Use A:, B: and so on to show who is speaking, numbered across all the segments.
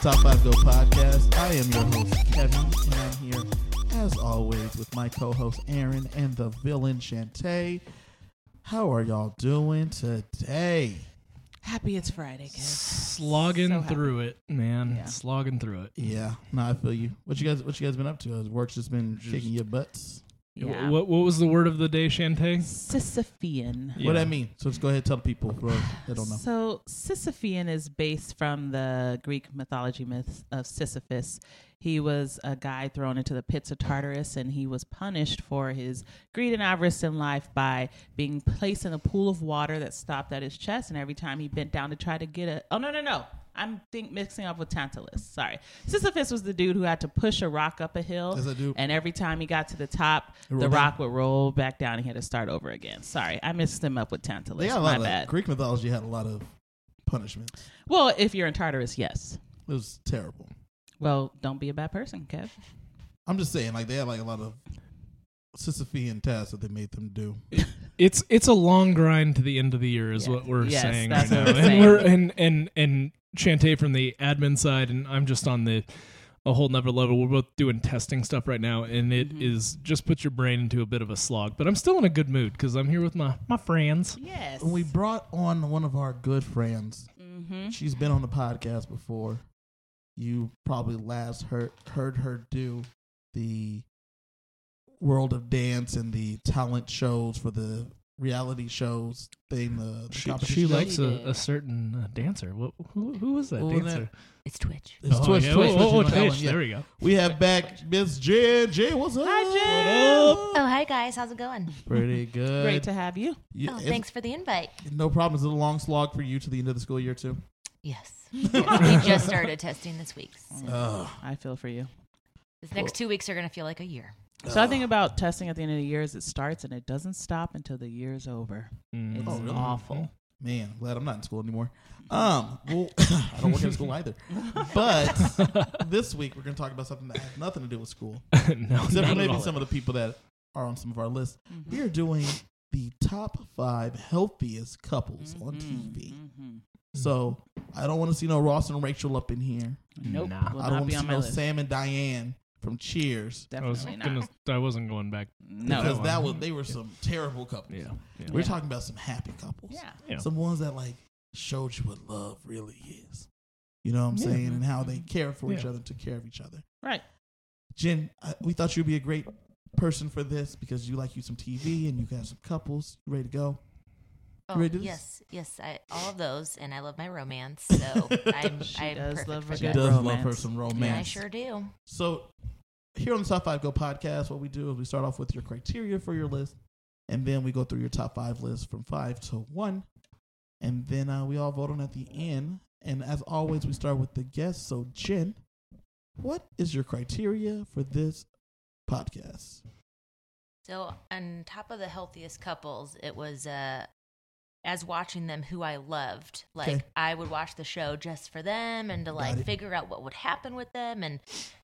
A: Top 5 Go podcast. I am your host, Kevin, and I'm here, as always, with my co host, Aaron, and the villain, Shantae. How are y'all doing today?
B: Happy it's Friday, kids.
C: slogging
B: So happy.
C: through it, man.
B: Yeah.
C: Slogging through it.
A: Yeah, no, I feel you. What you guys? What you guys been up to? Has work's just been kicking your butts.
B: Yeah.
C: What what was the word of the day, Shantae?
B: Sisyphean.
A: What
C: Yeah.
A: I mean? So let's go ahead and tell the people. Bro, they don't know.
B: So Sisyphean is based from the Greek mythology myth of Sisyphus. He was a guy thrown into the pits of Tartarus, and he was punished for his greed and avarice in life by being placed in a pool of water that stopped at his chest. And every time he bent down to try to get a, oh no no no, I'm think mixing up with Tantalus. Sorry, Sisyphus was the dude who had to push a rock up a hill.
A: As I do.
B: And every time he got to the top,
A: It
B: the
A: rolled
B: rock would roll back down and he had to start over again. Sorry, I mixed him up with Tantalus.
A: They got a
B: My
A: lot
B: bad.
A: of Greek mythology had a lot of punishments.
B: well, if you're in Tartarus, yes.
A: It was terrible.
B: Well, don't be a bad person, Kev.
A: I'm just saying, like they had like a lot of Sisyphean tasks that they made them do.
C: It's it's a long grind to the end of the year, is
B: Yeah.
C: what we're
B: Yes,
C: saying
B: that's
C: right
B: what
C: now.
B: we're
C: and
B: saying.
C: we're and and and Shantae from the admin side, and I'm just on the a whole nother level. We're both doing testing stuff right now, and it is
B: Mm-hmm.
C: just puts your brain into a bit of a slog. But I'm still in a good mood because I'm here with my my friends.
B: Yes.
A: And we brought on one of our good friends.
B: mm-hmm.
A: She's been on the podcast before. You probably last heard heard her do the world of dance and the talent shows for the reality shows thing. The, the
C: She,
A: competition
C: she
A: shows.
C: likes a,
B: did.
C: a certain uh, dancer. What, who, who was that
A: Well, that-
C: dancer?
D: It's Twitch.
A: It's
C: Oh,
A: Twitch,
C: yeah.
A: Twitch,
C: Oh,
A: Twitch,
C: oh,
A: Twitch, Twitch,
C: Twitch.
A: yeah.
C: There we go.
A: We have back Miss Jen. Jen, what's up?
B: Hi,
A: Jen.
D: Oh, hi guys. How's it going?
A: Pretty good.
B: Great to have you.
A: Yeah,
D: oh,
A: it's-
D: thanks for the invite.
A: No problem. Is it a long slog for you to the end of the school year too?
D: Yes. yes we just started testing this week. So
B: I feel for you.
D: this next two weeks are going to feel like a year.
B: So I think about testing at the end of the year is it starts and it doesn't stop until the year's over. It's
A: Oh,
C: Mm.
A: really?
B: awful.
A: Man, I'm glad I'm not in school anymore. Um, well, I don't work in school either. But this week we're going to talk about something that has nothing to do with school,
C: no,
A: except for
C: not at
A: maybe
C: all.
A: some of the people that are on some of our lists.
B: Mm-hmm.
A: We are doing the top five healthiest couples on TV.
B: Mm-hmm.
A: So I don't want to see no Ross and Rachel up in here.
B: Nope.
C: Nah.
B: Will
A: I
B: not
A: don't want
B: be
A: to
B: on
A: see
B: my
A: no
B: list.
A: Sam and Diane from Cheers
C: I was
B: Definitely not.
C: gonna. I wasn't going back.
B: No.
A: because
C: one.
A: that was they were some terrible couples.
C: Yeah. yeah.
A: We're
B: Yeah.
A: talking about some happy couples.
B: Yeah.
C: Yeah.
A: some ones that like showed you what love really is. You know what I'm saying? And how they care for each
C: Mm-hmm. Yeah.
A: other, took care of each other.
B: Right.
A: Jen, I, we thought you'd be a great person for this because you like you some TV and you got some couples. You ready to go?
D: Oh,
A: ready to do this?
D: yes, yes. I, all of those, and I love my romance, so I'm,
B: She
D: I'm
B: does
D: perfect
B: love
D: for
B: a
D: that.
A: She
B: Yeah,
A: does love
B: romance.
A: her some romance.
D: I sure do.
A: So here on the Top 5 Go podcast, what we do is we start off with your criteria for your list, and then we go through your top five list from five to one, and then uh, we all vote on at the end. And as always, we start with the guest. So Jen, what is your criteria for this podcast?
D: So, on top of the healthiest couples, it was uh, as watching them who I loved. Like,
A: Okay.
D: I would watch the show just for them and to like
A: it.
D: figure out what would happen with them. And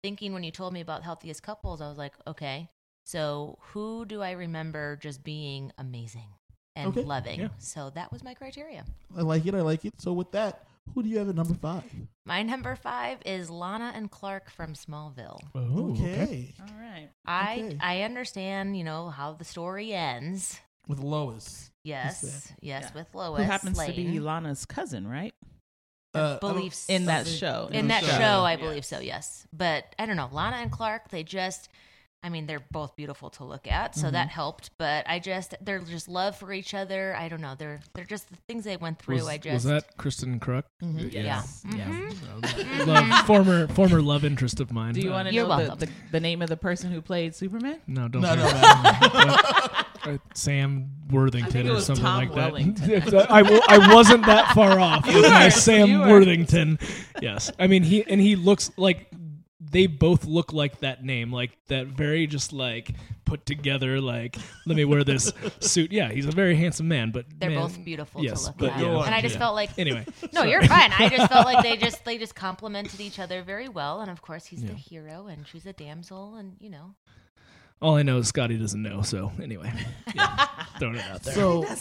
D: thinking when you told me about healthiest couples, I was like, okay, so who do I remember just being amazing and
A: Okay.
D: loving?
C: Yeah.
D: So, that was my criteria.
A: I like it. I like it. So with that, who do you have at number five?
D: My number five is Lana and Clark from Smallville.
C: Oh,
A: okay.
B: All right.
D: I
A: Okay.
D: I understand, you know, how the story ends.
A: with Lois.
D: Yes, yes,
B: Yeah.
D: with Lois.
B: Who happens to
D: Lane.
B: be Lana's cousin, right?
A: Uh, I don't-
D: beliefs
B: In that
A: Something-
B: show.
D: in that
B: the
D: show,
B: show.
D: I
B: Yes.
D: believe so. Yes, but I don't know. Lana and Clark, they just, I mean, they're both beautiful to look at, so
C: Mm-hmm.
D: that helped. But I just, they're just love for each other. I don't know. They're they're just the things they went through.
C: Was,
D: I
C: was
D: just
C: that Kristen Kruk?
A: Mm-hmm.
D: yeah.
C: Yeah. Love, former former love interest of mine.
B: Mm-hmm. Do you
C: Uh,
B: want to
D: You're
B: know
D: welcome.
B: the, the, the name of the person who played Superman?
C: No, don't.
A: No,
C: do
A: no,
C: that.
A: no.
C: Uh, Sam Worthington
B: I think it
C: or
B: was
C: something
B: Tom
C: like that.
B: Wellington,
C: I, w- I wasn't that far off. It was my
B: are, you
C: Sam
B: are.
C: Worthington. Yes, I mean he and he looks like they both look like that name, like that very just like put together. Like let me wear this suit. Yeah, he's a very handsome man, but
D: they're
C: man-
D: both beautiful
C: yes,
D: to look
C: but
D: at.
C: yeah.
D: and I just
C: Yeah.
D: felt like
C: Anyway,
D: No,
C: so-
D: you're fine. I just felt like they just they just complimented each other very well, and of course he's the hero and she's a damsel, and you know
C: All I know is Scotty doesn't know. So anyway, yeah, throwing it out there.
A: So I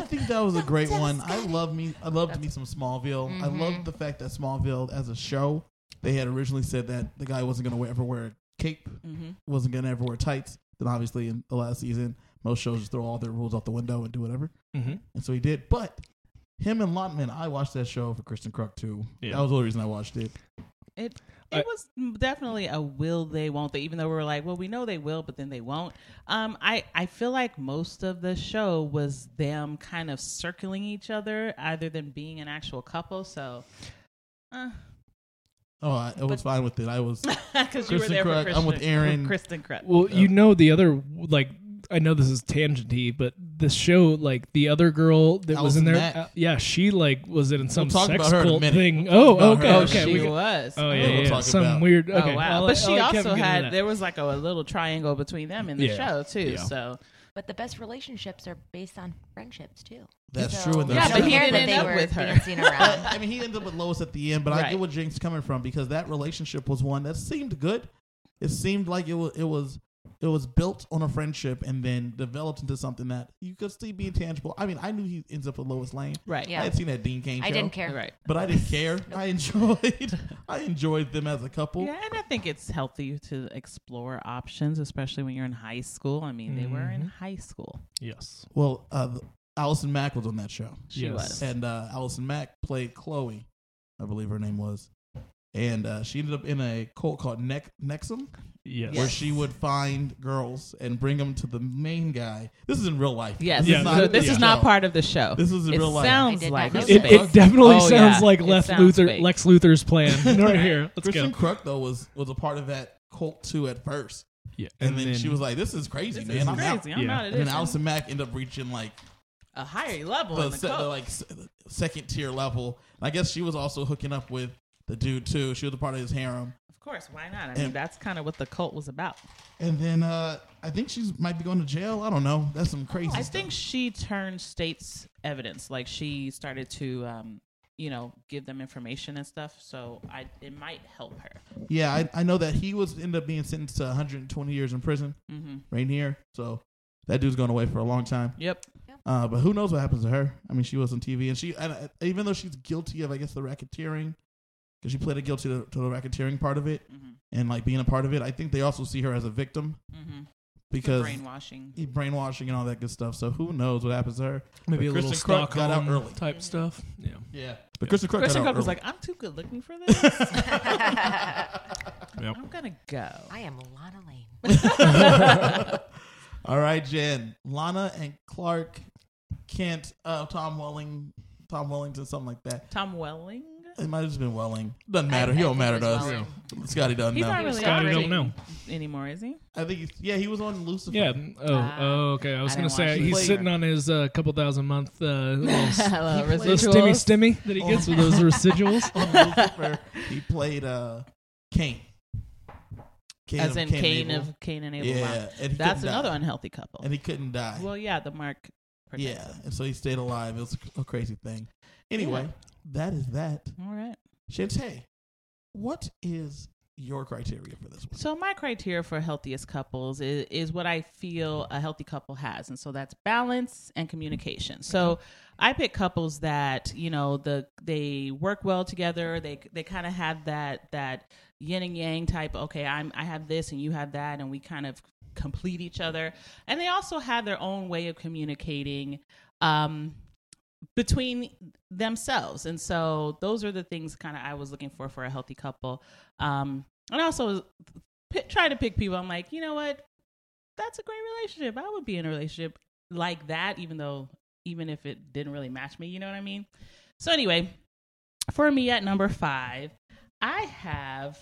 A: think that was a
B: Mm-hmm.
A: great one. I love me. I loved me some Smallville. I loved the fact that Smallville as a show They had originally said that the guy wasn't going to ever wear a cape,
B: Mm-hmm.
A: wasn't going to ever wear tights. Then obviously in the last season, most shows just throw all their rules out the window and do whatever.
C: Mm-hmm.
A: And so he did. But him and Lotman, I watched that show for Kristen Kruk too.
C: Yeah.
A: That was the only reason I watched it.
B: It
C: I-
B: it was definitely a will they won't they even though we were like well we know they will but then they won't. Um, I I feel like most of the show was them kind of circling each other either than being an actual couple. So, uh,
A: Oh, I, I was fine with it. I was.
B: because you were
A: Kristen
B: there for
A: Krug,
B: Kristen,
A: I'm with Aaron.
B: Kristen Krug.
C: Well, you know the other like I know this is tangenty, but the show like the other girl that was in
A: Allison
C: there,
A: Mack.
C: uh, yeah, she like was in some
A: We'll talk
C: sex
A: about her in a
C: cult
A: minute.
C: thing.
A: We'll talk
C: oh,
A: about
C: okay,
A: her.
B: oh,
C: okay,
B: she
C: we got-
B: was.
C: Oh
B: Oh,
C: yeah,
A: we'll
C: yeah,
A: talk
C: some
A: about-
C: weird. Okay,
B: wow!
A: Oh,
C: I'll-
B: but she
C: I'll let
B: also
C: Kevin get
B: had
C: into that.
B: there was like a, little triangle between them in the
C: Yeah.
B: show too.
C: Yeah.
B: So
D: But the best relationships are based on friendships too.
A: That's
D: So-
A: true. And
B: Yeah,
A: that's
B: but
A: true.
B: he
D: Care
B: didn't
D: that
B: end
D: they
B: up
D: were
B: with her.
D: dancing around.
A: I mean, he ended up with Lois at the end, but I
B: Right.
A: get where Jinx coming from because that relationship was one that seemed good. It seemed like it was it was it was built on a friendship and then developed into something that you could see being tangible. I mean, I knew he ends up with Lois Lane.
B: right,
A: I
D: Yeah.
A: had seen that Dean Kane.
D: I
A: show,
D: didn't care.
B: right.
A: but I didn't care. I enjoyed I enjoyed them as a couple.
B: Yeah, and I think it's healthy to explore options, especially when you're in high school. I mean, they were in high school.
C: Yes,
A: Well, uh, Allison Mack was on that show,
B: She
C: Yes.
B: was.
A: and uh, Allison Mack played Chloe, I believe her name was, and uh, she ended up in a cult called Neck Nexum.
C: yes,
A: where
B: Yes.
A: she would find girls and bring them to the main guy. This is in real life.
B: Yes,
C: Yeah,
B: yeah,
C: not-
B: this
C: yeah.
B: is not part of the show.
A: This is in
B: it
A: real life.
D: I
B: sounds
D: did
B: like
D: not know
B: it's
D: that.
C: It,
B: fake.
C: it definitely
B: Oh,
C: sounds
B: yeah.
C: like
B: It
C: Lex
B: sounds
C: Luthor,
B: fake.
C: Lex Luthor's plan right here. Let's
A: Christian
C: go.
A: Crook though was was a part of that cult too at first,
C: Yeah,
A: and, then, she was like, "This is crazy,
B: This
A: man.
B: is
A: I'm out."
B: crazy. I'm
C: Yeah.
B: out of
A: And then
B: this.
A: Allison Mack ended up reaching like
B: a higher level
A: the,
B: in the
A: se- the,
B: cult.
A: like se- second tier level. I guess she was also hooking up with the dude too. She was a part of his harem,
B: Of course, why not? I mean,
A: and-
B: that's kind of what the cult was about.
A: and then uh, I think she's might be going to jail. I don't know. That's some crazy.
B: I
A: stuff.
B: think she turned state's evidence. Like she started to, um, you know, give them information and stuff. So I, it might help her.
A: Yeah, I, I know that he was ended up being sentenced to 120 years in prison
B: hmm
A: right here. So that dude's going away for a long time.
B: Yep.
A: Uh, but who knows what happens to her? I mean, she was on TV, and she, and uh, even though she's guilty of, I guess, the racketeering, because she played a guilty to, to the racketeering part of it
B: Mm-hmm.
A: and like being a part of it. I think they also see her as a victim
B: Mm-hmm.
A: because
B: brainwashing.
A: brainwashing and all that good stuff. So who knows what happens to her?
C: maybe a
A: But
C: little
A: Kristen Krug got out
C: Stockholm
A: early.
C: type stuff. Yeah,
A: Yeah, but Kristen Crook
B: Christian
A: got out
B: Cook was
A: early.
B: like, "I'm too good looking for this. I'm gonna go."
D: I am Lana Lane.
A: all right, Jen, Lana, and Clark, Kent, uh, Tom Welling, Tom Wellington, something like that.
B: Tom Welling.
A: It might have just been Welling. Doesn't matter. he don't matter to us.
D: Welling.
A: Scotty doesn't
B: He's
A: know.
B: not really
C: Scotty
B: acting
C: don't know.
B: anymore, is he?
A: I think he's, yeah, he was on Lucifer.
C: yeah. Oh,
D: Ah.
C: oh, okay. I was
B: I
C: gonna
B: didn't watch
C: say
B: it.
C: he's
A: Flavor.
C: sitting on his uh, couple thousand month uh, little, s-
B: Hello,
A: He
C: little stimmy stimmy Oh. that he gets with those residuals.
A: on Lucifer. He played uh, Cain. Cain
B: as in Cain
A: Abel.
B: of Cain and Abel.
A: yeah,
B: Wow.
A: and he
B: That's
A: couldn't
B: another
A: die.
B: unhealthy couple.
A: and he couldn't die.
B: well, yeah, the mark. protects
A: yeah,
B: them.
A: and so he stayed alive. It was a crazy thing. Anyway, that is that.
B: All right.
A: Shantae, what is your criteria for this one?
B: So my criteria for healthiest couples is, is what I feel a healthy couple has, and so that's balance and communication. So I pick couples that you know the they work well together. They they kind of have that that yin and yang type. Okay, I'm I have this and you have that, and we kind of complete each other. And they also have their own way of communicating. Um, between themselves and so those are the things kind of i was looking for for a healthy couple um and also p- try to pick people i'm like you know what that's a great relationship i would be in a relationship like that even though even if it didn't really match me you know what i mean so anyway for me at number five i have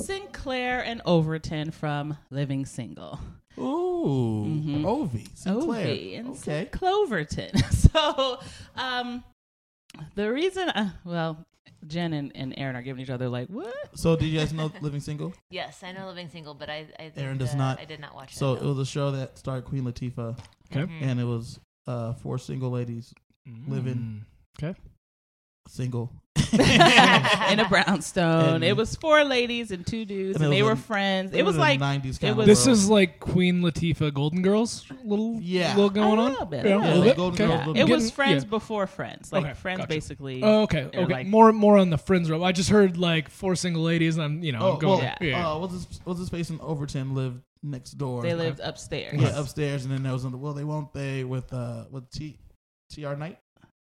B: sinclair and overton from living single
A: Ooh,
B: Mhm.
A: Ovi, Sinclair.
B: Ovi and
A: okay.
B: Cloverton. So, um, the reason, uh, well, Jen and, and Aaron are giving each other like, what?
A: So did you guys know Living Single?
D: Yes, I know Living Single, but I, I think,
A: Aaron does
D: uh,
A: not.
D: I did not watch Mm-hmm.
A: So
D: that.
A: it was a show that starred Queen Latifah,
C: Okay.
B: Mm.
A: and it was uh, four single ladies, Living.
C: Okay.
A: single,
B: in a brownstone.
A: And-
B: it was four ladies and two dudes,
A: And it
B: and, they
A: was
B: were
A: a-
B: friends. It,
A: it was
B: was,
A: a
B: like
A: 90s
B: It
A: kinda
B: was
C: This is like Queen Latifah Golden Girls little
A: Yeah.
C: little going
B: A
C: on.
B: little bit, yeah.
C: Yeah, a
A: Yeah,
C: little bit.
A: Golden
C: Okay.
A: Girls,
B: yeah,
A: little
B: it
A: bit.
B: was
C: Getting-
B: friends
C: yeah.
B: before friends, like
C: Okay,
B: friends
C: gotcha.
B: basically.
C: Oh, okay.
B: they're
C: Okay.
B: like-
C: more more on the friends row. I just heard like four single ladies and I'm you know,
A: Oh,
C: I'm
A: well,
C: going
B: Yeah.
C: yeah.
A: uh, what's this, what's this space in Overton lived next door?
B: They lived upstairs.
A: yeah, upstairs, and then there was another. Well, they won't. They with uh with T T R Knight,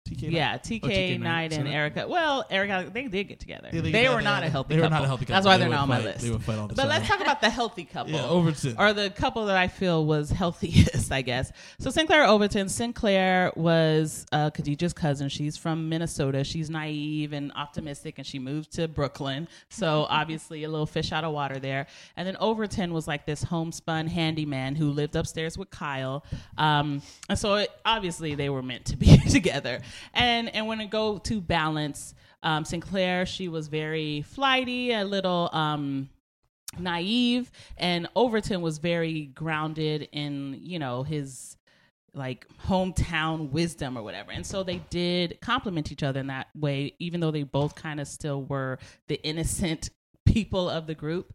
A: TK. Knight?
B: Yeah, TK,
C: Oh, TK Knight,
B: Knight and
C: so that-
B: Erica. Well, Erica, they did get together.
A: Yeah,
B: they
A: got
B: were
A: that-
B: not a healthy.
A: They were
B: couple.
A: not a healthy couple.
B: That's why
A: They
B: they're
A: would
B: not on my
A: fight-
B: list.
A: They would fight all the
B: But
A: time.
B: let's talk about the healthy couple.
A: Yeah, Overton.
B: or the couple that I feel was healthiest, I guess. So Sinclair Overton. Sinclair was uh, Khadijah's cousin. She's from Minnesota. She's naive and optimistic, and she moved to Brooklyn. So obviously, a little fish out of water there. And then Overton was like this homespun handyman who lived upstairs with Kyle. Um, and so it, obviously, they were meant to be together. And and when it go to balance, um, Sinclair, she was very flighty, a little. Um, naive and Overton was very grounded in, you know, his like hometown wisdom or whatever. And so they did compliment each other in that way, even though they both kind of still were the innocent people of the group.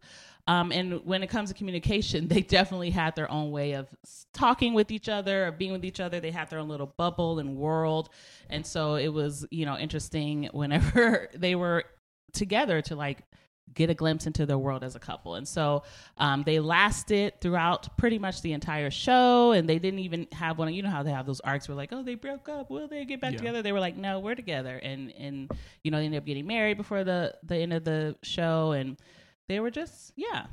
B: Um, and when it comes to communication, they definitely had their own way of s- talking with each other or being with each other. They had their own little bubble and world. And so it was, you know, interesting whenever they were together to like get a glimpse into their world as a couple. And so um, they lasted throughout pretty much the entire show. And they didn't even have one. You know how they have those arcs where like, oh, they broke up. Will they get back
C: Yeah.
B: together? They were like, no, we're together. And and you know they ended up getting married before the the end of the show. And they were just yeah,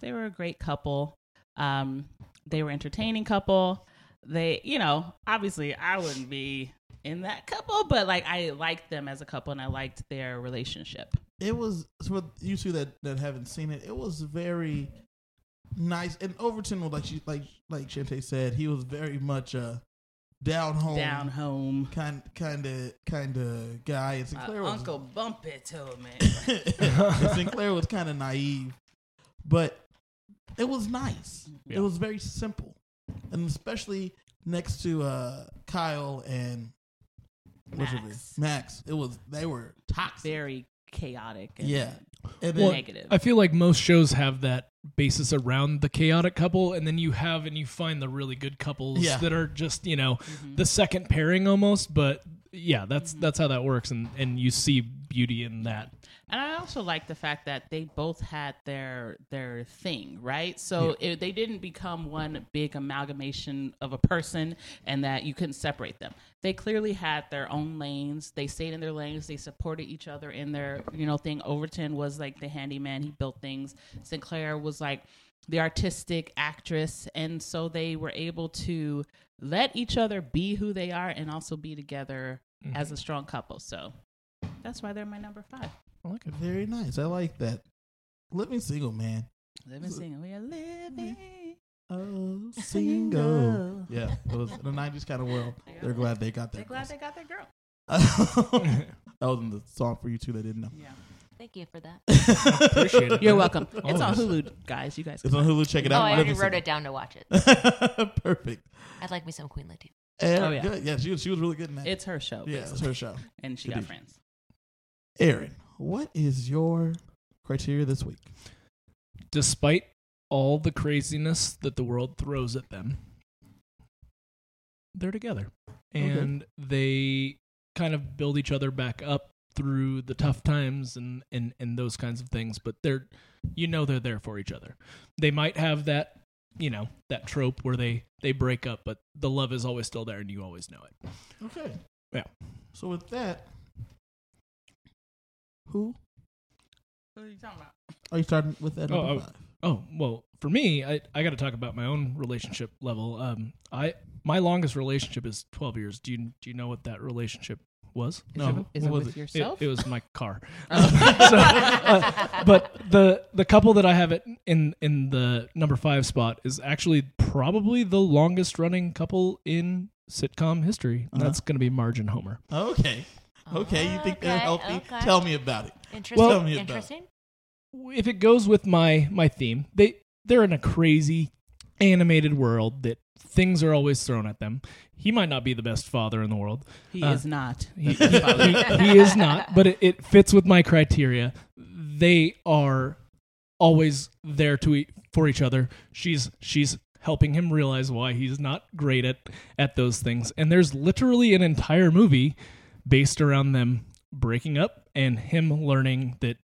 B: they were a great couple. Um, they were entertaining couple. They you know obviously I wouldn't be in that couple, but like I liked them as a couple and I liked their relationship.
A: it was for you two that that haven't seen it. It was very nice, and Overton was like she like like Shantae said, he was very much a down home
B: Down home.
A: kind kind of kind of guy. And
B: My
A: Sinclair was
B: Uh, Uncle oh, Bumpet told me.
A: And Sinclair was kind of naive, but it was nice.
C: Yeah.
A: It was very simple, and especially next to uh, Kyle and what's her name?
B: Max.
A: Max. It was they were toxic.
B: Very chaotic. And
A: Yeah, and
C: Well,
A: then
B: negative.
C: I feel like most shows have that basis around the chaotic couple and then you have and you find the really good couples
A: Yeah.
C: that are just, you know,
B: Mm-hmm.
C: the second pairing almost, but yeah, that's that's how that works and and you see beauty in that.
B: And I also like the fact that they both had their their thing, right? So it, they didn't become one big amalgamation of a person, and that you couldn't separate them. They clearly had their own lanes. They stayed in their lanes. They supported each other in their you know thing. Overton was like the handyman; he built things. Sinclair was like the artistic actress, and so they were able to let each other be who they are and also be together as a strong couple. So. That's why they're my number five.
C: I like it.
A: very nice. I like that. Living single, man.
B: Living single, we are living.
A: Oh, single.
B: single.
A: Yeah, it was in the '90s kind of world. They're glad they got that.
B: They're glad they got their girl.
A: that was in the song for you two that didn't know.
B: Yeah.
D: Thank you for that.
C: Appreciate it.
B: You're welcome. It's on
C: Always.
B: Hulu, guys. You guys.
A: It's on Hulu. Check it
D: oh,
A: out.
D: I already
A: Living
D: wrote it down to watch it.
A: Single. Perfect.
D: I'd like me some Queen Latifah.
A: Eric,
B: Oh, yeah.
A: good. yeah, she was she was really good in that.
B: It's her show.
A: yeah, it's her show.
B: And she
A: It
B: got
A: is.
B: friends.
A: Aaron, what is your criteria this week?
C: Despite all the craziness that the world throws at them, they're together.
A: Okay.
C: And they kind of build each other back up through the tough times and, and, and those kinds of things, but they're you know they're there for each other. They might have that you know, that trope where they, they break up, but the love is always still there and you always know it.
A: Okay.
C: Yeah.
A: So with that, who
B: Who are you talking about?
A: are you starting with at
C: Oh,
A: number
C: oh.
A: five?
C: Oh well, for me, I, I got to talk about my own relationship level. Um, I my longest relationship is twelve years. Do you do you know what that relationship was?
A: No.
C: Kevin?
B: Is
A: What
B: it
A: was
B: with
A: it?
C: It,
B: yourself?
C: it was my car. So, uh, but the the couple that I have it in in the number five spot is actually probably the longest running couple in sitcom history.
A: Uh-huh.
C: And That's going to be Marge and Homer.
A: Okay. Okay, you think they're
D: Okay,
A: healthy?
D: okay.
A: Tell me about it.
D: Interesting.
A: Tell me about it.
D: Interesting.
C: if it goes with my my theme, they they're in a crazy animated world that things are always thrown at them. he might not be the best father in the world.
B: He
C: Uh,
B: is not.
C: He, he- he- he is not, but it, it fits with my criteria. They are always there to eat for each other. She's she's helping him realize why he's not great at at those things. And there's literally an entire movie based around them breaking up and him learning that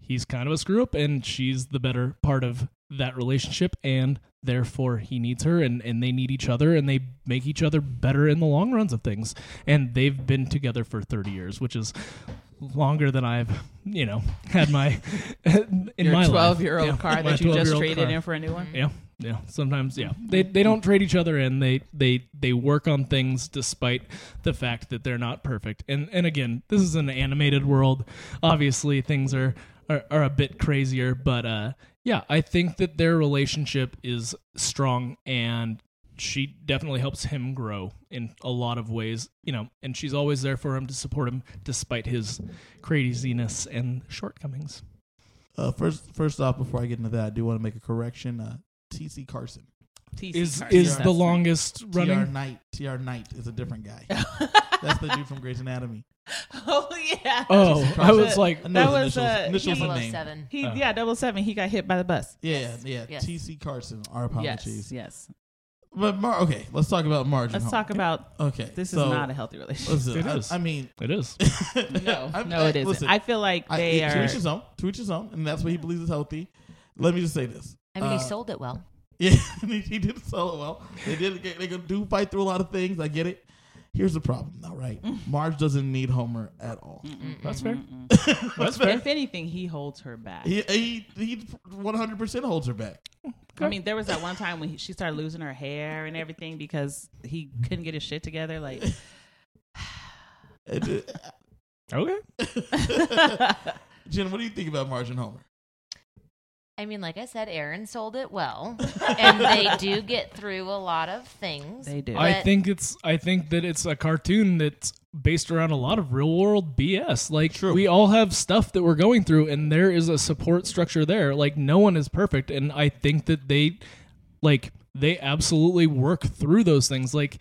C: he's kind of a screw up and she's the better part of that relationship and therefore he needs her and, and they need each other and they make each other better in the long runs of things and they've been together for 30 years which is longer than i've you know had my in my
B: Your
C: life.
B: 12 year
C: Yeah,
B: old car
C: my
B: that you just
C: 12-year-old
B: traded
C: car.
B: in for a new one.
C: Yeah, yeah. Sometimes, yeah. They they don't trade each other in. They they they work on things despite the fact that they're not perfect. And and again, this is an animated world. Obviously, things are are, are a bit crazier, but uh, yeah, I think that their relationship is strong and. She definitely helps him grow in a lot of ways, you know, and she's always there for him to support him despite his craziness and shortcomings.
A: Uh, first, first off, before I get into that, I do want to make a correction. Uh, T.C. Carson,
B: TC
C: Is
B: cars,
C: is
B: yes.
C: the longest running
A: T.R. Knight, T.R. Knight is a different guy. That's the dude from Grey's Anatomy.
B: Oh yeah.
C: Oh, I was like,
A: I know
B: That
A: his
B: was, uh,
A: initials, initials and name.
D: 007.
B: He
C: Oh.
B: yeah, double seven. He got hit by the bus.
A: Yeah,
D: Yes,
A: yeah.
D: yes.
A: T.C. Carson. Our
B: yes,
A: apologies.
B: yes.
A: But Mar- okay, let's talk about margin.
B: Let's
A: Home.
B: talk about
A: Okay,
B: this
A: so,
B: is not a healthy relationship.
A: Listen,
C: It
A: I,
C: is.
A: I mean,
C: it is.
B: No,
A: I'm-
B: no, it
A: I-
B: isn't.
A: listen,
B: I feel like
A: I-
B: they
A: it- To
B: are.
A: each his own. To each his own, and that's what he believes is healthy. Let me just say this.
D: I mean,
A: Uh,
D: he sold it well.
A: Yeah, he, he did sell it well. They did. They could do fight through a lot of things. I get it. Here's the problem, though. Right,
C: Mm.
A: Marge doesn't need Homer at all.
C: That's fair. Mm. That's fair.
B: If anything, he holds her back.
A: He he he 100 percent holds her back.
B: I mean, there was that one time when he, she started losing her hair and everything because he couldn't get his shit together. Like,
A: And, uh,
C: Okay.
A: Jen, what do you think about Marge and Homer?
D: I mean, like I said, Aaron sold it well, and they do get through a lot of things.
B: They do.
C: I
D: but-
C: think it's I think that it's a cartoon that's based around a lot of real world BS. Like
A: True.
C: we all have stuff that we're going through and there is a support structure there. Like no one is perfect and I think that they like they absolutely work through those things. Like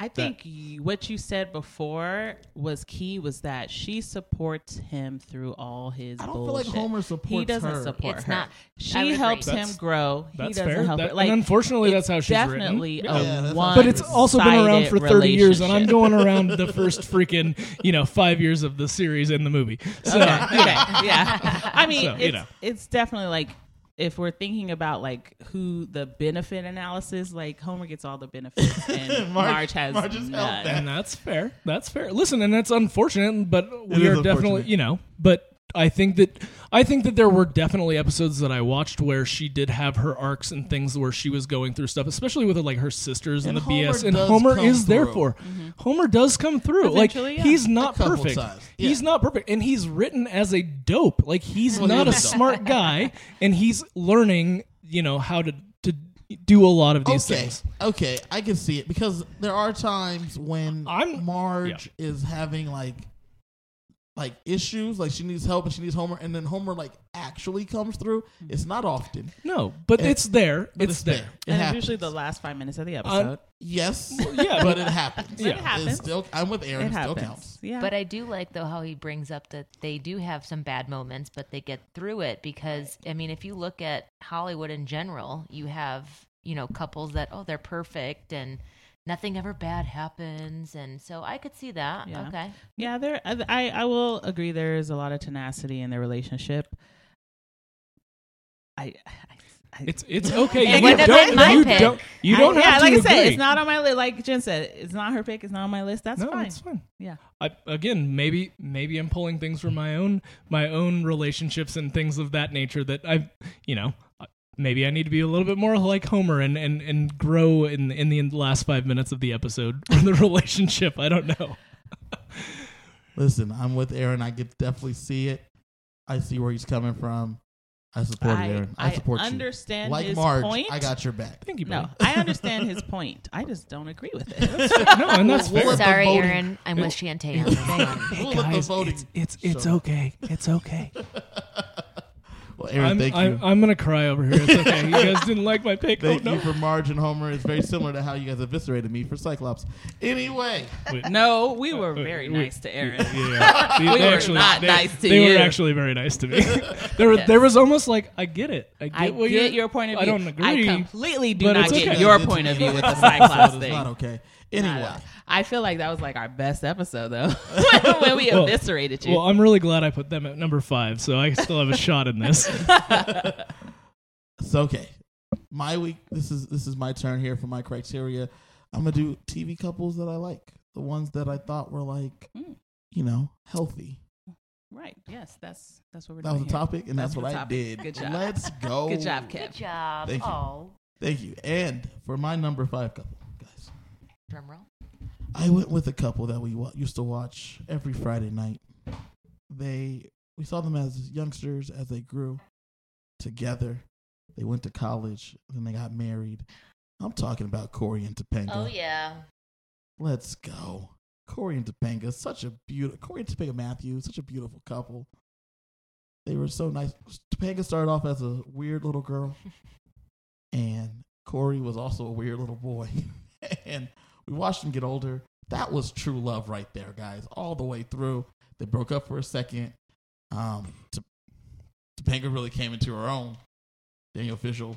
B: I think you, what you said before was key. Was that she supports him through all his?
A: I don't feel like
B: bullshit.
A: Homer
B: He
A: supports
B: doesn't
A: her.
B: support
D: It's
B: her.
D: not- I would
B: she
D: agree.
B: helps him
C: That's-
B: grow. He
C: that's
B: doesn't
C: fair.
B: help
C: That-
B: her.
C: and
B: Like,
C: unfortunately, that's how she's written.
B: definitely
C: Yeah.
A: Yeah,
B: a
A: that's how
B: one.
C: but it's also been around for 30 years and I'm
B: relationship.
C: going around the first freaking, you know, 5 years of the series and the movie. So
B: okay. okay, yeah. I mean,
C: So, you
B: it's,
C: know.
B: it's definitely like if we're thinking about like who the benefit analysis, like Homer gets all the benefits and
A: Marge-
B: Marge, has
A: Marge has
B: none.
A: helped that.
C: and that's fair. That's fair. Listen, and that's unfortunate, but we
A: is
C: are definitely,
A: unfortunate.
C: you know, but I think that I think that there were definitely episodes that I watched where she did have her arcs and things where she was going through stuff, especially with like her sisters and,
A: And
C: the BS.
A: Homer
C: And
A: does
C: Homer
A: come
C: is there
A: through. Mm-hmm.
C: for. Homer does come through.
B: Eventually,
C: like
B: yeah.
C: he's not
A: A couple
C: perfect.
A: times. Yeah.
C: He's not perfect, and he's written as a dope. Like he's
A: Well, he
C: not a
A: is a dope.
C: smart guy, and he's learning, you know, how to to do a lot of these
A: okay,
C: things.
A: okay, I can see it because there are times when
C: I'm-
A: Marge is having like like issues, like she needs help and she needs Homer, and then Homer like actually comes through.
C: Mm.
A: It's not often,
C: No, but
A: It-
C: it's there.
A: but it's,
C: it's there.
A: there. It
B: And it's
A: happens.
B: usually the last five minutes
C: Uh,
B: of the episode.
A: yes,
C: yeah,
A: but it happens.
C: It
B: happens.
A: It's still, I'm with Aaron. It,
B: it
A: still
B: happens.
A: counts.
B: Yeah.
D: But I do like though how he brings up that they do have some bad moments, but they get through it because I mean, if you look at Hollywood in general, you have you know couples that oh they're perfect and nothing ever bad happens, and so I could see that.
B: Yeah.
D: Okay,
B: Yeah, there. uh, I I will agree. There is a lot of tenacity in their relationship. I. I I-
C: It's it's okay.
B: And
C: you
B: what if
C: don't
B: it's my
C: you
D: pick?
C: don't you
B: I-
C: don't
B: yeah,
C: have to
B: like
C: agree.
B: I said, it's not on my list. Like Jen said, it's not her pick. It's not on my list. That's
C: no,
B: fine.
C: it's fine.
B: Yeah.
C: I, again, maybe maybe I'm pulling things from my own my own relationships and things of that nature that I, you know, maybe I need to be a little bit more like Homer and and and grow in in the last five minutes of the episode or the relationship. I don't know.
A: Listen, I'm with Aaron. I could definitely see it. I see where he's coming from. I support it,
B: I,
A: Aaron. I, support you.
B: understand
A: like
B: his
A: Marge,
B: point.
A: I got your back.
C: Thank you.
B: no,
C: buddy.
B: I understand his point. I just don't agree with it.
C: no, and that's
A: Well,
C: fair.
A: what- the
D: sorry,
A: voting-
D: Aaron, I'm with Shantae on this one.
A: We'll let the voting.
C: it's
A: it's show.
C: okay. It's okay.
A: Well, Aaron,
C: I'm,
A: thank
C: I,
A: you.
C: am gonna cry over here. It's okay. you guys didn't like my pick.
A: Thank
C: oh, no.
A: you for Marge and Homer. It's very similar to how you guys eviscerated me for Cyclops. Anyway,
C: Wait,
B: No, we were very
C: we-
B: nice to Aaron.
C: Yeah,
B: We were not
C: they,
B: nice to
C: they
B: you.
C: were actually very nice to me. there, was there was almost like I get it. I get
B: I
C: what
B: get
C: you're,
B: your point of view.
C: I don't agree.
B: I completely do
C: but
B: not
C: it's
B: get
C: okay.
B: your
A: It's-
B: point of view with the
A: it's not
B: Cyclops
A: episode.
B: thing.
A: It's not okay.
B: Not at
A: Anyway,
B: all. I feel like that was like our best episode though, when we
C: Well-
B: eviscerated you.
C: well, I'm really glad I put them at number five, so I still have a shot in this.
A: it's okay. My week. This is this is my turn here for my criteria. I'm gonna do TV couples that I like, the ones that I thought were like,
B: Mm.
A: you know, healthy.
B: right? Yes, that's that's what we're
A: That
B: doing.
A: was the topic, and that's,
B: That was
A: what
B: the
A: I did.
B: topic. Good job.
A: Let's go.
B: Good job, Kev.
D: Good job.
A: Thank you.
D: Oh,
A: Thank you. And for my number five couple, guys,
D: drum roll.
A: I went with a couple that we wa- used to watch every Friday night. They we saw them as youngsters as they grew together. They went to college, then they got married. I'm talking about Corey and Topanga.
D: Oh yeah.
A: Let's go. Corey and Topanga, such a beautiful Corey and Topanga Matthews, such a beautiful couple. They were so nice. Topanga started off as a weird little girl, and Corey was also a weird little boy. and we watched them get older. That was true love right there, guys, all the way through. They broke up for a second. Um, T- Topanga really came into her own. Daniel Fishel,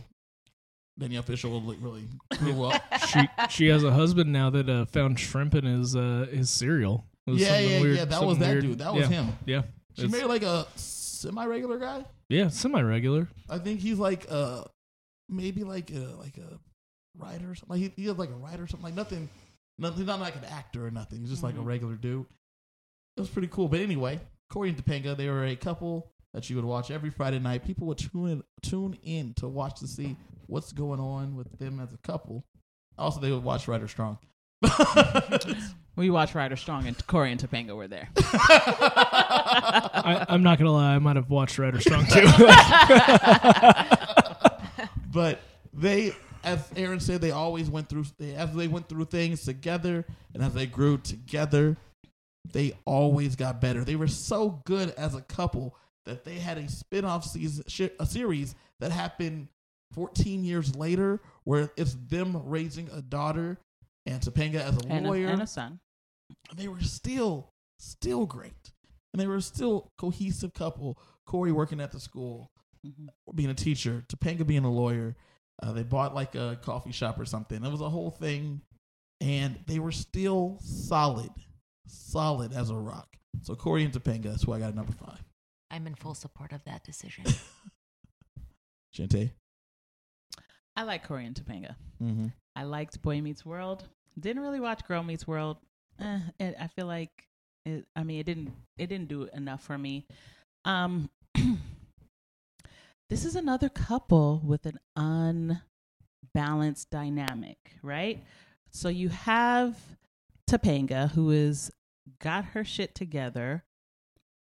A: Daniel Fishel really- really grew up.
C: she she has a husband now that uh, found shrimp in his uh, his cereal. It was
A: Yeah,
C: something
A: yeah,
C: weird-
A: yeah. That
C: something
A: was that
C: weird.
A: dude. That was
C: yeah.
A: him.
C: Yeah,
A: She
C: It's-
A: married like a semi-regular guy.
C: yeah, semi regular.
A: I think he's like uh maybe like a like a writer or something. Like he, he has like a writer or something. Like nothing, nothing. He's not like an actor or nothing. He's just like
B: Mhm.
C: Mm-hmm.
A: a regular dude. It was pretty cool. But anyway, Corey and Topanga, they were a couple that you would watch every Friday night. People would tune in, tune in to watch to see what's going on with them as a couple. Also, they would watch Ryder Strong.
B: we watched Ryder Strong and Corey and Topanga were there.
C: I, I'm not gonna lie, I might have watched Ryder Strong too.
A: but they as aaron said they always went through they, as they went through things together and as they grew together they always got better they were so good as a couple that they had a spin-off season shi- a series that happened 14 years later where it's them raising a daughter and Topanga as a
B: and, a,
A: lawyer
B: and a son.
A: and they were still still great and they were still cohesive couple corey working at the school
B: Mhm.
A: being a teacher, Topanga being a lawyer. Uh, they bought like a coffee shop or something. It was a whole thing, and they were still solid, solid as a rock. So Corey and Topanga, that's who I got at number five.
D: I'm in full support of that decision.
A: Gente,
B: I like Corey and Topanga.
A: mm-hmm.
B: I liked Boy Meets World. Didn't really watch Girl Meets World. Eh, it, I feel like it, I mean it didn't it didn't do enough for me. Um, this is another couple with an unbalanced dynamic, right? So you have Topanga who is got her shit together.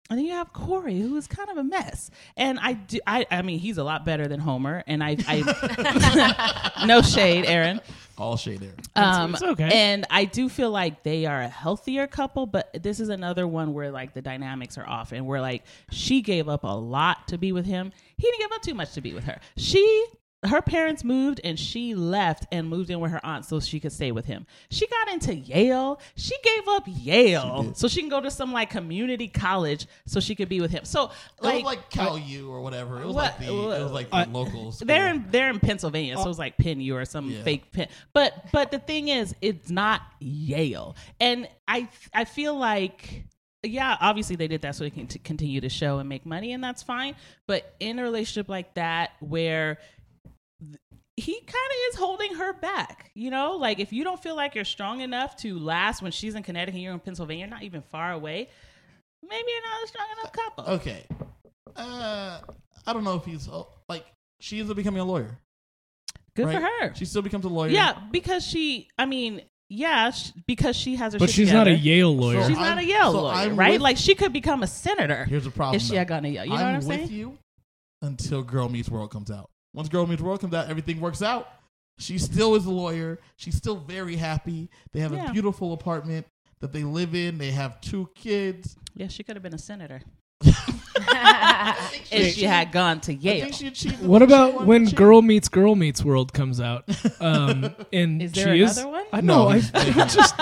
B: And then you have Corey, who is kind of a mess. And I do, I, I mean, he's a lot better than Homer. And I, I no shade, Aaron.
A: all shade there.
B: Um,
C: it's okay.
B: And I do feel like they are a healthier couple, but this is another one where like the dynamics are off, and where like she gave up a lot to be with him. He didn't give up too much to be with her. She. Her parents moved and she left and moved in with her aunt so she could stay with him. She got into Yale. She gave up Yale
A: did.
B: so she can go to some like community college so she could be with him. So
A: it
B: like, uh,
A: was like Cal U or whatever. It was like
B: What-
A: the it was like the
C: I-
A: local. School.
B: they're in they're in Pennsylvania, so it was like Penn U or some
A: Yeah.
B: fake Penn. But but the thing is, it's not Yale, and I I feel like yeah, obviously they did that so they can t- continue to show and make money, and that's fine. But in a relationship like that, where th- he kind of is holding her back, you know. Like if you don't feel like you're strong enough to last when she's in Connecticut, you're in Pennsylvania, you're not even far away. Maybe you're not a strong enough couple.
A: okay. Uh, I don't know if he's oh, like she ends up becoming a lawyer.
B: Good for
A: right?
B: her.
A: She still becomes a lawyer.
B: Yeah, because she. I mean, yeah, sh- because she has her.
C: but
B: shit
C: she's not a
B: together.
C: Yale lawyer.
A: So
B: She's
A: I'm-
B: not a Yale
A: so
B: lawyer,
A: I'm
B: right?
A: with-
B: like she could become a senator
A: Here's the problem.
B: if she
A: though.
B: had gone to Yale. You know what I'm
A: with
B: saying?
A: you until Girl Meets World comes out. Once Girl Meets World comes out, everything works out. She still is a lawyer. She's still very happy. They have
B: Yeah.
A: a beautiful apartment that they live in. They have two kids.
B: Yeah, she could have been a senator.
A: I think she
B: if she had gone to
A: I
B: Yale.
A: think she achieved.
C: What about
A: one
C: when
A: achieved-
C: Girl Meets Girl Meets World comes out? Um, and
B: Is there
C: she is,
B: another one?
C: I know.
A: No,
C: I,
A: he's
C: I just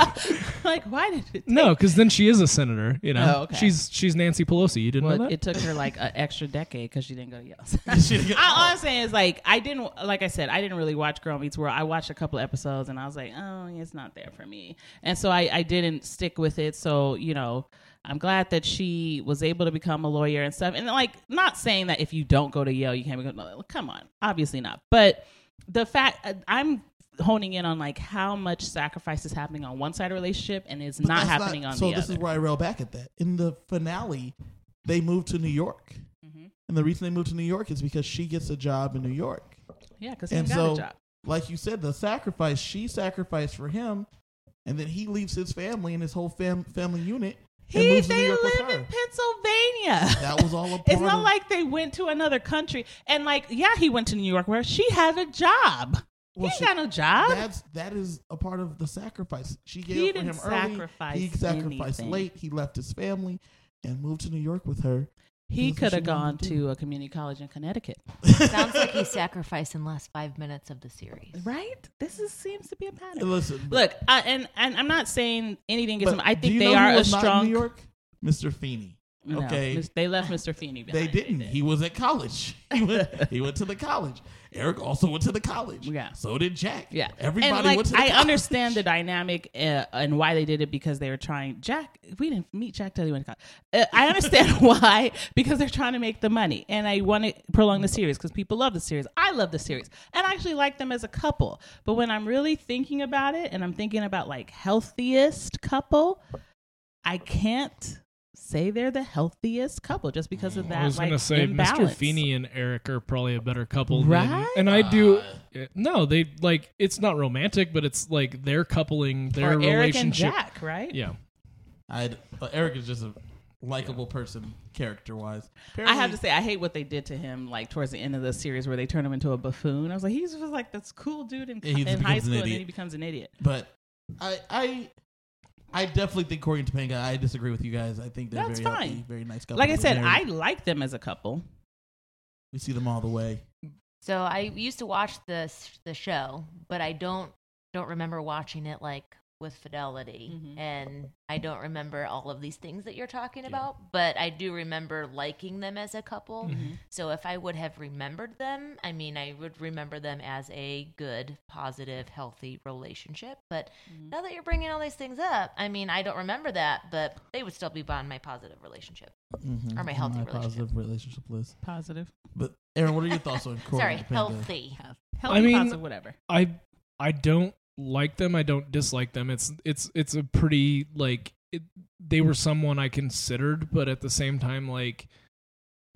B: like, why did it?
C: no, because then she is a senator. You know,
B: Oh, okay.
C: she's she's Nancy Pelosi. You didn't
B: Well,
C: know that?
B: it took her like an extra decade because she didn't go to Yale.
A: She didn't get-
B: I, all I'm saying is like I didn't like I said I didn't really watch Girl Meets World. I watched a couple of episodes and I was like, oh, it's not there for me. And so I, I didn't stick with it. So you know, I'm glad that she was able to become a lawyer and stuff. And like, not saying that if you don't go to Yale, you can't become. no, Come on, obviously not. But the fact uh, I'm honing in on like how much sacrifice is happening on one side of the relationship and it's
A: But
B: not
A: that's
B: happening on
A: So
B: the
A: this
B: other.
A: is where I rail back at that. In the finale, they move to New York,
B: Mm-hmm.
A: and the reason they move to New York is because she gets a job in New York.
B: yeah, because he
A: And
B: got
A: so,
B: a job.
A: like you said, the sacrifice she sacrificed for him, and then he leaves his family and his whole fam- family unit and
B: He,
A: moves to New
B: they
A: York with
B: live
A: her.
B: in Pennsylvania.
A: That was all a
B: It's
A: part
B: not
A: of-
B: like they went to another country and like, yeah, he went to New York where she had a job.
A: Well,
B: he ain't
A: she-
B: got no job.
A: That's that is a part of the sacrifice she gave
B: He
A: for
B: didn't
A: him early.
B: sacrifice
A: he sacrificed
B: anything.
A: late. He left his family and moved to New York with her.
B: He
A: That's what
B: could have
A: she
B: gone
A: wanted to do.
B: to a community college in Connecticut,
D: Sounds like he sacrificed in the last five minutes of the series.
B: right? This is, seems to be a pattern.
A: Listen, but-
B: Look, I, and and I'm not saying anything against
A: but
B: them. I
A: do
B: think
A: you
B: they
A: know who
B: are a
A: was not in
B: strong.
A: New York, Mr. Feeney.
B: No,
A: okay,
B: mis- they left Mr. Feeney.
A: they
B: Behind.
A: didn't. He was at college. He went, he went to the college. Eric also went to the college.
B: Yeah.
A: So did Jack.
B: Yeah,
A: Everybody
B: And, like,
A: went to the
B: I
A: college.
B: understand the dynamic uh, and why they did it because they were trying. Jack, we didn't meet Jack till he went to college. Uh, I understand why because they're trying to make the money, and I want to prolong the series because people love the series. I love the series, and I actually like them as a couple. But when I'm really thinking about it, and I'm thinking about like healthiest couple, I can't say they're the healthiest couple just because of that.
C: Mm, I was
B: like,
C: gonna say
B: imbalance.
C: Mr. Feeney and Eric are probably a better couple, than- Uh,
B: Right?
C: and I do. eh, No, they like it's not romantic, but it's like they're coupling
B: or
C: their
B: Eric and
C: relationship.
B: Jack, right?
C: Yeah,
A: I'd, uh, Eric is just a likable person, character wise.
B: I have to
A: Mm-hmm.
B: say, I hate what they did to him, like towards the end of the series where they turned him into a buffoon. I was like, he's just like this cool dude in,
A: Yeah, he
B: in
A: just
B: high
A: becomes an
B: school, and then
A: idiot.
B: he becomes an idiot.
A: But I, I, I definitely think Corey and Topanga. I disagree with you guys. I think they're
B: That's
A: very healthy,
B: fine.
A: very nice couple.
B: Like I
A: They're
B: said, I
A: married.
B: like them as a couple.
A: we see them all the way.
D: So I used to watch the the show, but I don't don't remember watching it like with fidelity,
B: Mhm.
D: and I don't remember all of these things that you're talking about. But I do remember liking them as a couple. So if I would have remembered them, I mean, I would remember them as a good, positive, healthy relationship. But now that you're bringing all these things up, I mean, I don't remember that, but they would still be on my positive relationship.
A: Mhm.
D: Or my healthy
A: My
D: relationship.
A: positive relationship list.
B: Positive,
A: But Aaron, what are your thoughts on Corey?
D: Sorry,
A: and Topanga?
D: healthy.
B: healthy,
C: I mean-
B: positive, whatever.
C: I I don't like them. I don't dislike them. It's it's it's a pretty like it, they were someone I considered, but at the same time, like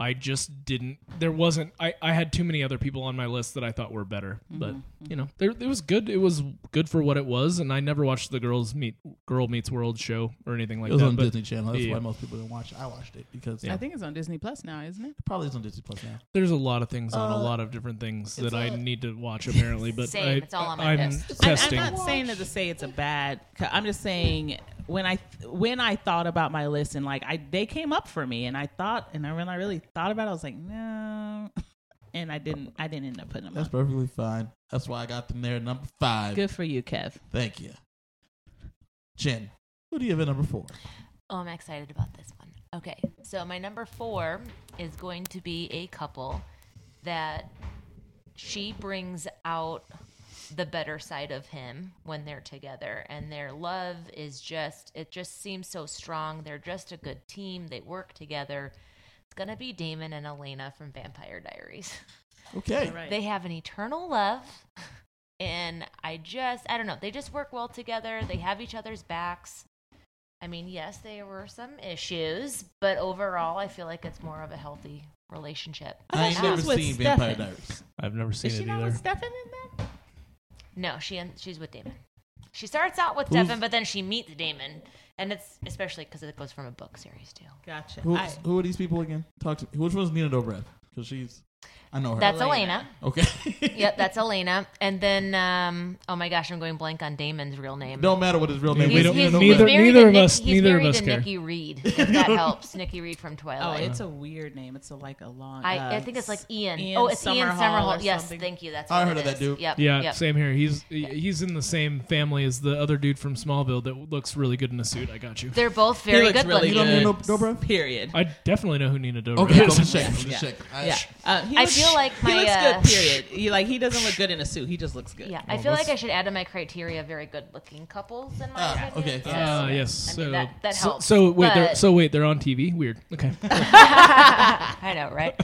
C: I just didn't. There wasn't. I I had too many other people on my list that I thought were better,
B: Mm-hmm.
C: but. you know, there it was good. It was good for what it was, and I never watched the girls meet girl meets world show or anything like
A: it was
C: that.
A: on
C: but
A: Disney Channel. That's
C: Yeah.
A: why most people didn't watch it. I watched it because
C: Yeah.
B: I think it's on Disney Plus now, isn't it?
A: it probably is on Disney Plus now.
C: there's a lot of things on
A: Uh,
C: a lot of different things that
A: it's
C: I
A: a-
C: need to watch apparently. But
D: Same,
C: I,
D: it's all on my
C: am
D: list.
B: I'm, I'm
C: testing.
B: not saying that to say it's a bad. co- I'm just saying when I when I thought about my list and like I they came up for me and I thought and I when I really thought about it, I was like no, and I didn't I didn't end up putting them.
A: That's
B: Up.
A: perfectly fine. That's why I got them there at number five.
B: Good for you, Kev.
A: Thank you. Jen, who do you have at number four?
D: Oh, I'm excited about this one. Okay, so my number four is going to be a couple that she brings out the better side of him when they're together and their love is just it just seems so strong they're just a good team they work together it's gonna be damon and elena from vampire diaries
A: Okay.
D: they have an eternal love and i just i don't know they just work well together they have each other's backs i mean yes there were some issues but overall i feel like it's more of a healthy relationship
A: I
B: I
A: ain't
B: thought
A: never
B: she was with
A: seen Vampire
B: Stefan.
A: Diaries.
C: I've never seen
B: Is she
C: it
B: not with
C: either.
B: Stefan in that?
D: no she and she's with damon she starts out with
A: Who's-
D: devin but then she meets damon and it's especially because it goes from a book series too
B: Gotcha.
A: Who,
B: I,
A: who are these people again? Talk to Which one's Nina Dobrev? Because she's I know her.
D: That's Elena.
B: Elena.
A: okay.
D: yep, that's Elena. And then, um, oh my gosh, I'm going blank on Damon's real name.
A: Don't matter what his real name
C: Yeah,
A: is.
C: we don't-
A: you
D: he's,
A: know
D: he's
C: neither-
A: that.
D: married
C: neither
D: to
C: of
D: Nick-
C: us-
D: He's
C: neither of
D: married
C: us
D: to
C: care.
D: Nikki Reed. If that helps, Nikki Reed from
B: Oh,
D: Twilight.
B: it's a weird name. It's a, like a long.
D: I, I
B: uh,
D: think it's like Ian.
B: Ian
D: oh, it's Ian
B: Somerhall
D: Summerhall.
B: or
D: Yes,
B: something.
D: thank you. That's
A: I
D: what
A: heard
D: it
A: of that
D: is.
A: dude.
D: Yep.
C: Yeah,
D: yep.
C: same here. He's he's in the same family as the other dude from Smallville that looks really good in a suit. I got you.
D: They're both
B: He
D: very
B: looks
D: good
B: really
A: You
D: looking.
A: don't need
B: good.
A: no Dobro?
B: Period.
C: I definitely know who Nina Dover
A: Okay,
C: is.
A: double check. Double
B: Yeah.
A: check. I-
B: yeah. Uh, he
D: I
B: looks-
D: feel like my,
B: he looks
D: uh,
B: good. Period. He like he doesn't look good in a suit. He just looks good.
D: Yeah, I
C: Well,
D: feel like
C: that's-
D: I should add to my criteria very good looking couples in my
A: Ah,
D: opinion.
A: okay.
D: So,
C: Ah, yes.
D: I
C: So
D: mean, that, that
C: so-
D: helps.
C: So, wait, they're,
D: But-
C: so wait, they're on TV. Weird. Okay.
D: I know, right?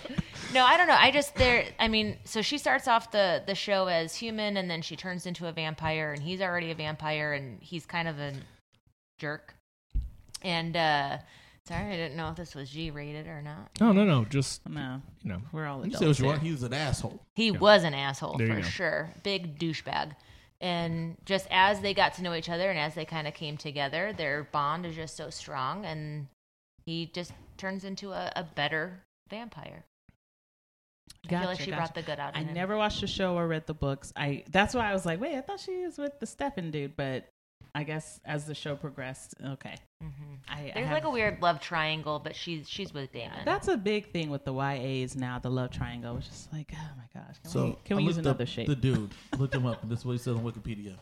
D: No, I don't know. I just there. I mean, so she starts off the the show as human, and then she turns into a vampire, and he's already a vampire, and he's kind of a jerk. And uh sorry, I didn't know if this was G rated or not.
C: No, no, no. Just
B: No,
C: you know.
B: we're all
A: You
B: adults.
A: say what you
B: here.
A: want. He's an asshole.
D: He was an asshole
C: There you
D: for
C: go.
D: sure. Big douchebag. And just as they got to know each other and as they kind of came together, their bond is just so strong and he just turns into a, a better vampire. I
B: Gotcha,
D: feel like she
B: gotcha.
D: brought the good out of
B: I
D: him.
B: never watched the show or read the books. I that's why I was like, wait, I thought she was with the Stefan dude, but I guess as the show progressed, okay.
D: Mhm.
B: I, I
D: There's
B: have-
D: like a weird love triangle, but she's she's with Damon.
B: That's a big thing with the YAs now, the love triangle. It's just like, oh my gosh, can we,
A: So
B: can
A: I
B: we use
A: looked up
B: another shape?
A: The dude looked him up, and this is what he said on Wikipedia.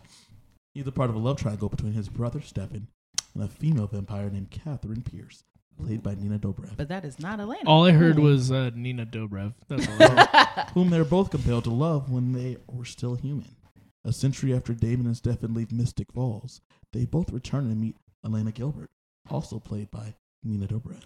A: He's a part of a love triangle between his brother Stefan and a female vampire named Catherine Pierce, played by Nina Dobrev,
B: but that is not Elena.
C: All I heard was uh, Nina Dobrev. That's all. I heard.
A: whom they're both compelled to love when they were still human. A century after Damon and Stefan leave Mystic Falls, they both return and meet Elena Gilbert, also played by Nina Dobrev,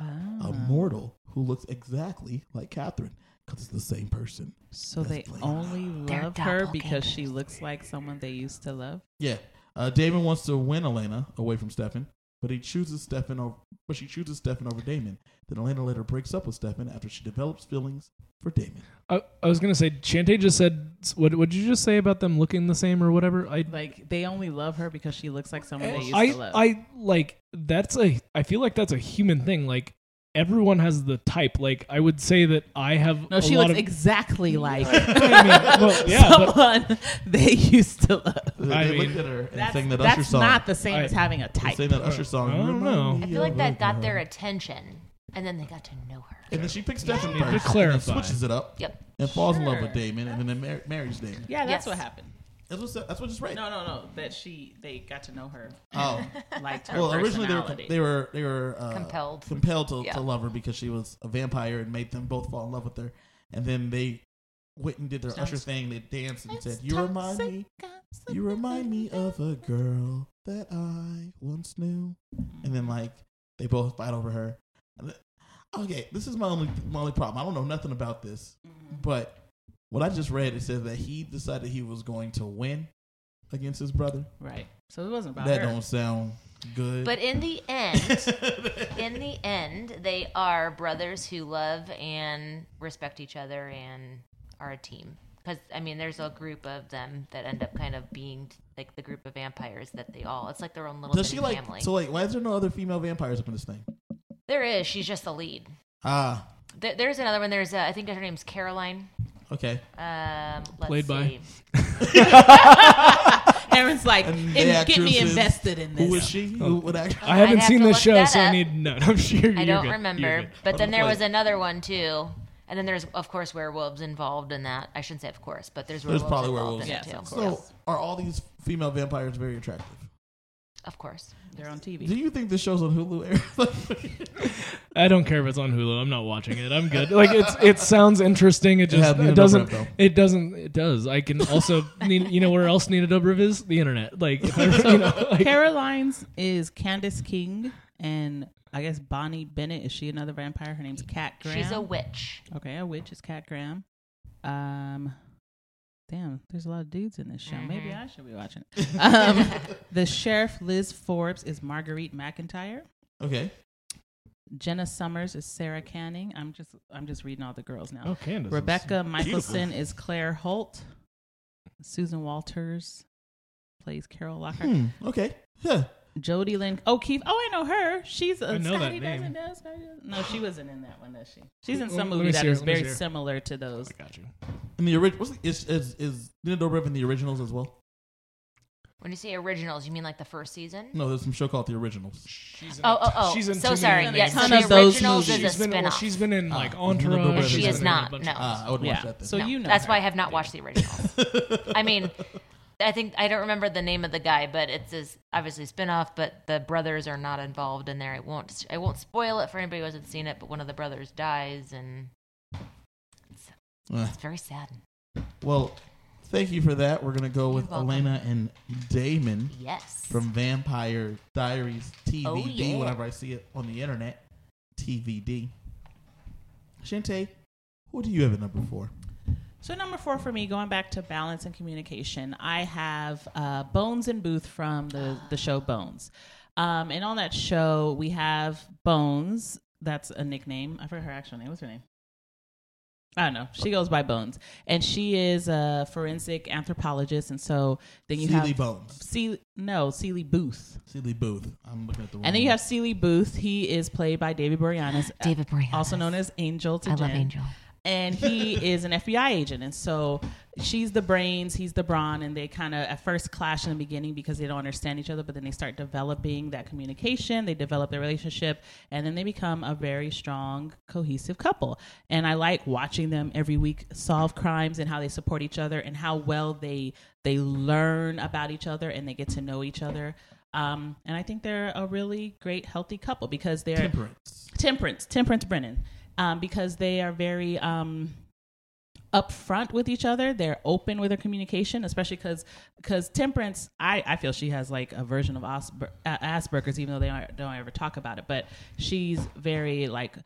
B: Ah.
A: a mortal who looks exactly like Catherine because it's the same person.
B: so they
A: That's Elena.
B: only
D: They're
B: love her because she looks like someone they used to love.
A: Yeah. Uh, Damon wants to win Elena away from Stefan, but he chooses Stefan over, but she chooses Stefan over Damon. Then Elena later breaks up with Stefan after she develops feelings for Damon.
C: I, I was gonna say Chante just said what would you just say about them looking the same or whatever? I
B: Like they only love her because she looks like someone they used
C: I
B: to love.
C: I like that's a I feel like that's a human thing. Like everyone has the type. Like I would say that I have
B: no,
C: a
B: she
C: lot
B: looks
C: of,
B: exactly like
C: I mean, well, yeah, but
B: someone they used to love.
A: They
C: I
A: looked
C: mean-
A: at her and
B: That's,
A: sang that
B: that's
A: Usher song.
B: not the same
C: I-
B: as having a type.
A: Sang that Usher song.
C: I don't
A: "Remind
C: know."
A: me
D: I feel
A: of
D: like
A: a
D: that got
A: girl."
D: their attention and then they got to know her.
A: And then she picks Stefan
C: Need to
A: first, and then
C: clarify.
A: switches it up,
D: Yep.
A: and falls in love
B: Sure.
A: with Damon, and then they mar- marries Damon.
B: Yeah, that's
D: Yes.
B: what happened.
A: That's what's that's what just right.
B: No, no, no. That she they got to know her,
A: Oh,
B: liked her
A: well, originally they were
B: personality.
A: they were they were uh,
D: Compelled.
A: compelled to,
D: Yeah.
A: to love her because she was a vampire and made them both fall in love with her, and then they went and did their usher thing. They danced and said, "You remind me, you remind me of a girl that I once knew," and then like they both fight over her. And th- Okay, this is my only my only problem. I don't know nothing about this,
D: Mm-hmm.
A: but what I just read it says that he decided he was going to win against his brother.
B: right. So it wasn't about
A: that
B: her.
A: don't sound good.
D: But in the end, in the end, they are brothers who love and respect each other and are a team. Because I mean, there's a group of them that end up kind of being like the group of vampires that they all. It's like their own little
A: Does she
D: mini
A: like
D: family.
A: so? Like, why is there no other female vampires up in this thing?
D: there is. She's just the lead.
A: Ah,
D: There, there's another one. There's uh, I think her name's Caroline.
A: okay.
D: Um, let's
C: Played by-
D: see.
B: Aaron's like,
A: And
B: "In-
A: the
B: get
A: actress
B: me
A: is-
B: invested in this.
A: Who is she? Who, what act-
C: I haven't
D: have
C: seen
D: to
C: this
D: look
C: show,
D: that
C: so I
D: up.
C: need no. I'm sure you're
D: I don't
C: good. You're
D: remember.
C: good.
D: But then there
A: Wait.
D: was another one too. And then there's of course werewolves involved in that. I shouldn't say of course, but there's
A: There's
D: werewolves
A: probably
D: involved
A: werewolves.
D: in it
B: Yes,
D: too.
B: of course.
A: So, are all these female vampires very attractive?
D: Of course.
B: They're on
A: Do
B: TV.
A: you think this show's on Hulu? Aaron?
C: I don't care if it's on Hulu. I'm not watching it. I'm good. Like it's it sounds interesting. It just
A: have Nina
C: it doesn't.
A: Dobrev, though.
C: it doesn't. It does. I can also need, you know where else Nina Dobrev is the internet. Like if I, you know, like,
B: Caroline's is Candace King, and I guess Bonnie Bennett is she another vampire? Her name's Cat Graham.
D: She's a witch.
B: okay. A witch is Cat Graham. Um, damn, there's a lot of dudes in this show.
D: Mm-hmm.
B: Maybe I should be watching. it. Um, the sheriff Liz Forbes is Marguerite McIntyre.
A: okay.
B: Jenna Summers is Sarah Canning. I'm just I'm just reading all the girls now.
C: oh Candace. is-
B: Rebecca Michelson is Claire Holt. Susan Walters plays Carol Lockhart.
A: Hmm. Okay. Yeah.
B: Jodie Lynn O'Keefe. Oh, I know her. She's a
C: I know that
B: Scotty
C: name.
B: doesn't know. Scotty doesn't. No, she wasn't in that one, is she? She's in
C: Let
B: some
C: me
B: movie that
C: see her,
B: is
C: let me
B: very
C: see her.
B: similar to those.
C: I got you.
A: In the original, is is is Nina Dobrev in the originals as well?
D: When you say originals, you mean like the first season?
A: No, there's some show called The Originals.
C: She's in
D: Oh, oh, oh.
C: She's in
D: so
C: too
D: sorry.
C: Many
D: Yes,
C: things. Oh.
D: so
B: None
D: the
B: of those
D: originals
B: movies.
D: is
C: She's
D: a
C: been, well,
D: spin-off.
C: she's been in like
A: Ah, Little
C: Entourage.
A: Brother
C: she's
A: She is
C: been in a
D: not,
C: bunch
D: no.
C: of-
A: Ah, I would
B: Yeah.
A: watch that. Then.
B: So
D: No,
B: you know
D: that's
B: her.
D: why I have not watched the originals. I mean, I think I don't remember the name of the guy, but it's this obviously spin-off, but the brothers are not involved in there. I won't I won't spoil it for anybody who hasn't seen it, but one of the brothers dies and
A: Uh,
D: it's very sad.
A: well, thank you for that. We're gonna go with
D: You're welcome.
A: Elena and Damon
D: Yes.
A: from Vampire Diaries TVD.
D: Oh, yeah.
A: Whenever I see it on the internet, TVD. Shantae, what do you have at number four?
B: So number four for me, going back to balance and communication, I have uh, Bones and Booth from the the show Bones, um, and on that show we have Bones. That's a nickname. I forgot her actual name. What's her name? I don't know. She goes by Bones, and she is a forensic anthropologist. And so then you
A: Seely
B: have
A: Bones,
B: Seely, no Seely Booth,
A: Seely Booth. I'm looking at the. wrong
B: and then you
A: one.
B: have Seely Booth. He is played by David Boreanaz,
D: David Boreanaz.
B: also known as Angel. To
D: I
B: Jen
D: love Angel.
B: and he is an FBI agent. And so she's the brains, he's the brawn, and they kind of at first clash in the beginning because they don't understand each other, but then they start developing that communication, they develop their relationship, and then they become a very strong, cohesive couple. And I like watching them every week solve crimes and how they support each other and how well they they learn about each other and they get to know each other. Um, and I think they're a really great, healthy couple because they're
A: Temperance.
B: Temperance, Temperance Brennan, um, because they are very um, upfront with each other. They're open with their communication, especially because Temperance, I, I feel she has like a version of Asper- uh, Asperger's, even though they don't, don't ever talk about it. But she's very like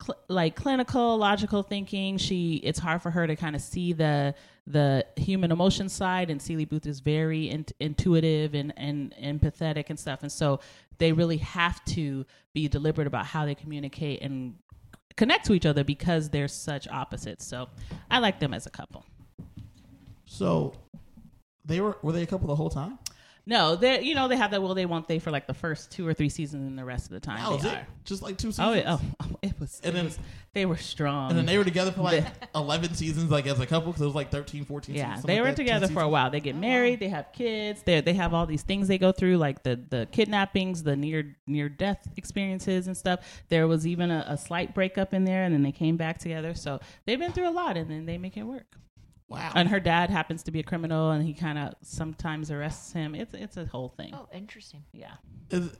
B: cl- like clinical logical thinking she it's hard for her to kind of see the the human emotion side and Celie Booth is very in, intuitive and and empathetic and stuff and so they really have to be deliberate about how they communicate and connect to each other because they're such opposites so i like them as a couple
A: So they were were they a couple the whole time?
B: no they you know they have that will they won't they for like the first two or three seasons and the rest of the time
A: That was
B: they
A: Oh, it.
B: are.
A: Just like two seasons.
B: Oh, it, oh, oh, it was.
A: And
B: it
A: then-
B: was- they were strong.
A: And then they were together for like 11 seasons, like as a couple, because it was like 13, 14
B: Yeah,
A: seasons.
B: they were together for a while. They get married, they have kids, they they have all these things they go through, like the the kidnappings, the near near death experiences and stuff. There was even a, a slight breakup in there, and then they came back together. So they've been through a lot, and then they make it work.
A: Wow.
B: And her dad happens to be a criminal, and he kind of sometimes arrests him. It's it's a whole thing.
D: Oh, interesting.
B: Yeah,
A: Is-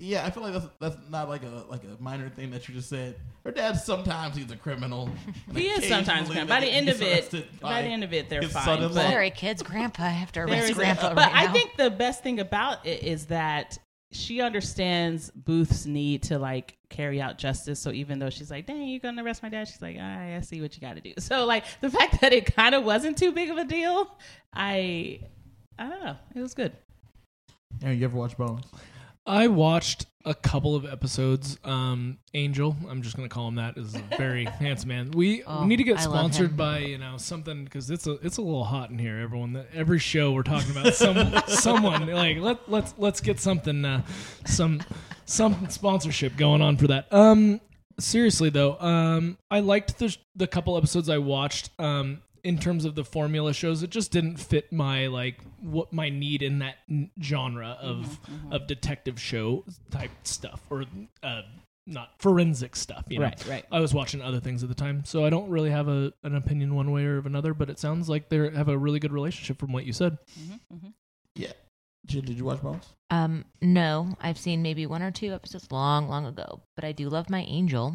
A: yeah, I feel like that's that's not like a like a minor thing that you just said. Her dad sometimes he's a criminal. and
B: he is sometimes
A: occasionally
B: criminal.
A: they
B: By the
A: get
B: end of it,
A: arrested
B: by the end of it, they're
A: his
B: fine.
A: son-in-law.
B: but-
A: Well-
D: Sorry, kids, grandpa. I have to
B: There
D: arrest
B: is
D: grandpa
B: a,
D: right
B: but
D: now.
B: I think the best thing about it is that she understands Booth's need to like carry out justice. So even though she's like, "Dang, you're gonna arrest my dad," she's like, "All right, I see what you got to do." So like the fact that it kind of wasn't too big of a deal, I, I don't know, it was good.
A: Aaron, you ever watch Bones?
C: I watched a couple of episodes. Um, Angel, I'm just gonna call him that, is a very handsome man. We, we
D: Oh,
C: need to get
D: I love him.
C: sponsored by you know something because it's a it's a little hot in here. Everyone, that every show we're talking about some someone like let let's let's get something uh, some some sponsorship going on for that. Um, seriously though, um, I liked the the couple episodes I watched. Um, in terms of the formula shows, it just didn't fit my like what my need in that n- genre of
D: Mm-hmm,
C: of detective show type stuff or uh, not forensic stuff. You know?
B: Right, right.
C: I was watching other things at the time, so I don't really have a an opinion one way or of another. But it sounds like they have a really good relationship from what you said.
D: Mm-hmm,
A: Yeah. Did, did you watch Bones?
D: Um, no, I've seen maybe one or two episodes long, long ago, but I do love my angel.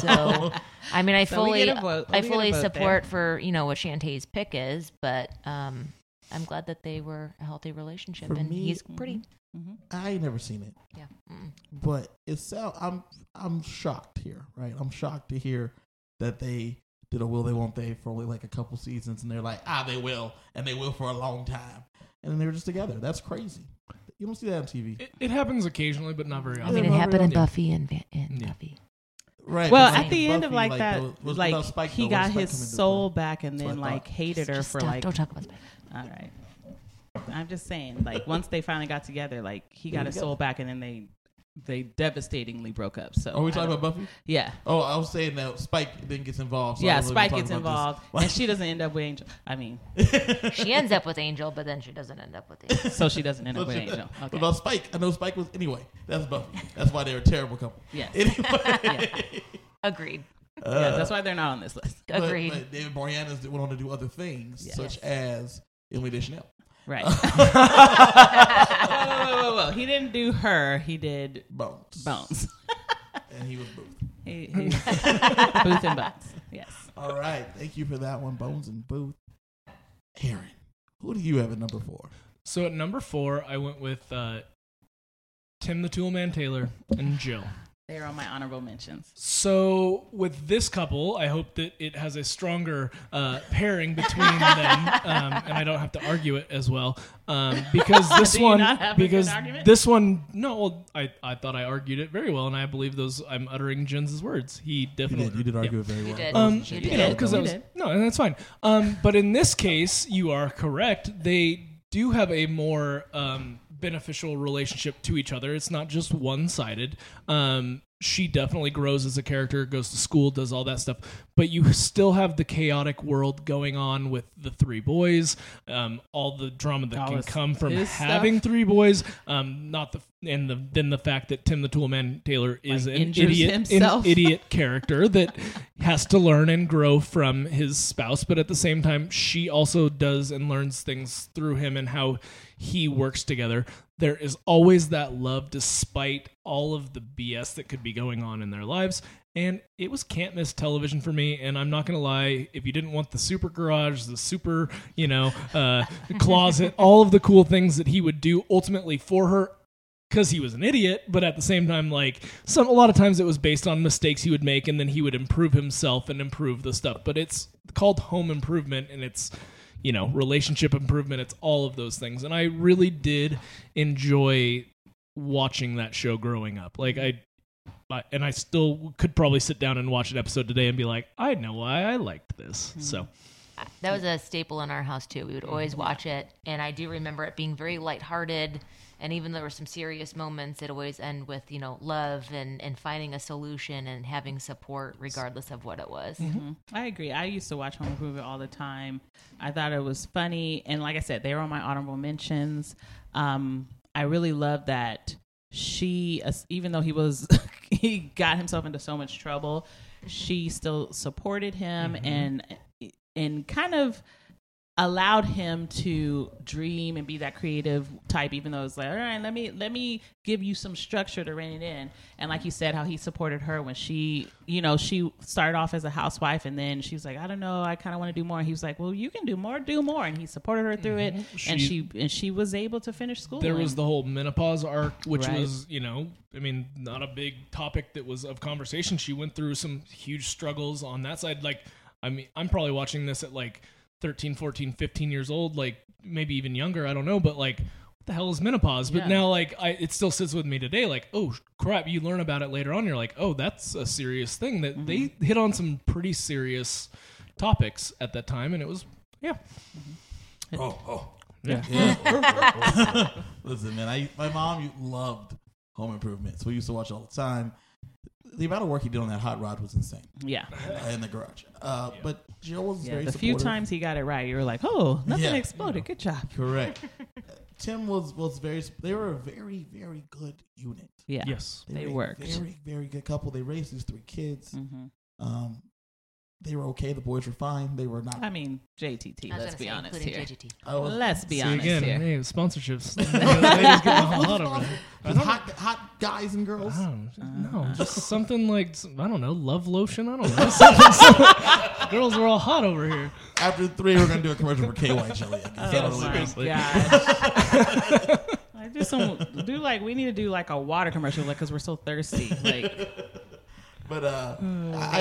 D: So, I mean, I
B: So we
D: fully,
B: get a vote.
D: I
B: We get a
D: fully
B: vote
D: support for you know what Shantae's pick is, but um, I'm glad that they were a healthy relationship,
A: For
D: and
A: me- mm-hmm.
D: he's pretty.
B: Mm-hmm.
A: I ain't never seen it,
D: Yeah, mm.
A: but it sound I'm I'm shocked here, right? I'm shocked to hear that they did a will they won't they for only like a couple seasons, and they're like ah they will, and they will for a long time, and then they were just together. That's crazy. You don't see that on TV,
C: It, it happens occasionally, but not very
D: I
C: often.
D: mean,
A: Yeah,
D: it happened in
A: yeah.
D: Buffy and, Van- and
C: Yeah.
D: Buffy.
A: right?
B: well,
A: but
B: at the end of
A: Buffy,
B: like, that,
A: those- was
B: like
A: without Spike,
B: he
A: though, when
B: got
A: Spike
B: his
A: come into
B: soul
A: play.
B: back and
A: That's
B: then
A: what I
B: like hated her
D: Just
B: for
D: stop.
B: like,
D: Don't talk about Spike.
B: all right. I'm just saying, like once they finally got together, like he got his soul back, and then they they devastatingly broke up. So
A: Are we
B: I
A: talking
B: don't-
A: about Buffy?
B: Yeah,
A: Oh, I was saying that Spike then gets involved. so I
B: yeah.
A: wasn't
B: Spike
A: talking
B: gets
A: about
B: involved, and she doesn't end up with Angel. I mean,
D: She ends up with Angel, but then she doesn't end up with Angel.
B: so she doesn't end
A: this.
B: up with Angel.
A: But
B: Okay.
A: about Spike, I know Spike was anyway. That's Buffy. That's why they're a terrible couple.
B: Yes.
A: Anyway,
B: yeah.
D: Agreed.
B: yeah, that's why they're not on this list.
A: but-
D: Agreed.
A: But, David Boreanaz went on to do other things,
B: Yes.
A: such as Emily Deschanel.
B: Right. whoa, whoa, whoa, whoa. He didn't do her. He did
A: Bones.
B: Bones.
A: And he was Booth.
B: He, he, Booth and Bones. Yes.
A: All right. Thank you for that one, Bones and Booth. Aaron, who do you have at number four?
C: So at number four, I went with uh, Tim the Toolman Taylor and Jill.
B: They're on my honorable mentions.
C: So with this couple, I hope that it has a stronger uh, pairing between them, um, and I don't have to argue it as well um, because this
B: Do you
C: one
B: not have a good
C: because
B: argument?
C: this one no well I, I thought I argued it very well and I believe those I'm uttering Jens's words he definitely Yeah.
A: it very well.
D: did.
A: That was
D: Um,
A: the shit.
D: you
C: you
D: did.
C: know, 'cause
B: You
C: I was-
B: did.
C: no, and that's fine. Um, but in this case, you are correct. They do have a more um, beneficial relationship to each other. It's not just one sided. Um, she definitely grows as a character, goes to school, does all that stuff. But you still have the chaotic world going on with the three boys, um, all the drama that
B: All
C: can
B: this-
C: come from
B: his stuff.
C: having three boys. Um, not the and the, then the fact that Tim the Toolman Taylor is
B: Like,
C: an
B: injures
C: idiot, an
B: himself.
C: idiot character that has to learn and grow from his spouse, but at the same time, she also does and learns things through him and how he works together. There is always that love despite all of the BS that could be going on in their lives. And it was can't miss television for me. And I'm not going to lie, if you didn't want the super garage, the super, you know, uh, closet, all of the cool things that he would do ultimately for her, because he was an idiot, but at the same time, like some a lot of times it was based on mistakes he would make, and then he would improve himself and improve the stuff. But it's called home improvement, and it's you know relationship improvement. It's all of those things, and I really did enjoy watching that show growing up. Like I. I- and I still could probably sit down and watch an episode today and be like, I know why I liked this.
B: Mm-hmm.
C: So
D: That was a staple in our house too. We would
C: Mm-hmm.
D: always watch it, and I do remember it being very lighthearted. And even though there were some serious moments, it always end with you know love and and finding a solution and having support regardless of what it was.
C: Mm-hmm.
B: I agree. I used to watch Home Improvement all the time. I thought it was funny, and like I said, they were on my honorable mentions. Um, I really love that she, as- even though he was, he got himself into so much trouble, she still supported him and and kind of allowed him to dream and be that creative type even though it's like all right let me let me give you some structure to rein it in and like you said how he supported her when she you know she started off as a housewife and then she was like i don't know i kind of want to do more and he was like well you can do more do more and he supported her through it and she
C: Mm-hmm. She-
B: and she was able to finish school
C: there was
B: and-
C: the whole menopause arc, which
B: Right.
C: was, you know, I mean, not a big topic that was of conversation. She went through some huge struggles on that side. Like, I mean, I'm probably watching this at like 13, 14, 15 years old, like maybe even younger. I don't know, but like, what the hell is menopause? But
B: Yeah.
C: now, like, I, it still sits with me today. Like, oh crap, you learn about it later on. You're like, oh, that's a serious thing that
B: Mm-hmm.
C: they hit on some pretty serious topics at that time. And it was, yeah.
A: Oh, oh.
C: Yeah.
A: Listen, man, I, my mom loved Home Improvement, so we used to watch it all the time. The amount of work he did on that hot rod was insane
B: yeah
A: uh, in the garage. Uh, But Jill was
B: yeah
A: very
B: the few
A: supportive.
B: times he got it right you were like oh nothing
A: Yeah.
B: exploded good job
A: Correct. Tim was was very. They were a very very good unit.
B: yeah
C: Yes.
B: They
A: were a
B: worked.
A: Very very good couple. They raised these three kids.
D: Mm-hmm.
B: hmm
A: Um, they were okay. The boys were fine. They were not.
B: i mean jtt
D: I was
B: let's
D: gonna
B: be
D: say,
B: honest
D: including
B: here
D: JGT.
A: I was-
B: let's be
C: See,
B: honest
C: again,
B: here
C: hey, sponsorships. Ladies getting a hot over there. I Oh.
A: Just
C: don't-
A: hot hot guys and girls.
C: I don't
B: Uh-huh.
C: know. No, just something like some- I don't know, love lotion. I don't know. Something- something- girls are all hot over here.
A: After three, we're gonna do a commercial for KY Jelly. I guess.
B: Oh my
C: seriously.
B: gosh. like, do some, do like we need to do like a water commercial, like because we're so thirsty. Like,
A: But uh, I, I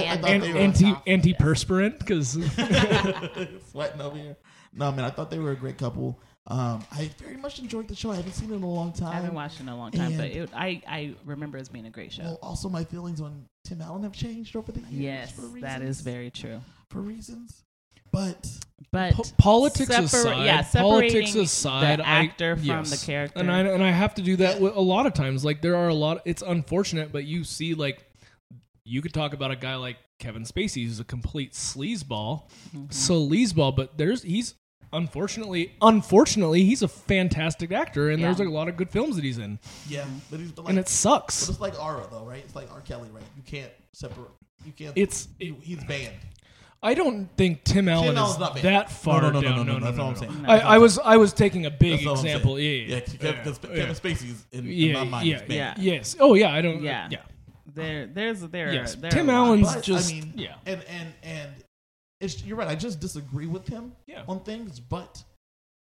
D: And-
A: thought
C: And,
A: they were
C: anti antiperspirant because
A: sweating over here. No, man, I thought they were a great couple. Um, I very much enjoyed the show. I haven't seen it in a long
B: I haven't
C: Um,
A: time.
B: watched in a long time, but
A: And-
B: it, I I remember as being a great show.
A: Well, also, my feelings on Tim Allen have changed over the years.
B: yes,
A: for
B: that
A: reasons-
B: is very true.
A: for reasons. But
B: But
C: Po- politics
B: separa-
C: aside,
B: yeah,
C: politics
B: separating
C: aside,
B: the
C: I-
B: actor from
C: yes.
B: the character.
C: and I and I have to do that with, a lot of times. Like there are a lot. It's unfortunate, but you see, like you could talk about a guy like Kevin Spacey, who's a complete sleazeball,
B: Mm-hmm.
C: so sleazeball. But there's he's unfortunately, unfortunately, he's a fantastic actor, and there's
D: Yeah.
C: a lot of good films that he's in,
A: yeah, but he's but like,
C: and it
A: but
C: sucks.
A: it's like Aura though, right? It's like R. Kelly, right? You can't separate. You can't.
C: It's
A: he- he's banned.
C: I don't think Tim Allen
A: Allen's
C: is
A: not bad.
C: that far
A: No, no, no,
C: down.
A: no, no, that's
C: no,
A: all I'm
C: no.
A: saying.
C: I, I was I was taking a big
A: That's all I'm
C: example.
A: saying.
C: Yeah, yeah,
A: yeah. Because Kevin,
C: yeah.
A: Spacey is in, in
C: yeah,
A: my mind.
C: yeah,
A: is banned.
C: yeah.
B: banned.
C: yes. Oh yeah, I don't.
B: Yeah.
C: Yeah,
B: there, there's there. are-
C: Yes,
B: there
C: Tim
B: are a lot.
C: Allen- He's
A: But,
C: just-
A: I mean,
C: yeah.
A: and and and it's you're right. I just disagree with him
C: Yeah.
A: on things, but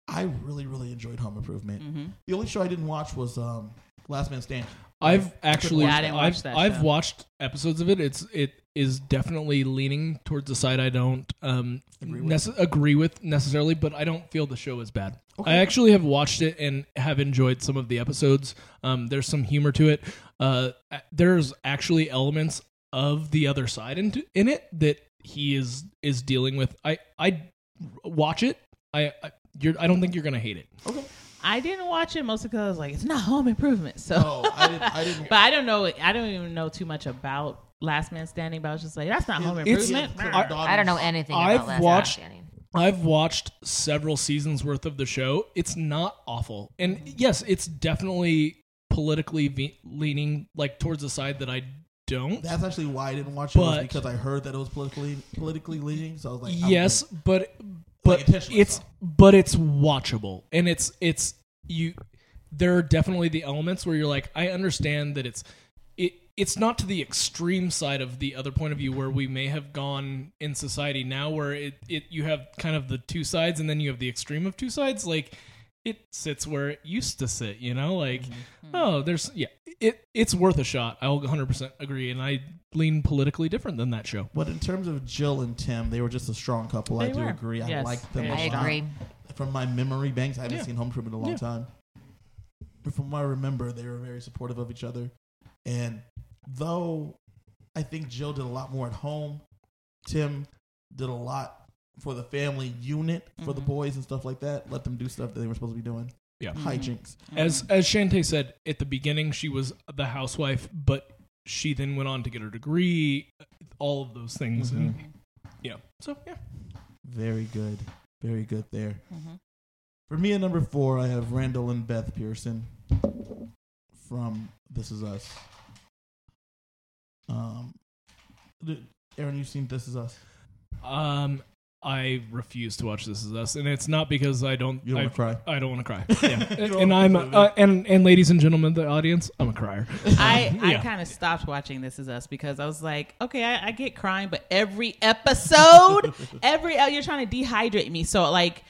A: I really really enjoyed Home Improvement.
C: Mm-hmm.
B: Mhm.
A: The only show I didn't watch was um, Last Man Standing.
C: I've actually,
B: Yeah, I didn't watch
C: I've,
B: that
C: I've
B: show.
C: watched episodes of it. It's it is definitely leaning towards the side I don't um
A: Agree
C: agree
A: with.
C: with, agree with necessarily, but I don't feel the show is bad.
A: Okay.
C: I actually have watched it and have enjoyed some of the episodes. Um, there's some humor to it. Uh, a- there's actually elements of the other side in, in it that he is is dealing with. I I watch it. I, I you're I don't think you're gonna hate it.
A: Okay.
B: I didn't watch it mostly because I was like, it's not Home Improvement. So,
A: Oh, I didn't. I didn't.
B: but I don't know. I don't even know too much about Last Man Standing. But I was just like, that's not Home
C: It's-
B: Improvement.
A: His
C: I-
A: daughter's-
D: I don't know anything about
C: I've
D: Last Man
C: watched-
D: Standing.
C: I've watched several seasons worth of the show. It's not awful. And yes, it's definitely politically ve- leaning like towards the side that I don't.
A: That's actually why I didn't watch it was
C: But-
A: because I heard that it was politically politically leaning. So I was like, I'm
C: yes,
A: good.
C: but but
A: intentionally
C: it's
A: so.
C: but it's watchable. And it's it's you there are definitely the elements where you're like I understand that it's it it's not to the extreme side of the other point of view where we may have gone in society now where it, it you have kind of the two sides and then you have the extreme of two sides like it sits where it used to sit you know like
A: Mm-hmm.
C: oh there's yeah it it's worth a shot i will 100% agree and i lean politically different than that show
A: But in terms of Jill and Tim, they were just a strong couple. I
B: They
A: do
B: were.
A: agree. I
B: Yes.
A: like them.
B: Yeah,
A: a
D: I
A: lot.
D: agree.
A: From my memory banks, I haven't
C: Yeah.
A: seen Home Improvement in a long
C: Yeah.
A: time. But from what I remember, they were very supportive of each other. And though I think Jill did a lot more at home, Tim did a lot for the family unit, for the
D: Mm-hmm.
B: Mhm.
A: boys and stuff like that. Let them do stuff that they were supposed to be doing.
C: Yeah. Mhm.
A: Hijinks.
C: As as Shantae said at the beginning, she was the housewife, but she then went on to get her degree, all of those things.
A: Mm-hmm.
C: And, yeah. So yeah.
A: Very good. Very good there.
B: Mhm.
A: For me at number four, I have Randall and Beth Pearson from This Is Us. Um, th- Aaron, you've seen This Is Us.
C: Um, I refuse to watch This Is Us, and it's not because I don't.
A: You don't
C: I,
A: want to cry.
C: I don't want to cry.
A: You
C: and,
A: don't
C: and I'm
A: wanna
C: uh, and and ladies and gentlemen, of the audience, I'm a crier.
B: I,
A: Uh,
B: I
C: Yeah.
B: kind of stopped watching This Is Us because I was like, okay, I, I get crying, but every episode, every oh, you're trying to dehydrate me. So like,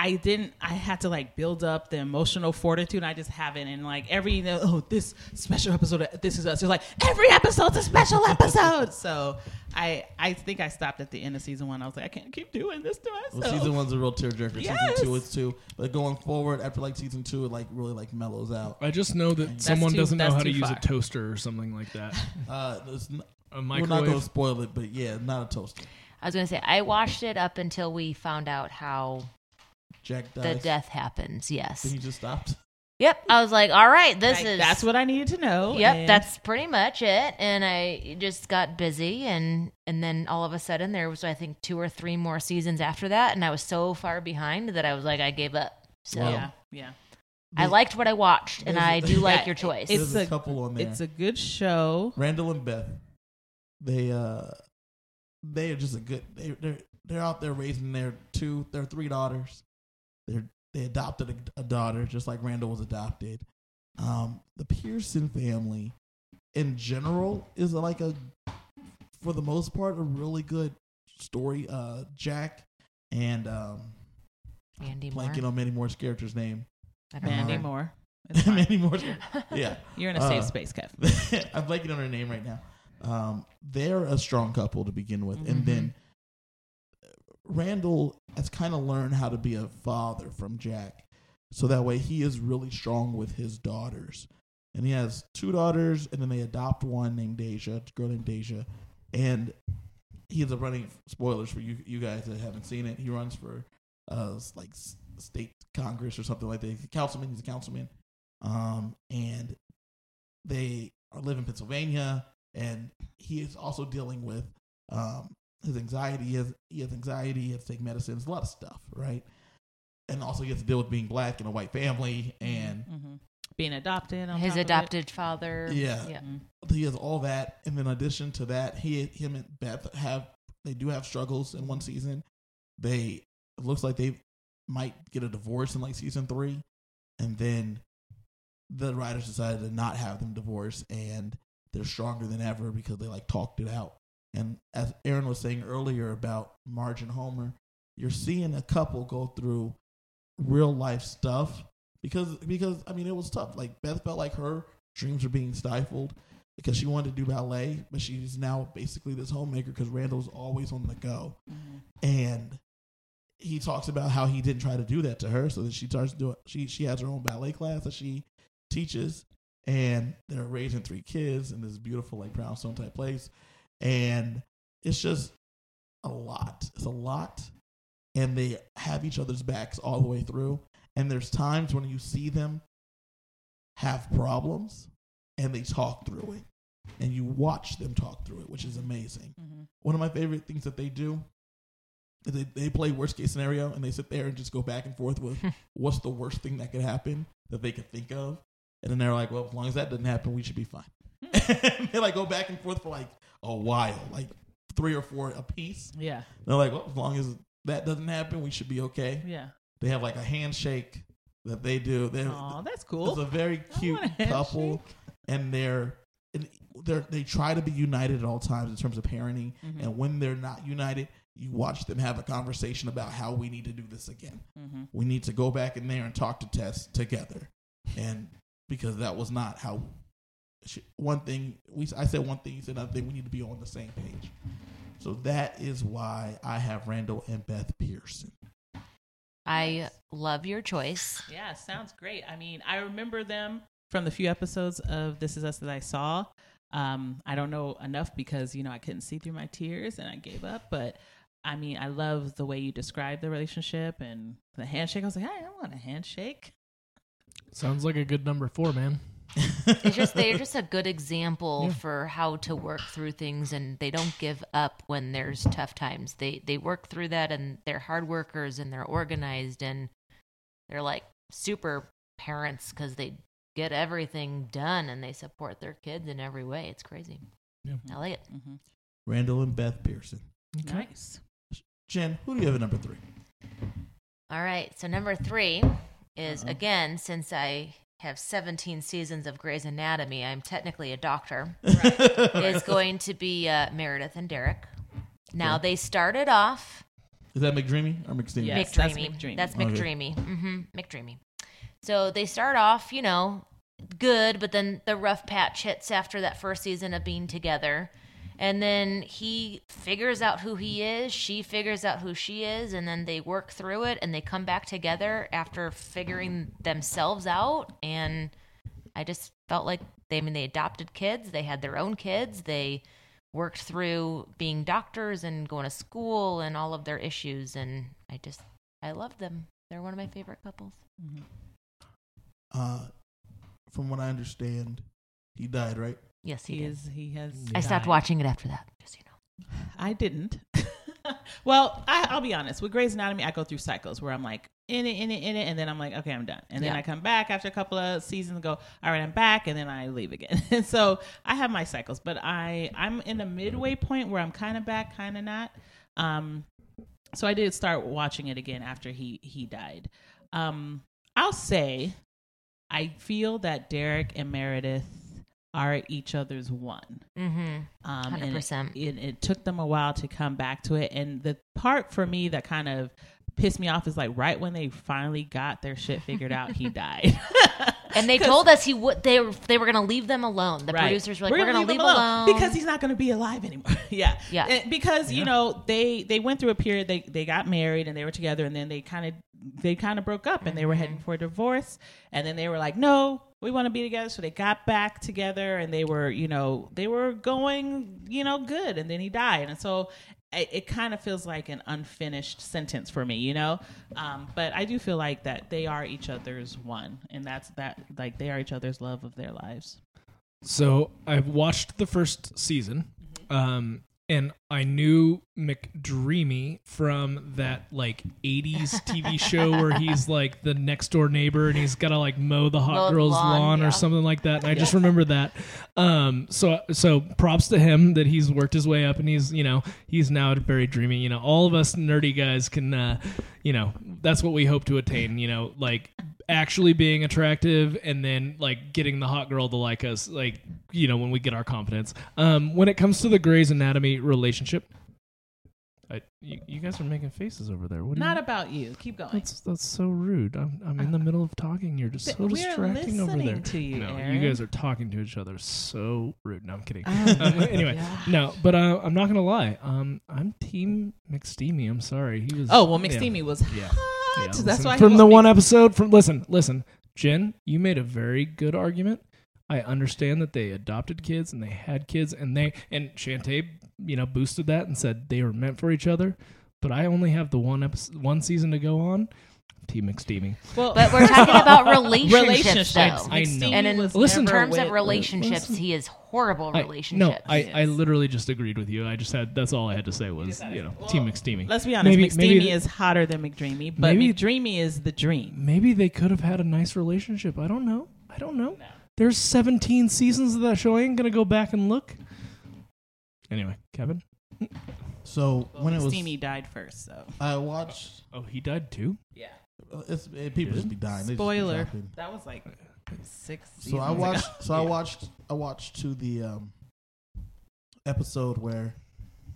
B: I didn't. I had to like build up the emotional fortitude. and I just haven't. And like every you know, oh, this special episode, of This Is Us. It's like every episode's a special episode. So I I think I stopped at the end of season one. I was like, I can't keep doing this to myself.
A: Well, season one's a real tearjerker.
B: Yes.
A: Season two is too. But going forward, after like season two, it like really like mellows out.
C: I just know that someone
B: too-
C: doesn't know
B: that's
C: how to
B: too
C: use
B: far.
C: a toaster or something like that.
A: Uh, it's n-
C: A
A: we're not
C: microwave.
A: going to spoil it, but yeah, not a toaster.
D: I was going to say, I watched it up until we found out how
A: Jack dies.
D: the death happens. Yes.
A: He just stopped.
D: Yep. I was like, all right, this
B: Like,
D: is.
B: that's what I needed to know.
D: Yep,
B: and-
D: that's pretty much it. And I just got busy, and and then all of a sudden there was I think two or three more seasons after that, and I was so far behind that I was like I gave up. So
A: Wow.
B: yeah yeah.
D: I liked what I watched, and I do like your choice.
B: It's
A: There's a,
B: a-
A: couple on there.
B: It's a good show.
A: Randall and Beth, they uh, they are just a good. They, they're they're out there raising their two, their three daughters. They they adopted a, a daughter, just like Randall was adopted. Um, the Pearson family, in general, is like a, for the most part, a really good story. Uh, Jack and um,
D: Andy Moore.
A: blanking on Mandy Moore's character's name.
D: I don't
A: Uh-huh.
B: Mandy
D: remember.
B: Moore. It's fine.
A: Mandy Moore's, yeah.
B: You're in a safe
A: Uh,
B: space, Kev.
A: I'm blanking on her name right now. Um, they're a strong couple to begin with, and then Randall has kind of learned how to be a father from Jack, so that way he is really strong with his daughters, and he has two daughters, and then they adopt one named Deja, a girl named Deja, and he ends up running. Spoilers for you, you guys that haven't seen it. He runs for uh s- like s- state congress or something like that. He's a councilman. He's a councilman. Um, and they are live in Pennsylvania, and he is also dealing with um his anxiety. He has, he has anxiety. He has to take medicines. A lot of stuff, right? And also, he has to deal with being black in a white family, and
B: hmm being adopted. On
D: Mm-hmm.
B: top
D: his
B: of it.
D: adopted father.
A: Yeah.
D: yeah.
B: Mhm.
A: he has all that, and then in addition to that, he, him, and Beth have they do have struggles in one season. They it looks like they might get a divorce in like season three, and then the writers decided to not have them divorce, and they're stronger than ever because they like talked it out. And as Aaron was saying earlier about Marge and Homer, you're seeing a couple go through real life stuff because because I mean it was tough. Like Beth felt like her dreams were being stifled because she wanted to do ballet, but she's now basically this homemaker because Randall's always on the go.
B: Mhm.
A: And he talks about how he didn't try to do that to her, so that she starts doing. She she has her own ballet class that she teaches, and they're raising three kids in this beautiful like brownstone type place, and it's just a lot. It's a lot, and they have each other's backs all the way through. And there's times when you see them have problems, and they talk through it, and you watch them talk through it, which is amazing
D: Mm-hmm.
B: Mhm.
A: one of my favorite things that they do is they, they play worst case scenario and they sit there and just go back and forth with what's the worst thing that could happen that they could think of. And then they're like, well, as long as that doesn't happen, we should be fine. and they like go back and forth for like a while, like three or four a piece.
B: Yeah,
A: They're like, well, as long as that doesn't happen, we should be okay.
B: yeah.
A: They have like a handshake that they do. They're,
B: Oh, that's
A: it's a
B: cool.
A: very
B: I
A: cute
B: want a handshake.
A: couple, and they're and they're they try to be united at all times in terms of parenting.
B: Mhm.
A: And when they're not united, you watch them have a conversation about how we need to do this again.
D: Mm-hmm.
B: hmm
A: We need to go back in there and talk to Tess together, and because that was not how. She, one thing we I said one thing, you said another thing. We need to be on the same page. So that is why I have Randall and Beth Pearson.
D: I love your choice.
B: Yeah, sounds great. I mean, I remember them from the few episodes of This Is Us that I saw. Um, I don't know enough because you know I couldn't see through my tears and I gave up. But I mean, I love the way you describe the relationship and the handshake. I was like, hey, I want a handshake.
C: Sounds like a good number four, man.
D: It's just they're just a good example
C: Yeah.
D: for how to work through things and they don't give up when there's tough times. They they work through that and they're hard workers and they're organized and they're like super parents cuz they get everything done and they support their kids in every way. It's crazy.
C: Yeah.
D: I like it.
B: hmm
A: Randall and Beth Pearson.
B: Nice.
A: Jen, who do you have at number three?
D: All right. So number three is
B: Uh-oh.
D: again, since I have 17 seasons of Grey's Anatomy, I'm technically a doctor. Is going to be uh, Meredith and Derek. Now they started off
A: Is that McDreamy or McSteamy?
B: Yeah. Yes, that's
D: McDreamy.
B: McDreamy.
D: That's
A: Okay.
D: McDreamy. hmm McDreamy. So they start off, you know, good, but then the rough patch hits after that first season of being together. And then he figures out who he is, she figures out who she is, and then they work through it and they come back together after figuring themselves out. And I just felt like they, I mean, they adopted kids, they had their own kids, they worked through being doctors and going to school and all of their issues. And I just I love them. They're one of my favorite couples.
B: Mhm.
A: Uh, from what I understand, he died, right?
D: Yes, he,
B: He
D: did.
B: is. He has.
D: I stopped
B: died.
D: watching it after that. Just so you know.
B: I didn't. well, I, I'll be honest. With Grey's Anatomy, I go through cycles where I'm like in it, in it, in it, and then I'm like, okay, I'm done. And then
D: Yeah.
B: I come back after a couple of seasons and go, all right, I'm back, and then I leave again. and so I have my cycles, but I I'm in a midway point where I'm kind of back, kind of not. Um, so I did start watching it again after he he died. Um, I'll say, I feel that Derek and Meredith are each other's one
D: Mm-hmm.
B: um, and it-
D: 100%.
B: It, it took them a while to come back to it, and the part for me that kind of pissed me off is like right when they finally got their shit figured out, he died.
D: And they
B: 'Cause-
D: told us he would. They were they were gonna leave them alone. The
B: Right.
D: producers were like, "We're, gonna, leave, him alone.
B: because he's not gonna be alive anymore." yeah,
D: Yeah.
B: And because you know they they went through a period they they got married and they were together, and then they kind of they kind of broke up, and they were
D: Mm-hmm.
B: heading for a divorce, and then they were like, "No." We want to be together, so they got back together, and they were, you know, they were going, you know, good, and then he died, and so it, it kind of feels like an unfinished sentence for me, you know. Um, but I do feel like that they are each other's one, and that's that. Like they are each other's love of their lives.
C: So I watched the first season,
D: Mm-hmm.
C: um, and I knew McDreamy from that like '80s TV show where he's like the next door neighbor and he's got to like mow the hot
D: Mow the
C: girl's lawn,
D: lawn, yeah.
C: or something like that. And I just remember that. Um, so so props to him that he's worked his way up and he's you know he's now very dreamy. You know, all of us nerdy guys can, uh, you know, that's what we hope to attain. You know, like actually being attractive and then like getting the hot girl to like us. Like you know when we get our confidence. Um, when it comes to the Grey's Anatomy relationship. I, you, you guys are making faces over there. What do you-
B: Not about you. Keep going.
C: Mm. that's that's so rude. I'm I'm in the middle of talking. You're just
B: Th-
C: so
B: we're
C: distracting over there.
B: listening to you,
C: no,
B: Aaron.
C: you guys are talking to each other. So rude. No, I'm kidding.
B: Oh,
C: Um, anyway,
D: yeah.
C: no, but uh, I'm not gonna lie. Um, I'm Team McSteamy. I'm sorry. He was.
B: Oh well,
C: yeah.
B: McSteamy was hot.
C: Yeah.
B: That's
C: listen,
B: why he
C: from
B: was
C: the
B: Mc-
C: one episode. From listen, listen, Jen, you made a very good argument. I understand that they adopted kids and they had kids and they and Shantae, you know, boosted that and said they were meant for each other. But I only have the one episode, one season to go on. Team McSteamy.
B: Well,
D: But we're talking about relationships, though.
C: I know.
B: And
D: And in
B: was
C: Listen,
D: listen,
B: never
D: terms of
B: with-
D: relationships, he is horrible
C: I-
D: relationships.
C: no, I, I
B: Yes.
C: literally just agreed with you. I just had that's all I had to say was you know Team McSteamy.
B: Let's be honest.
C: Maybe-
B: McSteamy
C: maybe-
B: is hotter than McDreamy, but
C: Maybe-
B: McDreamy is the dream.
C: Maybe they could have had a nice relationship. I don't know. I don't know. There's 17 seasons of that show. I ain't gonna go back and look. Anyway, Kevin.
A: So
B: Well,
A: when it was,
B: McSteamy died first, so
A: I watched. uh,
C: Oh, he died too.
B: yeah.
A: It's, it, people just be dying. They just be
B: Spoiler.
A: dropping.
B: That was like six.
A: So I
B: seasons
A: watched.
B: ago.
A: So I
B: Yeah.
A: watched. I watched to the um, episode where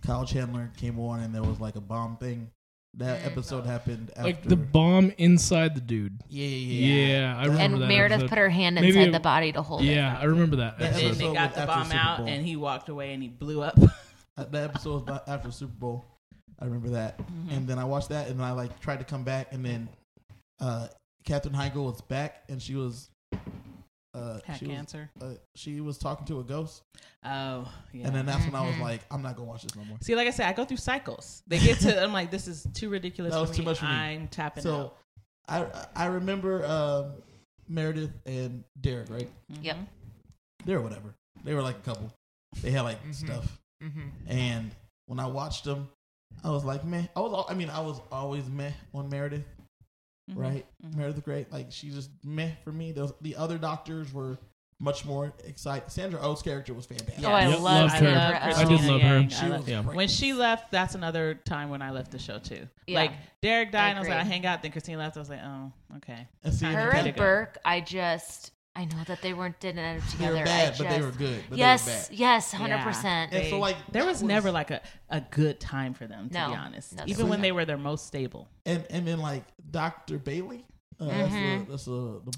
A: Kyle Chandler came on and there was like a bomb thing. That episode happened after.
C: Like the bomb inside the dude.
A: yeah,
C: Yeah,
A: yeah, yeah.
C: I remember
D: and
C: that.
D: Meredith
C: episode.
D: put her hand
C: Maybe
D: inside
C: it-
D: the body to hold it.
C: Yeah, I remember that.
A: That
B: And then
C: episode.
A: episode
B: they got
A: was
B: the
A: after
B: bomb
A: Super
B: out,
A: Bowl.
B: and he walked away, and he blew up.
A: Uh, That episode was about after Super Bowl. I remember that.
B: Mm-hmm.
A: And then I watched that, and I like tried to come back, and then uh, Catherine Heigl was back, and she was. Uh,
B: Had
A: she, was,
B: cancer.
A: uh, she was talking to a ghost,
B: Oh, yeah.
A: and then that's when I
B: Mm-hmm.
A: was like, "I'm not gonna watch this no more."
B: See, like I said, I go through cycles. They get to, I'm like, this is too ridiculous.
A: That was
B: for
A: too
B: me.
A: much for me.
B: I'm tapping
A: So,
B: out.
A: I I remember um, Meredith and Derek, right?
B: Mm-hmm.
D: Yep.
A: They're whatever. They were like a couple. They had like
D: Mhm.
A: stuff,
D: Mm-hmm.
A: and when I watched them, I was like, "Meh." I was, al- I mean, I was always meh on Meredith.
D: Mm-hmm.
B: Mhm.
A: right?
B: Mhm.
A: Meredith Grey, like she just meh for me. Those the other doctors were much more excited. Sandra O's character was fantastic.
D: Oh, I
C: Yep,
D: love
C: loved her.
D: Sandra
C: I did
B: Christina
C: love her.
B: Yang. I
A: She
B: love-
A: was
C: Yeah.
A: great.
B: When she left, that's another time when I left the show too.
D: Yeah.
B: Like Derek died, and I was like, I
D: Agreed.
B: hang out. Then Christine left. I was like, oh, okay.
A: and see,
D: Her
A: they,
D: and
B: Kathy.
D: Burke, I just I know that they weren't didn't end up
A: they
D: together.
A: were
D: I
A: bad,
D: just,
A: but they were good. But they were
D: yes,
A: bad.
D: yes, hundred
A: Yeah.
D: percent.
A: And so, like,
B: there
A: that
B: was,
A: was-
B: never like a, a good time for them, to
D: No.
B: be honest.
D: No, there
B: Even when
D: wasn't.
B: they were their most stable.
A: And and then like Doctor Bailey. Uh, that's the-
D: Mhm.
A: That's the- the-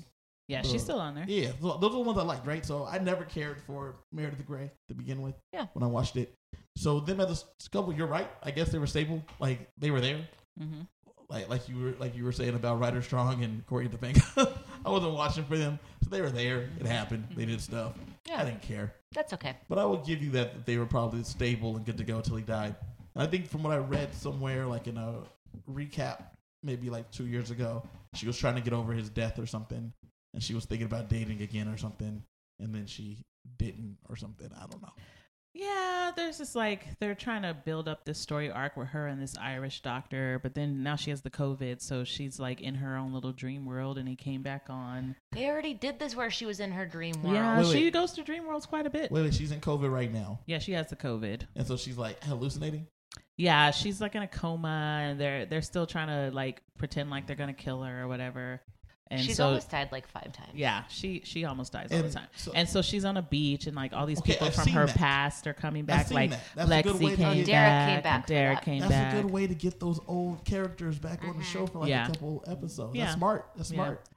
B: Yeah,
A: Uh,
B: she's still on there.
A: yeah. So those are the ones I liked, right? So I never cared for Meredith Grey to begin with.
D: Yeah.
A: When I watched it, so them as a couple, you're right. I guess they were stable. Like they were there.
B: Mm-hmm.
A: like like you were like you were saying about Ryder Strong and Corey Topanga. I wasn't watching for them, so they were there. It happened. They did stuff. I
D: Yeah,
A: didn't care,
D: that's okay.
A: but I will give you that, that they were probably stable and good to go till he died. And I think from what I read somewhere, like in a recap, maybe like two years ago, she was trying to get over his death or something, and she was thinking about dating again or something, and then she didn't or something. I don't know.
B: Yeah, there's this like they're trying to build up this story arc with her and this Irish doctor, but then now she has the COVID, so she's like in her own little dream world, and he came back on.
D: They already did this where she was in her dream world.
B: Yeah,
A: Wait,
B: she
A: wait.
B: goes to dream worlds quite a bit.
A: Wait, wait, she's in COVID right now,
B: Yeah, she has the COVID.
A: and so she's like hallucinating.
B: Yeah, she's like in a coma, and they're they're still trying to like pretend like they're gonna kill her or whatever. And
D: She's
B: so
D: almost died like five times.
B: yeah, she she almost dies all
A: And
B: the time.
A: so-
B: and so she's on a beach, and like all these
A: Okay,
B: people
A: I've
B: from
A: seen
B: her
A: that.
B: past are coming back.
A: seen
B: Like
A: that. That's a good way
B: Lexi
A: to
B: came
A: get-
B: back, and
D: Derek came back for
B: Derek
D: that.
B: came
A: That's
B: back.
A: a good way to get those old characters back on the show for like
B: Yeah.
A: a couple episodes.
B: Yeah.
A: That's smart. That's
B: Yeah.
A: smart.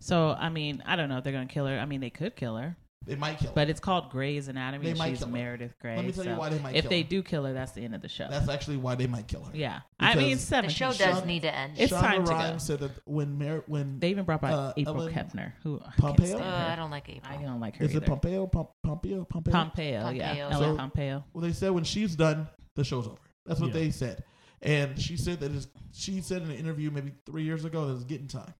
B: So I mean, I don't know if they're gonna kill her. I mean, they could kill her,
A: They might kill.
B: but it's called Grey's Anatomy.
A: They
B: and
A: might
B: she's
A: kill her.
B: Meredith Grey.
A: Let me tell you
B: so
A: why they might
B: If
A: kill
B: they
A: her.
B: do kill her, that's the end of the show.
A: her. That's actually why they might kill her.
B: yeah, I mean, it's
A: Because
B: seven.
D: The show
A: Shonda-
D: does need to end.
B: It's
A: Shonda
B: time to go.
A: Rhimes said that when Mer- when
B: They even brought back
A: Uh,
B: April
A: Ellen
B: Kepner, who I can't
A: Pompeo?
B: stand
D: Uh,
B: her.
D: I don't like April.
B: I don't like her
A: is
B: either.
A: it Pompeo Pom- Pompeo Pompeo
B: Pompeo, yeah,
D: Pompeo.
B: Ellen
A: So-
B: Pompeo.
A: Well, they said when she's done, the show's over. That's what
C: Yeah.
A: they said. And she said that it's, she said in an interview maybe three years ago that it's getting time.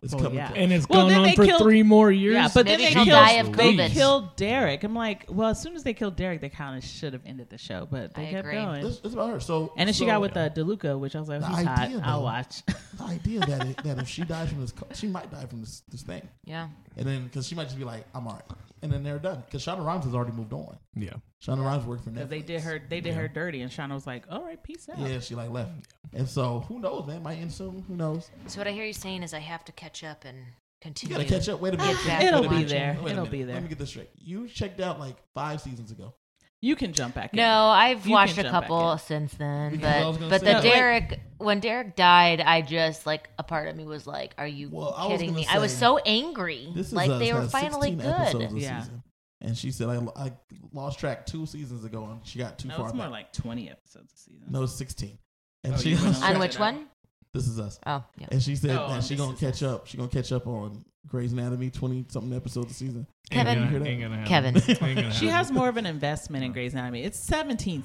A: It's
B: Well,
A: coming.
B: Oh, yeah.
A: close.
C: and it's
B: Well,
C: gone
B: then
C: on
B: they
C: for
B: killed-
C: three more years.
B: Yeah, but
D: Maybe
B: then they
D: he'll
B: killed,
D: die of
B: they
D: COVID.
B: killed Derek. I'm like, well, as soon as they killed Derek, they kind of should have ended the show, but they
D: I
B: kept
D: agree.
B: going.
A: It's, it's about her. So
B: and then she
A: so
B: got with uh, Deluca, which I was like,
A: The
B: she's hot.
A: idea,
B: I'll
A: though-
B: watch.
A: the idea that it, that if she dies from this, co- she might die from this this thing.
D: Yeah.
A: And then because she might just be like, I'm all right. And then they're done because Shonda Rhimes has already moved on.
C: yeah,
A: Shonda Rhimes worked for Netflix.
B: Because they did her, they did her dirty, and Shauna was like, all right, peace out.
A: Yeah, she like left. And so who knows, man? Might end soon. Who knows?
D: So what I hear you saying is I have to catch up and
A: You
D: continue.
A: gotta catch up. Wait a minute.
D: Get back
A: Wait a
B: It'll
A: minute.
B: be
D: watching.
B: there.
A: Wait a
B: It'll
A: minute.
B: be there.
A: Let me get this straight. You checked out like five seasons ago.
B: You can jump back in.
D: No, I've
B: You
D: watched
B: can
D: a
B: jump back
D: couple
B: in.
D: since then,
A: Because I was
D: but
A: gonna
D: but
A: say-
D: the
B: No, wait.
D: Derek when Derek died, I just like a part of me was like, "Are you
A: Well, I was
D: kidding
A: gonna
D: me?" I was
A: say,
D: so angry.
A: This is
D: like
A: Us
D: they were
A: has
D: finally
A: 16
D: good.
A: episodes a
B: Yeah.
A: season. And she said, I, I lost track two seasons ago and she got too
B: that
A: far.
B: was more
A: back.
B: like 20 episodes a season.
A: no, it's 16. And
B: Oh,
A: she
B: you went
A: lost
B: on
D: On
A: track.
B: that.
D: which one?
A: This is us.
D: Oh, yeah.
A: And she said
B: Oh,
A: that she
B: This
A: gonna
B: Is
A: catch up. She gonna catch up on Grey's Anatomy, twenty something episodes a season.
D: Kevin.
C: Ain't
A: You hear
C: gonna,
A: that?
C: ain't gonna happen.
D: Kevin.
C: Ain't gonna happen.
B: She has more of an investment in Grey's Anatomy. It's 17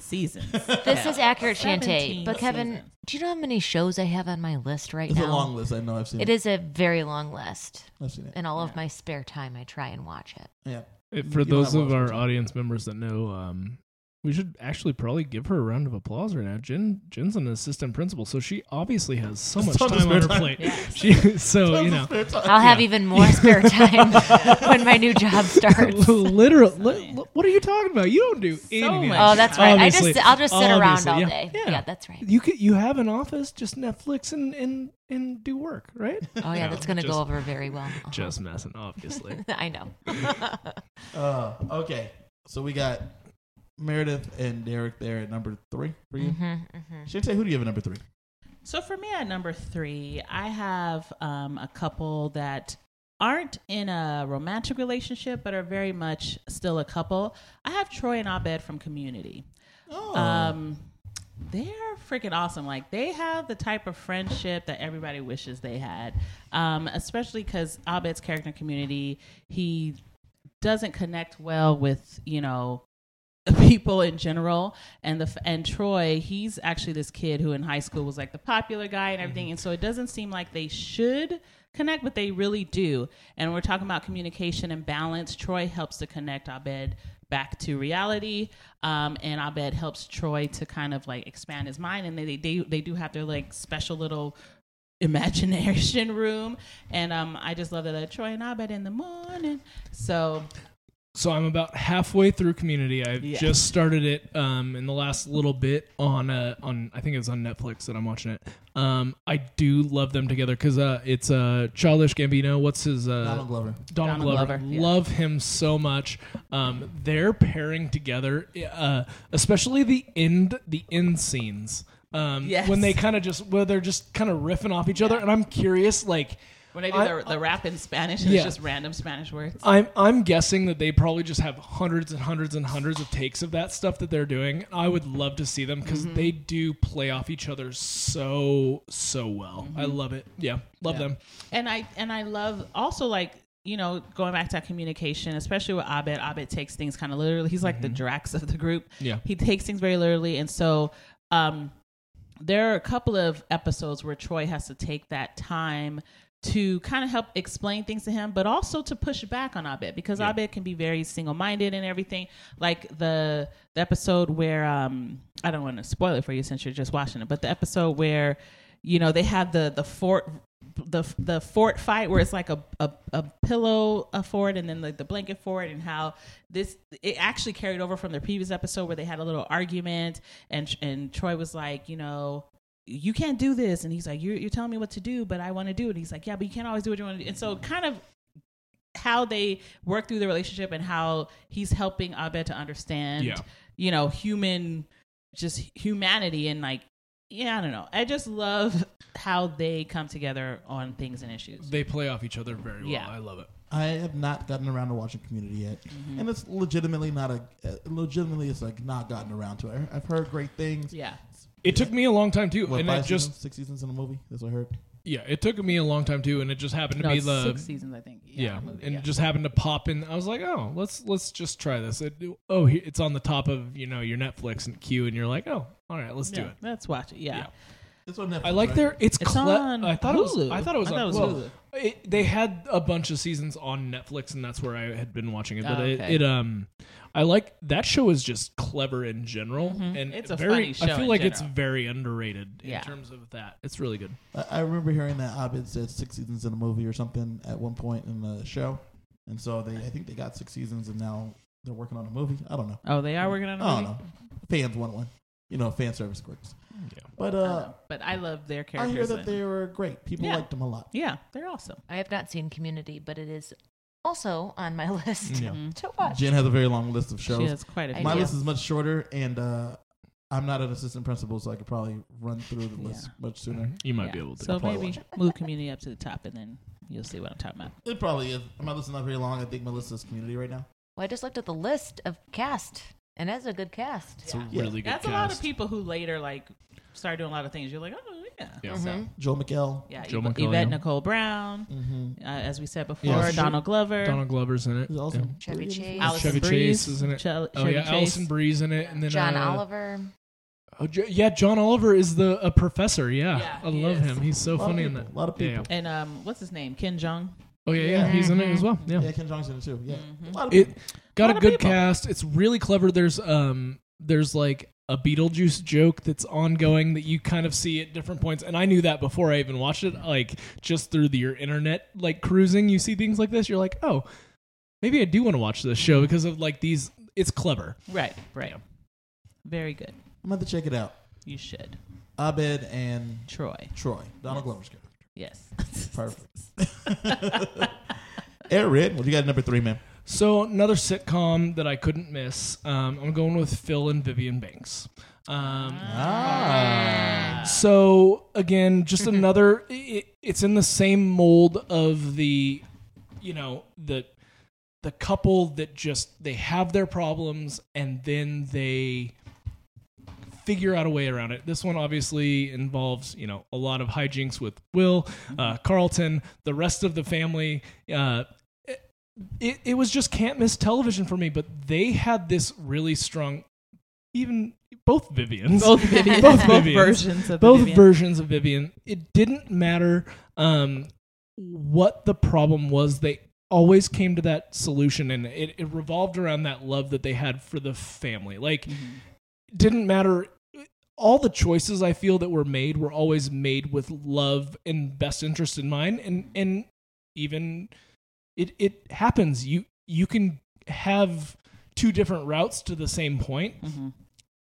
B: seasons.
D: This
B: Yeah.
D: is accurate,
B: 17
D: Shantae. But Kevin,
B: seasons.
D: do you know how many shows I have on my list right
A: It's
D: now?
A: a long list. I know. I've seen
D: It
A: it.
D: is a very long list.
A: I've seen it.
D: In all
B: Yeah.
D: of my spare time, I try and watch it.
A: Yeah.
C: If- for
A: You don't
C: those
A: have
C: of
A: lots
C: our
A: of time.
C: audience members that know, um, we should actually probably give her a round of applause right now. Jen, Jen's an assistant principal, so she obviously has so much
A: Tons of
C: time
A: spare
C: on her
A: time.
C: plate.
B: Yeah.
C: She, so you know,
D: I'll have even more spare time when my new job starts.
C: literal. li- li- what are you talking about? You don't do anything.
B: much.
D: Oh, that's right. I
C: Obviously.
D: just I'll just sit around
C: Obviously,
D: all
C: yeah.
D: day.
C: Yeah.
D: Yeah. that's right.
C: You could, you have an office, just Netflix and and and do work, right?
D: Oh yeah,
C: No,
D: that's gonna
C: just-
D: go over very well. Uh-huh.
C: Just messing, obviously.
D: I know.
A: Uh, okay. So we got Meredith and Derek there at number three for you.
D: hmm hmm
A: Shante, who do you have at number three?
B: So for me at number three, I have um, a couple that aren't in a romantic relationship, but are very much still a couple. I have Troy and Abed from Community.
A: Oh,
B: Um, they're freaking awesome. Like they have the type of friendship that everybody wishes they had. Um, especially because Abed's character in community, he doesn't connect well with you know people in general and the f- and Troy he's actually this kid who in high school was like the popular guy and everything and so it doesn't seem like they should connect but they really do and we're talking about communication and balance Troy helps to connect Abed back to reality um, and Abed helps Troy to kind of like expand his mind and they they, they, they do have their like special little imagination room and um, I just love that uh, Troy and Abed in the morning so
C: So I'm about halfway through Community. I've
B: Yeah.
C: just started it um, in the last little bit on uh, on I think it was on Netflix that I'm watching it. Um, I do love them together because uh, it's uh, Childish Gambino. What's his uh,
A: Donald Glover.
C: Donald,
B: Donald
C: Glover.
B: Glover, yeah.
C: Love him so much. Um, they're pairing together, uh, especially the end the end scenes. Um,
B: Yes.
C: when they kind of just where they're just kind of riffing off each other, and I'm curious, like.
B: When they do
C: I-
B: the, the rap in Spanish,
C: Yeah.
B: it's just random Spanish words.
C: I'm I'm guessing that they probably just have hundreds and hundreds and hundreds of takes of that stuff that they're doing. I would love to see them because
B: Mm-hmm.
C: they do play off each other so so well. I love it. Yeah, love
B: Mm-hmm. Yeah.
C: them.
B: And I and I love also like you know going back to that communication, especially with Abed. Abed takes things kind of literally. He's like the Drax of the group.
C: Mm-hmm. Yeah.
B: he takes things very literally, and so um, there are a couple of episodes where Troy has to take that time to kind of help explain things to him, but also to push back on Abed because
C: Yeah.
B: Abed can be very single minded and everything. Like the the episode where um I don't want to spoil it for you since you're just watching it, but the episode where you know they have the the fort the the fort fight where it's like a a, a pillow a fort and then like the blanket fort and how this it actually carried over from the previous episode where they had a little argument and and Troy was like you know you can't do this and he's like you're, you're telling me what to do but i want to do it and he's like yeah but you can't always do what you want to do and so kind of how they work through the relationship and how he's helping abed to understand
C: Yeah.
B: you know human just humanity and like yeah i don't know i just love how they come together on things and issues
C: They play off each other very well.
B: Yeah.
C: I love it.
A: I have not gotten around to watching Community yet, and it's legitimately not a. uh, Legitimately, it's like not gotten around to it. I- I've heard great things.
B: yeah
C: It took me a long time too,
A: What,
C: and I
A: five
C: just
A: seasons, six seasons in a movie? That's what I heard.
C: Yeah, it took me a long time too, and it just happened to
B: No,
C: be
B: it's
C: the
B: six seasons, I think.
C: yeah,
B: movie,
C: and it just happened to pop in. I was like, oh, let's let's just try this. It, oh, he- it's on the top of you know your Netflix and queue, and you're like, oh, all right, let's do
B: Yeah,
C: it.
B: Let's watch it. Yeah.
C: Yeah.
A: It's on Netflix.
C: I like
A: right?
C: their it's,
B: It's
C: cle-
B: on
C: I thought it was
B: Hulu.
C: I thought it
B: I
C: was on
B: thought it was
C: well, it- they had a bunch of seasons on Netflix, and that's where I had been watching it. But
B: Oh, okay.
C: it, it um, I like that show is just clever in general, and
B: Mm-hmm. It's a
C: very.
B: funny show
C: I feel
B: in
C: like it's
B: general.
C: very underrated in
B: Yeah.
C: terms of that. It's really good.
A: I, I remember hearing that Abed said six seasons in a movie or something at one point in the show, and so they I think they got six seasons and now they're working on a movie. I don't know.
B: Oh, they are working on a
A: I don't
B: movie?
A: know. Fans want one. You know, fan service works.
C: Yeah.
A: But
B: I don't
A: uh,
B: know. But I love their
A: I hear
B: characters.
A: that
B: and-
A: they were great. People
B: Yeah.
A: liked them a lot.
B: yeah, they're awesome.
D: I have not seen Community, but it is also on my list
C: Yeah.
B: Mhm.
D: to watch.
A: Jen has a very long list of
B: She
A: shows.
B: has quite a
D: I
B: few.
A: My
D: do.
A: list is much shorter, and uh, I'm not an assistant principal, so I could probably run through the list much sooner.
C: You might
B: Yeah.
C: be able to.
B: So
A: probably
B: maybe move community up to the top, and then you'll see what I'm talking about.
C: Mm-hmm.
A: It probably is. My list is not very long. I think my list is community right now.
D: Well, I just looked at the list of cast, and that's a good cast.
C: it's a
A: Yeah.
C: really good.
B: That's a lot of
C: cast.
B: people who later like start doing a lot of things. You're like, oh yeah,
C: Yeah.
D: Mhm.
A: Joel McHale.
B: yeah.
C: Joe
B: Yv-
C: McCullough.
B: Yvette Nicole Brown,
A: Mm-hmm.
B: uh, as we said before,
C: Yeah.
B: Donald Glover,
C: Donald Glover's in it.
A: He's also
C: Yeah.
D: Chevy Chase.
B: Allison
C: Chevy
B: Breeze,
C: Chase is in it.
B: Che-
C: Oh
B: Chevy
C: yeah,
B: Chase.
C: Allison Bree's in it, and then
D: John
C: uh,
D: Oliver.
C: Oh, J- yeah, John Oliver is the a professor. Yeah,
B: Yeah,
C: I
B: he
C: love
B: is.
C: him. He's so
A: A lot of
C: funny in
A: people,
C: that.
A: A lot of
C: Yeah,
A: people.
C: yeah.
B: and um, what's his name? Ken Jong.
C: Oh yeah, yeah, he's in it as well. Yeah,
A: Yeah, Ken Jong's in it too. Yeah, a lot of
C: it
A: people.
B: A Mm-hmm.
C: got
B: lot
C: a
B: of
C: good
B: people.
C: cast. It's really clever. There's um, there's like a Beetlejuice joke that's ongoing that you kind of see at different points, and I knew that before I even watched it. Like just through the, your internet, like cruising, you see things like this. You're like, oh, maybe I do want to watch this show because of like these. It's clever.
B: Right, right. Very good.
A: I'm going to check it out.
B: You should.
A: Abed and
B: Troy.
A: Troy. Donald Glover's character.
B: Yes.
A: Perfect. Aaron, what you got at number three, man?
C: So another sitcom that I couldn't miss. Um, I'm going with Phil and Vivian Banks. Um,
A: Ah.
C: So again, just
B: Mm-hmm.
C: another. It, it's in the same mold of the, you know, the the couple that just they have their problems and then they figure out a way around it. This one obviously involves, you know, a lot of hijinks with Will, uh,
B: Mm-hmm.
C: Carlton, the rest of the family. Uh, it, it was just can't miss television for me, but they had this really strong, even both Vivians,
B: both Vivian, both,
C: Vivians.
B: versions of
C: both
B: Vivian.
C: versions of Vivian. It didn't matter um, what the problem was. They always came to that solution, and it, it revolved around that love that they had for the family. Like,
B: Mm-hmm.
C: didn't matter. All the choices I feel that were made were always made with love and best interest in mind, and and even it it happens. You you can have two different routes to the same point,
B: Mhm.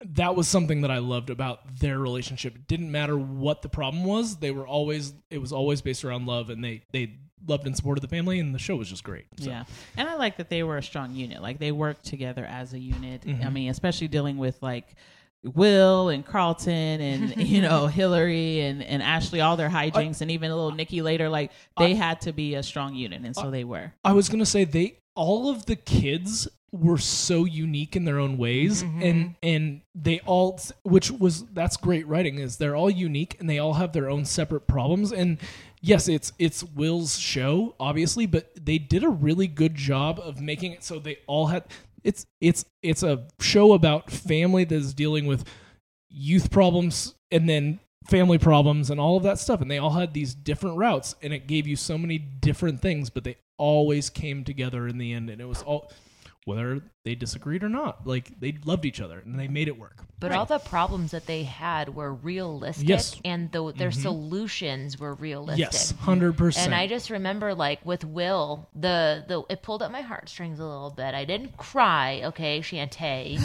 C: that was something that I loved about their relationship. It didn't matter what the problem was; they were always it was always based around love, and they they loved and supported the family, and the show was just great. So.
B: Yeah. And I like that they were a strong unit. Like they worked together as a unit. I
C: Mhm.
B: mean, especially dealing with like Will and Carlton and you know Hillary and, and Ashley, all their hijinks, and even a little Nikki later. Like they had to be a strong unit, and so they were.
C: I was gonna say they all of the kids were so unique in their own ways and and they all which was that's great writing is they're all unique and they all have their own separate problems and yes it's it's Will's show obviously but they did a really good job of making it so they all had it's it's it's a show about family that is dealing with youth problems and then family problems and all of that stuff and they all had these different routes and it gave you so many different things but they always came together in the end and it was all whether they disagreed or not like they loved each other and they made it work
D: But all the problems that they had were realistic,
C: Yes. Mm-hmm.
D: and the, their solutions were realistic.
C: yes 100%
D: And I just remember, like with Will, the the it pulled at my heartstrings a little bit. I didn't cry, okay, Shantae.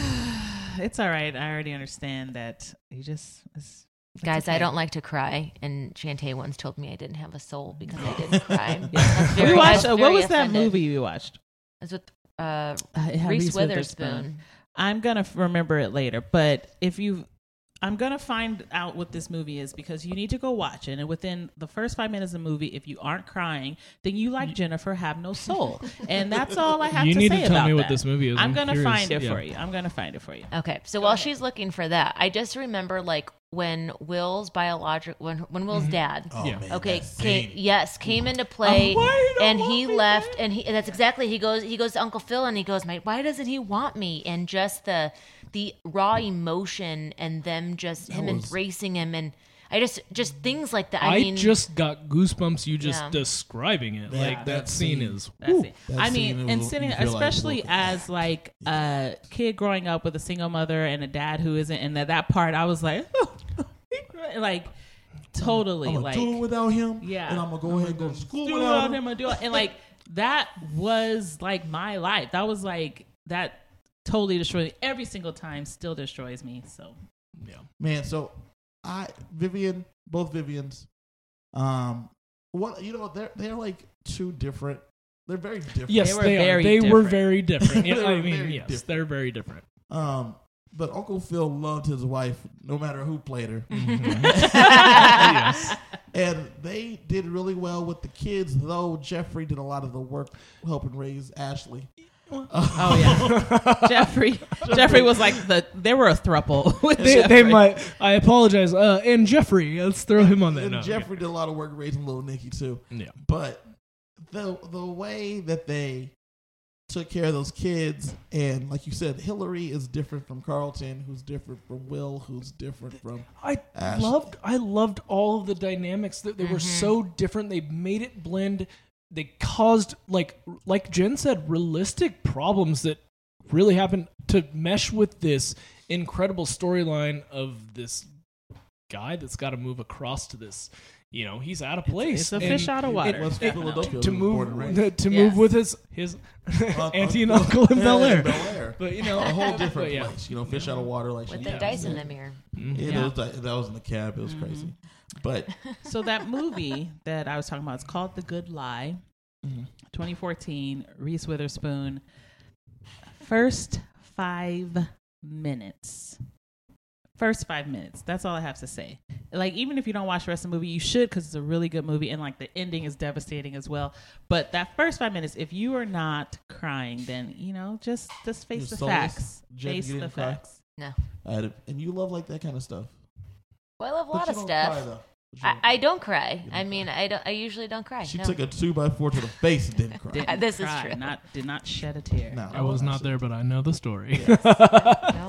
B: It's all right. I already understand that. You just it's, it's
D: Guys, I
B: okay.
D: don't like to cry, and Shantae once told me I didn't have a soul because I didn't cry. That's
B: We
D: very- I
B: watched. uh, what
D: very
B: was that
D: offended.
B: movie we watched?
D: It's with uh,
B: Uh, it had
D: Reese Witherspoon.
B: I'm gonna f- remember it later, but if you, I'm gonna find out what this movie is because you need to go watch it. And within the first five minutes of the movie, if you aren't crying, then you, like Jennifer, have no soul. and that's all I have
C: You
B: to
C: need
B: say
C: to tell
B: about
C: me what
B: that.
C: this movie is.
B: I'm,
C: I'm
B: gonna
C: curious.
B: find it
C: Yeah.
B: for you. I'm gonna find it for you.
D: Okay, so while she's looking for that, I just remember like when Will's biological when when
B: Mm-hmm.
D: Will's dad
A: Oh,
C: Yeah.
A: man,
D: okay
A: that
D: came,
A: scene.
D: yes came into play
A: Oh, why you don't
D: and he
A: want me,
D: left
A: man?
D: and he and that's exactly he goes he goes to Uncle Phil and he goes my why doesn't he want me and just the the raw emotion and them just him
A: was-
D: embracing him and I just just things like that I,
C: I,
D: mean
C: just got goosebumps. You just
D: Yeah.
C: describing it,
A: Yeah,
C: like that,
A: that
C: scene,
A: scene.
C: is.
B: That's
C: whew.
B: it.
A: That
B: I
A: scene, it
B: mean,
A: was-
B: and
A: you
B: sitting,
A: feel like
B: especially
A: broken.
B: as like a kid growing up with a single mother and a dad who isn't, and that that part, I was like, like totally,
A: I'm gonna
B: like
A: do it without him.
B: Yeah.
A: And I'm gonna go ahead and go to school
B: do it
A: without
B: without
A: him.
B: him, or do it, and like that was like my life. That was like that totally destroyed me. every single time. Still destroys me. So
A: Man, so I Vivian, both Vivians, um, what you know, they're they're like two different. They're very different.
C: Yes,
B: They
C: they,
B: were
C: are.
B: very
C: they were
B: different.
C: very different. Yeah,
A: They
C: I
A: were
C: mean,
A: very
C: yes,
A: different.
C: they're very different.
A: Um, but Uncle Phil loved his wife, no matter who played her.
C: yes.
A: And they did really well with the kids, though Jeffrey did a lot of the work helping raise Ashley.
B: oh yeah, Jeffrey. Jeffrey was like the they were a thruple. With
C: They,
B: Jeffrey.
C: they might. I apologize. Uh, and Jeffrey, let's throw him on that.
A: and
C: No,
A: Jeffrey did a lot of work raising little Nikki too.
C: Yeah.
A: But the the way that they took care of those kids and like you said, Hillary is different from Carlton, who's different from Will, who's different from
C: I
A: Ashley.
C: loved I loved all of the dynamics that they were
B: Mm-hmm.
C: so different. They made it blend. They caused like like Jen said, realistic problems that really happened to mesh with this incredible storyline of this guy that's got to move across to this. You know, he's out of place.
B: it's a
C: and
B: fish out of water.
A: was
C: it-
A: Philadelphia,
C: to
A: who was born
C: move
A: and raised.
C: to, move
B: Yes.
C: with his his auntie and uncle in
A: Yeah,
C: Bel Air.
A: Bel Air.
C: But you know,
A: A whole
C: but
A: different
C: yeah. Mm-hmm.
A: place, you know, fish out of water like
D: with
A: she
D: the
A: did.
D: dice in the mirror
A: Yeah,
B: Yeah. Mm-hmm.
A: That, was, that was in the cab. It was crazy, but
B: so that movie that I was talking about is called The Good Lie, 2014. Reese Witherspoon. First five minutes. First five minutes. That's all I have to say. Like, even if you don't watch the rest of the movie, you should because it's a really good movie, and like the ending is devastating as well. But that first five minutes, if you are not crying, then you know just just face
A: You're
B: the
A: soulless.
B: facts.
A: Jen,
B: face
A: you
B: the
A: didn't cry?
B: facts.
A: I had a, and you love like that kind of stuff.
D: well I love a
A: But
D: lot
A: you
D: of
A: don't
D: stuff
A: cry, though. But you
D: I,
A: don't
D: I don't cry I
A: don't
D: mean I don't I usually don't cry
A: She
D: no.
A: took a two by four to the face and didn't cry.
B: Didn't
D: Uh, this is
B: cry,
D: true.
B: Not did not shed a tear.
A: No,
C: I was not there, but I know the story.
D: no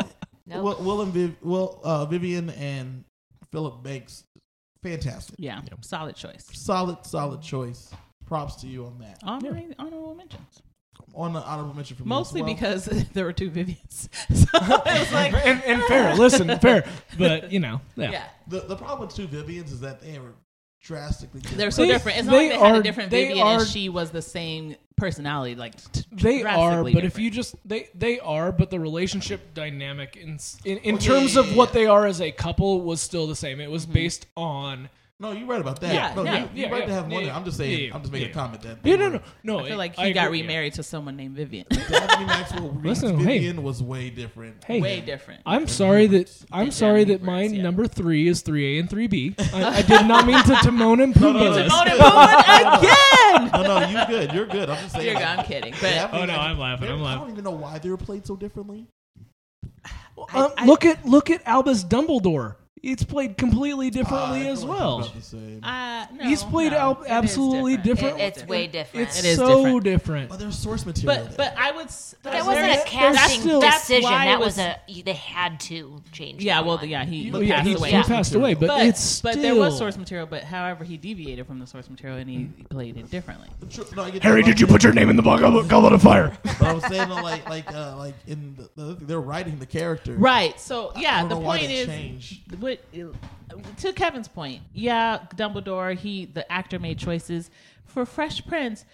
D: no
A: Will, Will and Viv, Will, uh, Vivian and Philip Banks, fantastic,
B: Yeah, solid choice.
A: solid, solid choice. Props to you on that.
B: Honorary, Honorable mentions.
A: On the honorable mention for me as
B: Mostly
A: well.
B: because there were two Vivians. So it was like,
C: and, and fair, listen, fair, but you know, yeah.
B: yeah.
A: the the problem with two Vivians is that they were drastically different.
B: They're so
C: They-
B: different. It's not like
C: they
B: they had
C: are-
B: a different
C: they
B: Vivian
C: are-
B: and she was the same personality. Like t-
C: They are, but
B: drastically
C: if you
B: different.
C: just they they are, but the relationship dynamic in s- in, in
A: Oh, yeah,
C: terms
A: yeah,
C: of
A: yeah,
C: what
A: yeah.
C: they are as a couple was still the same. It was based on
A: no, you're right about that.
B: Yeah,
A: no,
B: yeah,
A: you, you're
C: yeah,
A: right to
C: yeah,
A: have one.
C: yeah,
A: I'm just saying.
C: yeah,
A: I'm just making a
C: yeah.
A: comment that.
C: yeah, no, no, no.
B: I feel like he
C: I
B: got
C: agree, yeah.
B: remarried to someone named Vivian.
A: Daphne Maxwell Reed's
C: Listen, hey.
A: Vivian was way different.
C: Hey,
B: Way different.
C: I'm sorry that I'm
B: Yeah,
C: sorry that my
B: reverse, yeah.
C: number three is three A and three B. I, I did not mean to Timon and Pumbaa.
A: no, no,
C: this.
A: no.
B: Mona Pumbaa again!
A: No, no, you good. You're good. I'm just saying.
B: Dear God, I'm kidding. But
A: Daphne
C: Oh, no,
A: Maxwell-
C: I'm laughing,
A: they-
C: I'm
A: I don't
C: laughing.
A: even know why they were played so differently.
C: Um,
B: I-
C: look at look at Albus Dumbledore. It's played completely differently
A: I
C: as
A: feel like
C: well.
A: they're about the same.
B: uh, no,
C: He's played
B: no,
C: al-
B: it is
C: absolutely
D: it,
C: different.
D: it's way different
C: It's
B: It is
C: so
B: different.
C: different.
A: But there's source material.
B: But
A: there.
B: but I would. s-
D: That wasn't a
C: There's-
D: casting
C: still-
D: decision.
B: That's why
D: That
B: it
D: was, a they had to change.
B: Yeah,
D: that
B: well,
D: one.
B: yeah, he,
C: Oh,
B: he
C: yeah,
B: passed
C: he,
B: away.
C: he passed away, but,
B: but
C: it's still. Mm.
B: but there was source material, but however he deviated from the source material and he played it differently.
A: Tru- no, I get
C: Harry,
A: that.
C: did you put your name in the goblet goblet of fire?
A: But I'm saying though, like like uh, like in the, the, other thing, they're writing the character.
B: Right. So
A: I
B: yeah,
A: don't
B: the
A: know why
B: point
A: they
B: is,
A: change.
B: what to Kevin's point, yeah, Dumbledore, he the actor made choices for Fresh Prince.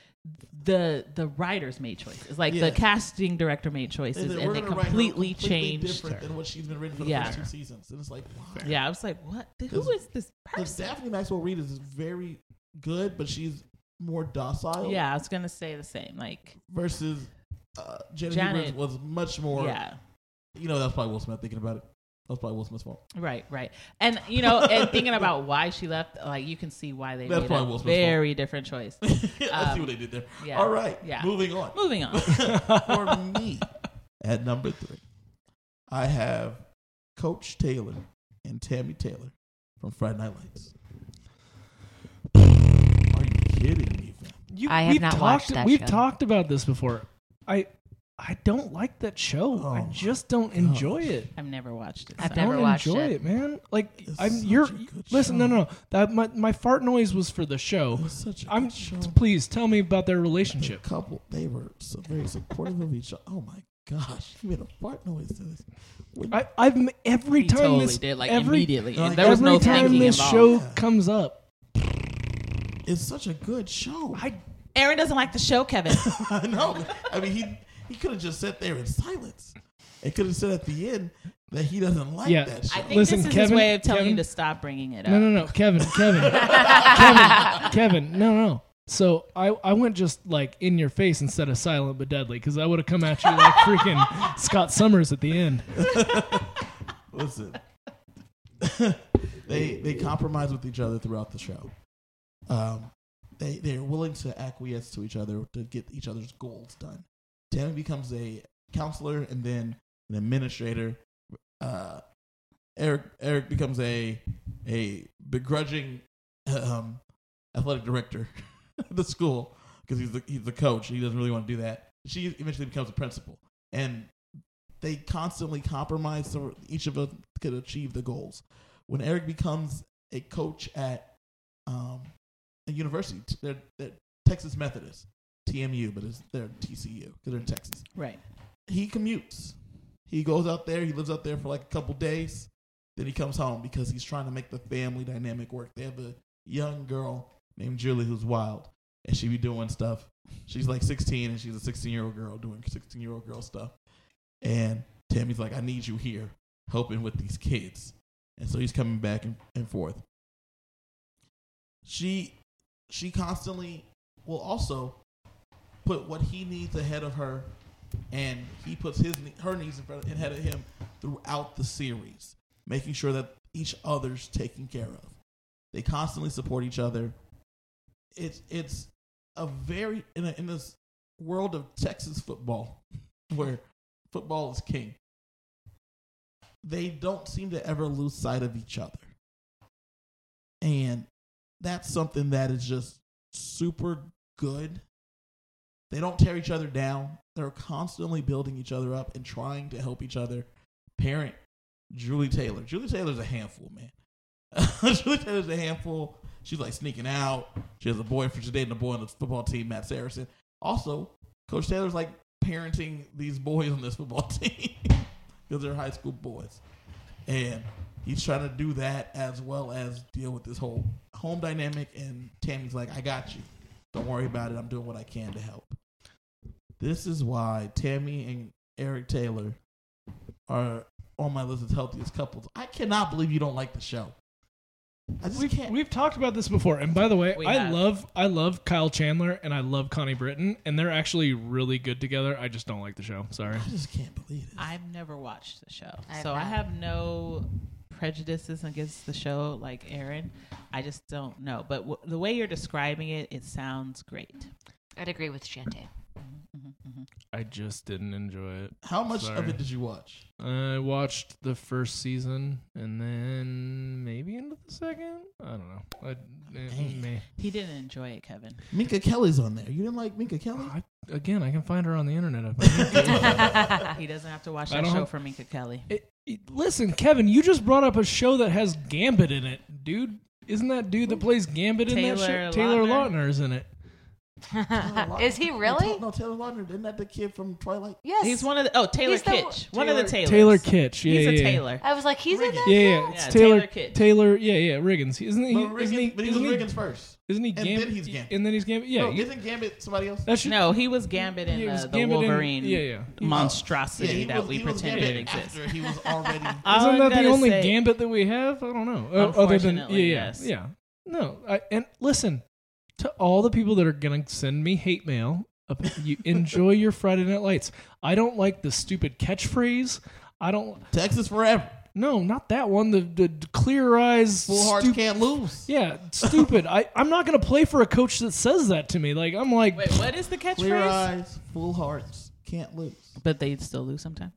B: The the writers made choices, like
A: Yeah.
B: the casting director made choices,
A: And
B: and,
A: then we're
B: they
A: gonna write her
B: completely
A: completely
B: changed.
A: different than what she's been written for the
B: Yeah.
A: first two seasons. And it's like, why?
B: Yeah, I was like, what? Who is this
A: Because
B: person?
A: Daphne Maxwell Reed is very good, but she's more docile.
B: Yeah, I was gonna say the same. Like,
A: Versus uh, Janet,
B: Janet-
A: Hubert was much more.
B: yeah.
A: You know, that's probably Will Smith thinking about it. That's probably Will Smith's fault.
B: Right, right, and you know, and thinking about why she left, like you can see why they
A: That's
B: made
A: probably
B: a
A: Will Smith's
B: very different choice.
A: I see
B: Um,
A: what they did there.
B: yeah.
A: All right.
B: Yeah.
A: Moving on.
B: Moving on.
A: for me at number three, I have Coach Taylor and Tammy Taylor from Friday Night Lights. Are you kidding me, fam?
C: You,
D: I have
C: we've
D: not
C: talked,
D: watched that
C: We've
D: show.
C: talked about this before. I I don't like that show.
A: Oh
C: I
A: my
C: just don't enjoy it.
B: I've never watched it.
D: I've
B: so-
C: I
D: never
C: don't
D: watched
C: enjoy
D: it.
C: it. man. Like
A: It's
C: I'm,
A: such
C: you're
A: a good
C: listen. No,
A: show.
C: no, no. That my, my fart noise was for the show.
A: It was such a
C: I'm.
A: good show.
C: Please tell me about their
A: The
C: relationship.
A: couple, they were so very supportive of each other. Oh my gosh, you made a fart noise to this. When-
C: I, I've m- every
E: He
C: time
E: totally
C: this
E: did like
C: every,
E: immediately.
A: like,
E: and there was
C: every
E: no
C: time
E: thinking
C: this
E: involved.
C: show comes up,
A: it's such a good show.
C: I
B: Aaron doesn't like the show, Kevin.
A: I know. I mean, he he could have just sat there in silence. It could have said at the end that he doesn't like
C: Yeah.
A: that show.
B: I think
C: Listen,
B: this is his
C: Kevin-
B: way of telling
C: Kevin-
B: you to stop bringing it up.
C: No, no, no, Kevin, Kevin, Kevin, Kevin. No, no. So I, I went just like in your face instead of silent but deadly because I would have come at you like freaking Scott Summers at the end.
A: Listen, they they compromise with each other throughout the show. Um, they they're willing to acquiesce to each other to get each other's goals done. Tammy becomes a counselor and then an administrator. Uh, Eric Eric becomes a a begrudging um, athletic director at the school because he's the he's the coach. He doesn't really want to do that. She eventually becomes a principal, and they constantly compromise so each of us could achieve the goals. When Eric becomes a coach at um, a university, t- they're, they're Texas Methodist, TMU, but it's they're TCU because they're in Texas.
B: Right.
A: He commutes. He goes out there. He lives out there for like a couple days. Then he comes home because he's trying to make the family dynamic work. They have a young girl named Julie who's wild, and she be doing stuff. She's like 16, and she's a 16 year old girl doing 16 year old girl stuff. And Tammy's like, I need you here helping with these kids. And so he's coming back and, and forth. She she constantly will also put what he needs ahead of her and he puts his ne- her needs in front ahead of him throughout the series, making sure that each other's taken care of. They constantly support each other. It's it's a very in, a, in this world of Texas football, where football is king. They don't seem to ever lose sight of each other, and that's something that is just super good they don't tear each other down. They're constantly building each other up and trying to help each other. Parent Julie Taylor. Julie Taylor's a handful, man. Julie Taylor's a handful. She's like sneaking out. She has a boyfriend. She's dating a boy on the football team, Matt Saracen. Also, Coach Taylor's like parenting these boys on this football team because they're high school boys. And he's trying to do that as well as deal with this whole home dynamic. And Tammy's like, I got you. Don't worry about it. I'm doing what I can to help. This is why Tammy and Eric Taylor are on my list of healthiest couples. I cannot believe you don't like the show. I just
C: We've,
A: can't.
C: we've talked about this before, and by the way,
E: We
C: I
E: have.
C: love I love Kyle Chandler and I love Connie Britton, and they're actually really good together. I just don't like the show. Sorry.
A: I just can't believe it.
B: I've never watched the show,
D: I have
B: so I
D: not.
B: have no prejudices against the show like Aaron. I just don't know. But w- the way you're describing it, it sounds great.
D: I'd agree with Shantae.
E: Mm-hmm,
B: Mhm, mhm.
C: I just didn't enjoy it.
A: How much of
C: Sorry.
A: it did you watch?
C: I watched the first season and then maybe into the second. I don't know. I, eh, meh.
B: He didn't enjoy it, Kevin.
A: Minka Kelly's on there. You didn't like Minka Kelly?
C: I, again, I can find her on the internet. I think.
E: Ah.
B: He doesn't have to watch
C: I
B: that
C: don't
B: show
C: have-
B: for Minka Kelly.
C: It- it- listen, Kevin, you just brought up a show that has Gambit in it, dude. Isn't that dude that plays Gambit in that
B: Taylor
C: show? Taylor
B: Lautner?
C: Lautner is in it.
D: Is he really?
A: No, Taylor Lautner. Isn't that the kid from Twilight?
D: Yes.
B: He's one of the oh Taylor
D: He's the-
B: Kitsch, one of the Taylors.
C: Taylor Kitsch. Yeah,
B: He's a
C: yeah, yeah.
B: Taylor.
D: I was like, he's in
A: Riggins.
D: that.
C: Yeah, yeah,
B: Yeah,
C: it's
B: Taylor
C: Taylor.
B: Kitsch.
C: Taylor, yeah, yeah, Riggins. He- Isn't he?
A: But,
C: isn't he?
A: Riggins, but he was
C: isn't he-
A: Riggins first.
C: Isn't he?
A: And
C: Gambit?
A: then he's Gambit.
C: And then he's Gambit. Yeah,
A: no,
C: he-
A: isn't Gambit somebody else?
C: that should,
B: No, he was Gambit in
C: Yeah, he was
B: uh, the
C: Gambit in-
B: Wolverine
C: yeah, yeah.
B: monstrosity
A: he
B: that
A: was-
B: we
A: he was
B: pretended
A: Gambit
B: didn't exist.
A: After he was already.
B: All
C: Isn't
B: I'm
C: that the
B: gonna
C: only
B: say-
C: gambit that we have? I don't know. O- Other than yeah,
B: Unfortunately,
C: yeah,
B: yes.
C: yeah. No, I, and listen to all the people that are gonna send me hate mail. ab- You enjoy your Friday Night Lights. I don't like the stupid catchphrase. I don't.
A: Texas forever.
C: No, not that one. The the clear eyes.
A: Full hearts
C: stup-
A: can't lose.
C: Yeah, stupid. I I'm not gonna play for a coach that says that to me. Like I'm like.
B: Wait, what is the
A: Clear
B: catchphrase?
A: eyes, full hearts can't lose.
B: But they still lose sometimes.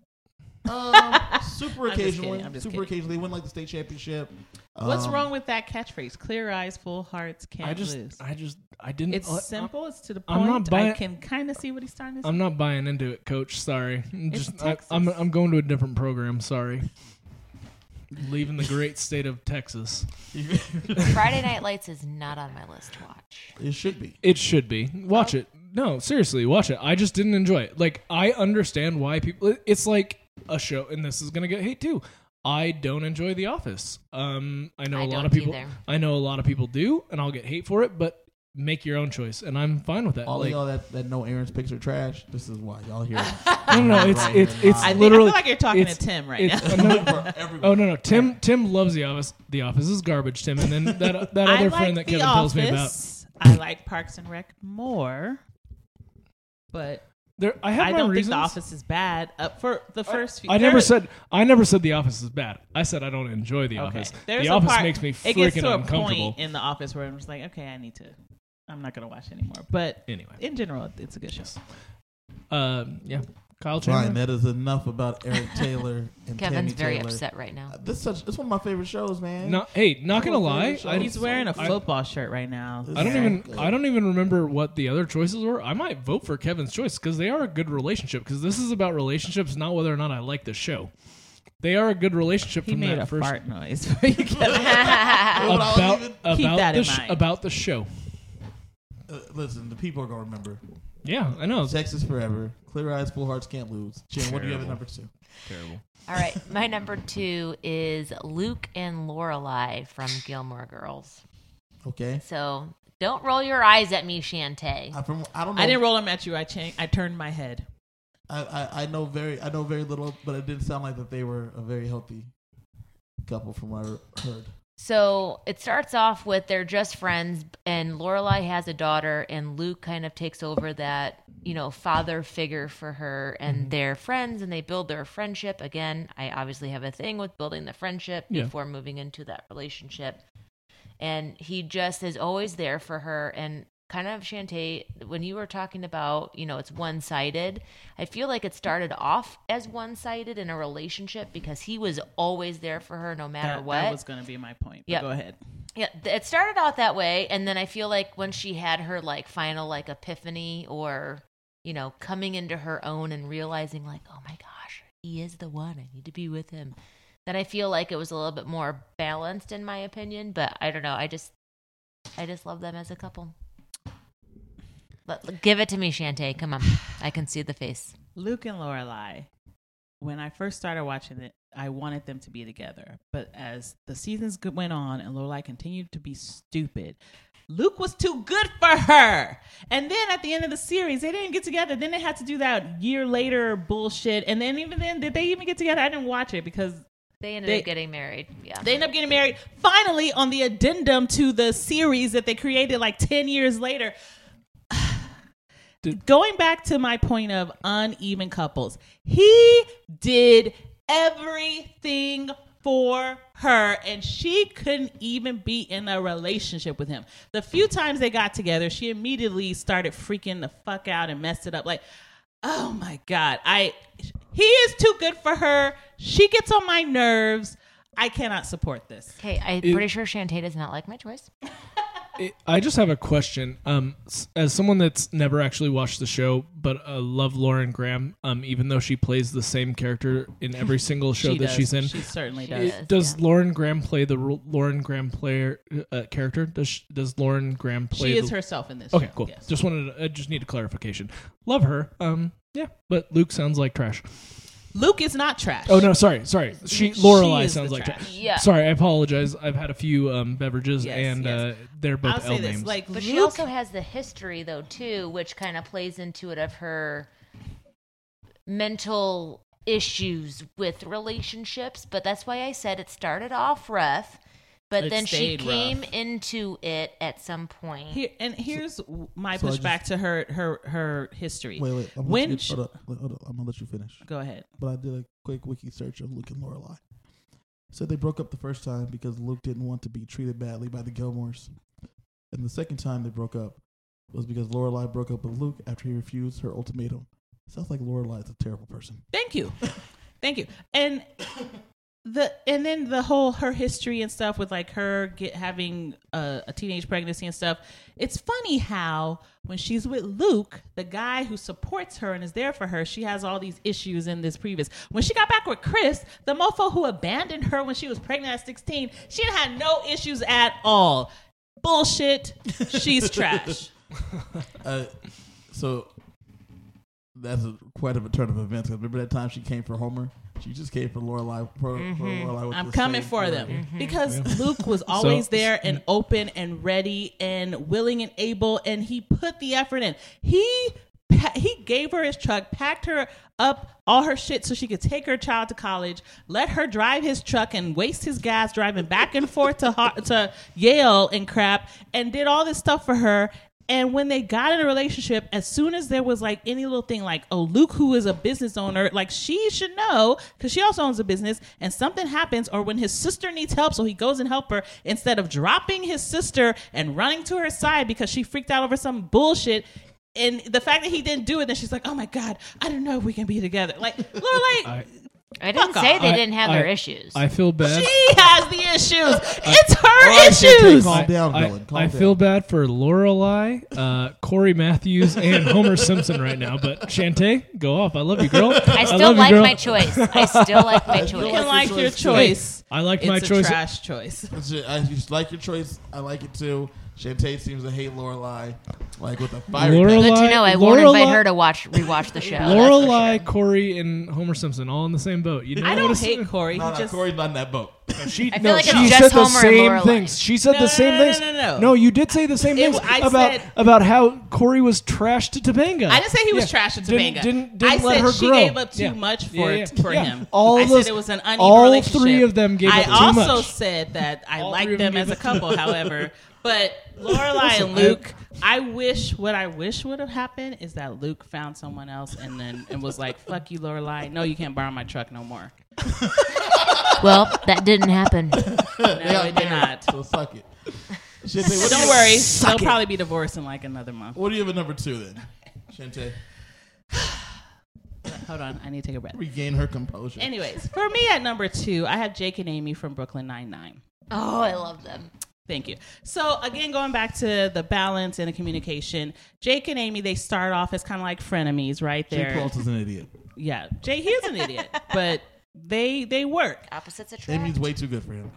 A: Um, super
B: just kidding,
A: occasionally.
B: I'm just
A: super
B: kidding.
A: occasionally. They win like the state championship.
B: What's
A: Um,
B: wrong with that catchphrase? Clear eyes, full hearts, can't
C: I just,
B: lose.
C: I just, I didn't.
B: it's
C: I-
B: simple. It's to the point.
C: I'm not
B: I
C: buying-
B: can kind of see what he's trying to say.
C: I'm not buying into it, Coach. Sorry, I'm
B: It's
C: just I, I'm I'm going to a different program. Sorry, leaving the great state of Texas.
D: Friday Night Lights is not on my list to watch.
A: It should be.
C: It should be. Watch it. No, seriously, watch it. I just didn't enjoy it. Like I understand why people. It's like a show, and this is gonna get hate too. I don't enjoy The Office. Um, I know
D: I
C: a lot
D: don't
C: of people.
D: either.
C: I know a lot of people do, and I'll get hate for it. But make your own choice, and I'm fine with that.
A: All
C: Like,
A: of y'all that, that know Aaron's picks are trash. This is why y'all hear.
C: no, no, no, it's
A: Right.
C: it's it's
A: I
B: I, think, I
C: literally
B: feel like you're talking to
C: it's-
B: Tim right now.
C: it's another-
A: everyone.
C: Oh no no Tim Tim loves the office. The office is garbage, Tim. And then that that
B: I
C: other
B: like
C: friend that
B: The
C: Kevin tells me about.
B: Office. I like Parks and Rec more, but
C: There, I have
B: I
C: my
B: don't
C: reasons.
B: think The Office is bad. Uh, for the first, few,
C: I never
B: there-
C: said I never said the office is bad. I said I don't enjoy the
B: Okay.
C: office.
B: There's
C: the
B: a
C: office
B: part-
C: makes me
B: It gets
C: freaking
B: to a
C: uncomfortable.
B: point in The Office where I'm just like, okay, I need to. I'm not gonna watch anymore. But
C: anyway,
B: in general, it's a good show.
C: um, yeah, Kyle
A: Fine.
C: Chandler.
A: That is enough about Eric Taylor and Tammy
D: Kevin's very
A: Taylor.
D: upset right now.
A: Uh, This is such. It's one of my favorite shows, man.
C: Not hey, not gonna lie. I,
B: He's wearing a
C: I-
B: football shirt right now.
C: I don't
A: Yeah.
C: even I don't even remember what the other choices were. I might vote for Kevin's choice because they are a good relationship. Because this is about relationships, not whether or not I like the show. They are a good relationship
B: He
C: from
B: made
C: that
B: a
C: first
B: fart noise for you.
A: You
B: Kevin.
A: know what I was
C: about,
A: even-
C: about,
B: Keep that
C: the
B: in
C: sh-
B: mind.
C: about the show.
A: uh, listen, the people are gonna remember.
C: Yeah, I know.
A: Texas forever. Clear eyes, full hearts can't lose. Jim, what do you have at
C: Terrible.
A: number two?
C: terrible.
D: All right, my number two is Luke and Lorelai from Gilmore Girls.
A: Okay.
D: So don't roll your eyes at me, Shantae.
A: I, from, I don't know.
B: I didn't roll him at you. I changed. I turned my head.
A: I, I, I know very I know very little, but it didn't sound like that they were a very healthy couple from what I heard.
D: So it starts off with they're just friends, and Lorelai has a daughter, and Luke kind of takes over that you know father figure for her, and
B: Mm-hmm.
D: they're friends, and they build their friendship. Again, I obviously have a thing with building the friendship
C: Yeah.
D: before moving into that relationship, and he just is always there for her, and kind of Shantae, when you were talking about you know it's one sided, I feel like it started off as one sided in a relationship because he was always there for her no matter
B: That,
D: what.
B: that was going to be my point. But
D: Yep.
B: Go ahead.
D: Yeah, th- it started out that way, and then I feel like when she had her like final like epiphany, or you know, coming into her own and realizing like, oh my gosh, he is the one. I need to be with him. Then I feel like it was a little bit more balanced, in my opinion. But I don't know. I just, I just love them as a couple. Let, let- give it to me, Shantae. Come on, I can see the face.
B: Luke and Lorelai. When I first started watching it, I wanted them to be together. But as the seasons go- went on and Lorelai continued to be stupid, Luke was too good for her. And then at the end of the series, they didn't get together. Then they had to do that year later bullshit. And then even then, did they even get together? I didn't watch it because
D: They ended
B: They-
D: up getting married. Yeah.
B: they end up getting married finally on the addendum to the series that they created like 10 years later.
C: Did-
B: Going back to my point of uneven couples, he did everything for her and she couldn't even be in a relationship with him. The few times they got together, she immediately started freaking the fuck out and messed it up. Like, oh my god i he is too good for her she gets on my nerves i cannot support this
D: okay, I'm pretty sure Shantae does not like my choice.
C: I- I just have a question. Um, s- as someone that's never actually watched the show, but uh, love Lauren Graham, um, even though she plays the same character in every single show that
B: does.
C: she's in,
B: she certainly
D: She
B: does
D: does.
C: does
D: yeah.
C: Lauren Graham play the ro- Lauren Graham player uh, character? Does sh does Lauren Graham play?
B: she is
C: the-
B: herself in this
C: Okay,
B: show,
C: cool.
B: yes.
C: Just wanted. To, I just need a clarification. Love her. Um, yeah, but Luke sounds like trash.
B: luke is not trash
C: Oh no, sorry, sorry. She
B: She
C: Lorelai
B: is
C: sounds
B: the
C: like
B: trash.
C: trash.
D: Yeah.
C: Sorry, I apologize. I've had a few um, beverages
B: Yes,
C: and
B: yes.
C: Uh, they're both
B: i'll say
C: L
B: this
C: names.
B: like
D: But
B: luke,
D: she also has the history though too, which kind of plays into it of her mental issues with relationships. But that's why I said it started off rough, but
B: It
D: then she
B: stayed rough.
D: came into it at some point.
B: here, and here's w- my
A: So I
B: pushback to her her her history
A: Wait, wait. I'm gonna
B: when
A: let
B: sh-
A: you, hold, up, wait, hold up. I'm gonna let you finish.
B: go ahead
A: But I did a quick wiki search of Luke and Lorelai. Said they broke up the first time because Luke didn't want to be treated badly by the Gilmores, and the second time they broke up was because Lorelai broke up with Luke after he refused her ultimatum. Sounds like Lorelai is a terrible person.
B: thank you Thank you. And the and then the whole her history and stuff with like her get having a, a teenage pregnancy and stuff. It's funny how when she's with Luke, the guy who supports her and is there for her, she has all these issues in this previous. When she got back with Chris, the mofo who abandoned her when she was pregnant at sixteen, she had no issues at all. Bullshit. She's trash.
A: Uh, so that's a, quite of a turn of events. 'cause remember that time she came for Homer? She just came for Lorelai. For, for Lorelai with
B: Mm-hmm. I'm
A: the
B: coming
A: same Mm-hmm.
B: for them
A: story.
B: because Luke was always
C: So-
B: there and open and ready and willing and able, and he put the effort in. He pa- he gave her his truck, packed her up all her shit so she could take her child to college, let her drive his truck and waste his gas driving back and forth to Har- to Yale and crap, and did all this stuff for her. And when they got in a relationship, as soon as there was like any little thing like, oh, Luke, who is a business owner, like she should know because she also owns a business and something happens, or when his sister needs help, so he goes and help her instead of dropping his sister and running to her side because she freaked out over some bullshit. And the fact that he didn't do it, then she's like, oh my God, I don't know if we can be together. Like, Lorelai,
C: I-
D: I didn't
B: Fuck
D: say
B: off.
D: they
C: I-
D: didn't have
C: I-
D: their issues.
C: I feel bad.
B: she has the issues. It's her
A: I should take
B: issues.
A: off-
C: I,
A: Calm down,
C: I-
A: Dylan, calm
C: I
A: down.
C: feel bad for Lorelai, uh, Corey Matthews, and Homer Simpson right now. But Shantae, go off. I love you, girl.
D: I still
C: love
D: like
C: you, girl.
D: my choice. I still like my
A: still
B: You
D: choice.
B: can like your choice.
C: I liked
B: It's
C: my
B: a
C: choice.
B: trash choice.
A: That's it. I just like your choice. I like it too. Shantae seems to hate Lorelai, like with a fire.
C: Lorelai-
A: passion.
D: Good to know. I won't
C: Lorelai-
D: invite her to watch rewatch the show. Oh, that's for
C: Lorelai,
D: sure.
C: Corey, and Homer Simpson all in the same boat. You know
B: I don't
C: what
B: hate Corey.
A: No,
B: he
A: no,
B: just
A: Corey's not in that boat.
C: She,
D: I feel
C: no,
D: like
C: she
D: it's just
C: said the
D: Homer and
C: same
D: Lorelai.
C: things. She said
B: No,
C: the
B: no,
C: same
B: no, no,
C: things.
B: no, no.
C: you did say the same
B: It-
C: things
B: I
C: about
B: said-
C: about how Corey was trash to Topanga.
B: I didn't say he was
C: Yeah.
B: trash at
C: Didn't-
B: Topanga.
C: Didn't, didn't,
B: I
C: let
B: said
C: her
B: she
C: grow.
B: gave up too
C: Yeah.
B: much
C: Yeah,
B: for
C: yeah.
B: for
C: Yeah.
B: him.
C: All
B: I
C: those-
B: said it was an uneven
C: all
B: relationship.
C: three of them gave
B: I
C: up too
B: also
C: much.
B: said that I
C: All
B: liked
C: three of them
B: them as a
C: gave up-
B: couple, however. But Lorelai and Luke, I wish what I wish would have happened is that Luke found someone else and then and was like, "Fuck you, Lorelai. No, you can't borrow my truck no more."
D: Well, that didn't happen.
B: No, it did not.
A: So suck it. Shantae, what, do
B: Don't
A: you,
B: worry, they'll probably be divorced in like another month.
A: what do you have at number two then? Shantae,
B: Hold on, I need to take a breath.
A: regain her composure.
B: Anyways, for me at number two, I have Jake and Amy from Brooklyn Nine Nine.
D: Oh, I love them.
B: Thank you. So again, going back to the balance and the communication, Jake and Amy, they start off as kind of like frenemies, right?
A: Jake
B: There,
A: Paul's is an idiot.
B: yeah. Jake, he is an idiot, but they they work.
D: Opposites attract.
A: Amy's way too good for him.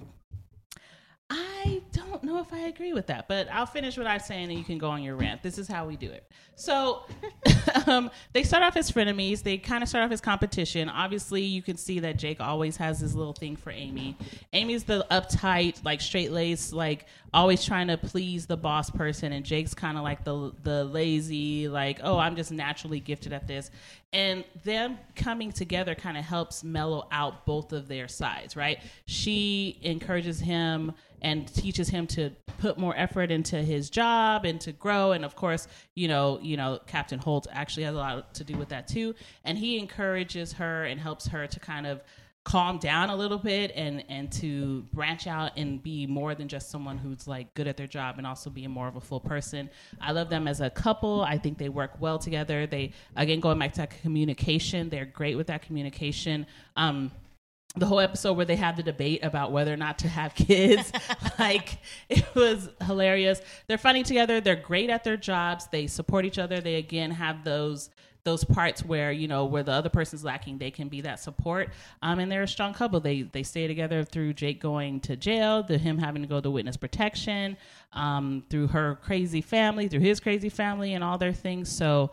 B: I don't know if I agree with that, but I'll finish what I'm saying and you can go on your rant. This is how we do it. So um, they start off as frenemies. They kind of start off as competition. Obviously, you can see that Jake always has this little thing for Amy. Amy's the uptight, like straight laced, like always trying to please the boss person, and Jake's kind of like the the lazy, like oh I'm just naturally gifted at this. And them coming together kind of helps mellow out both of their sides, right? She encourages him and teaches him to put more effort into his job and to grow and of course you know you know captain holt actually has a lot to do with that too and he encourages her and helps her to kind of calm down a little bit and and to branch out and be more than just someone who's like good at their job and also being more of a full person i love them as a couple i think they work well together they again going back to that communication they're great with that communication um the whole episode where they have the debate about whether or not to have kids like it was hilarious they're funny together they're great at their jobs they support each other they again have those those parts where you know where the other person's lacking they can be that support um, and they're a strong couple they they stay together through jake going to jail to him having to go to witness protection um, through her crazy family through his crazy family and all their things so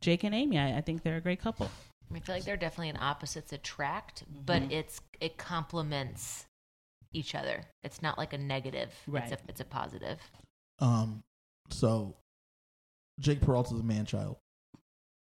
B: jake and amy i, I think they're a great couple
D: I feel like they're definitely an opposites attract, but
B: Mm-hmm.
D: it's it complements each other. It's not like a negative.
B: Right.
D: It's a, it's a positive.
A: Um, so Jake Peralta's a man child,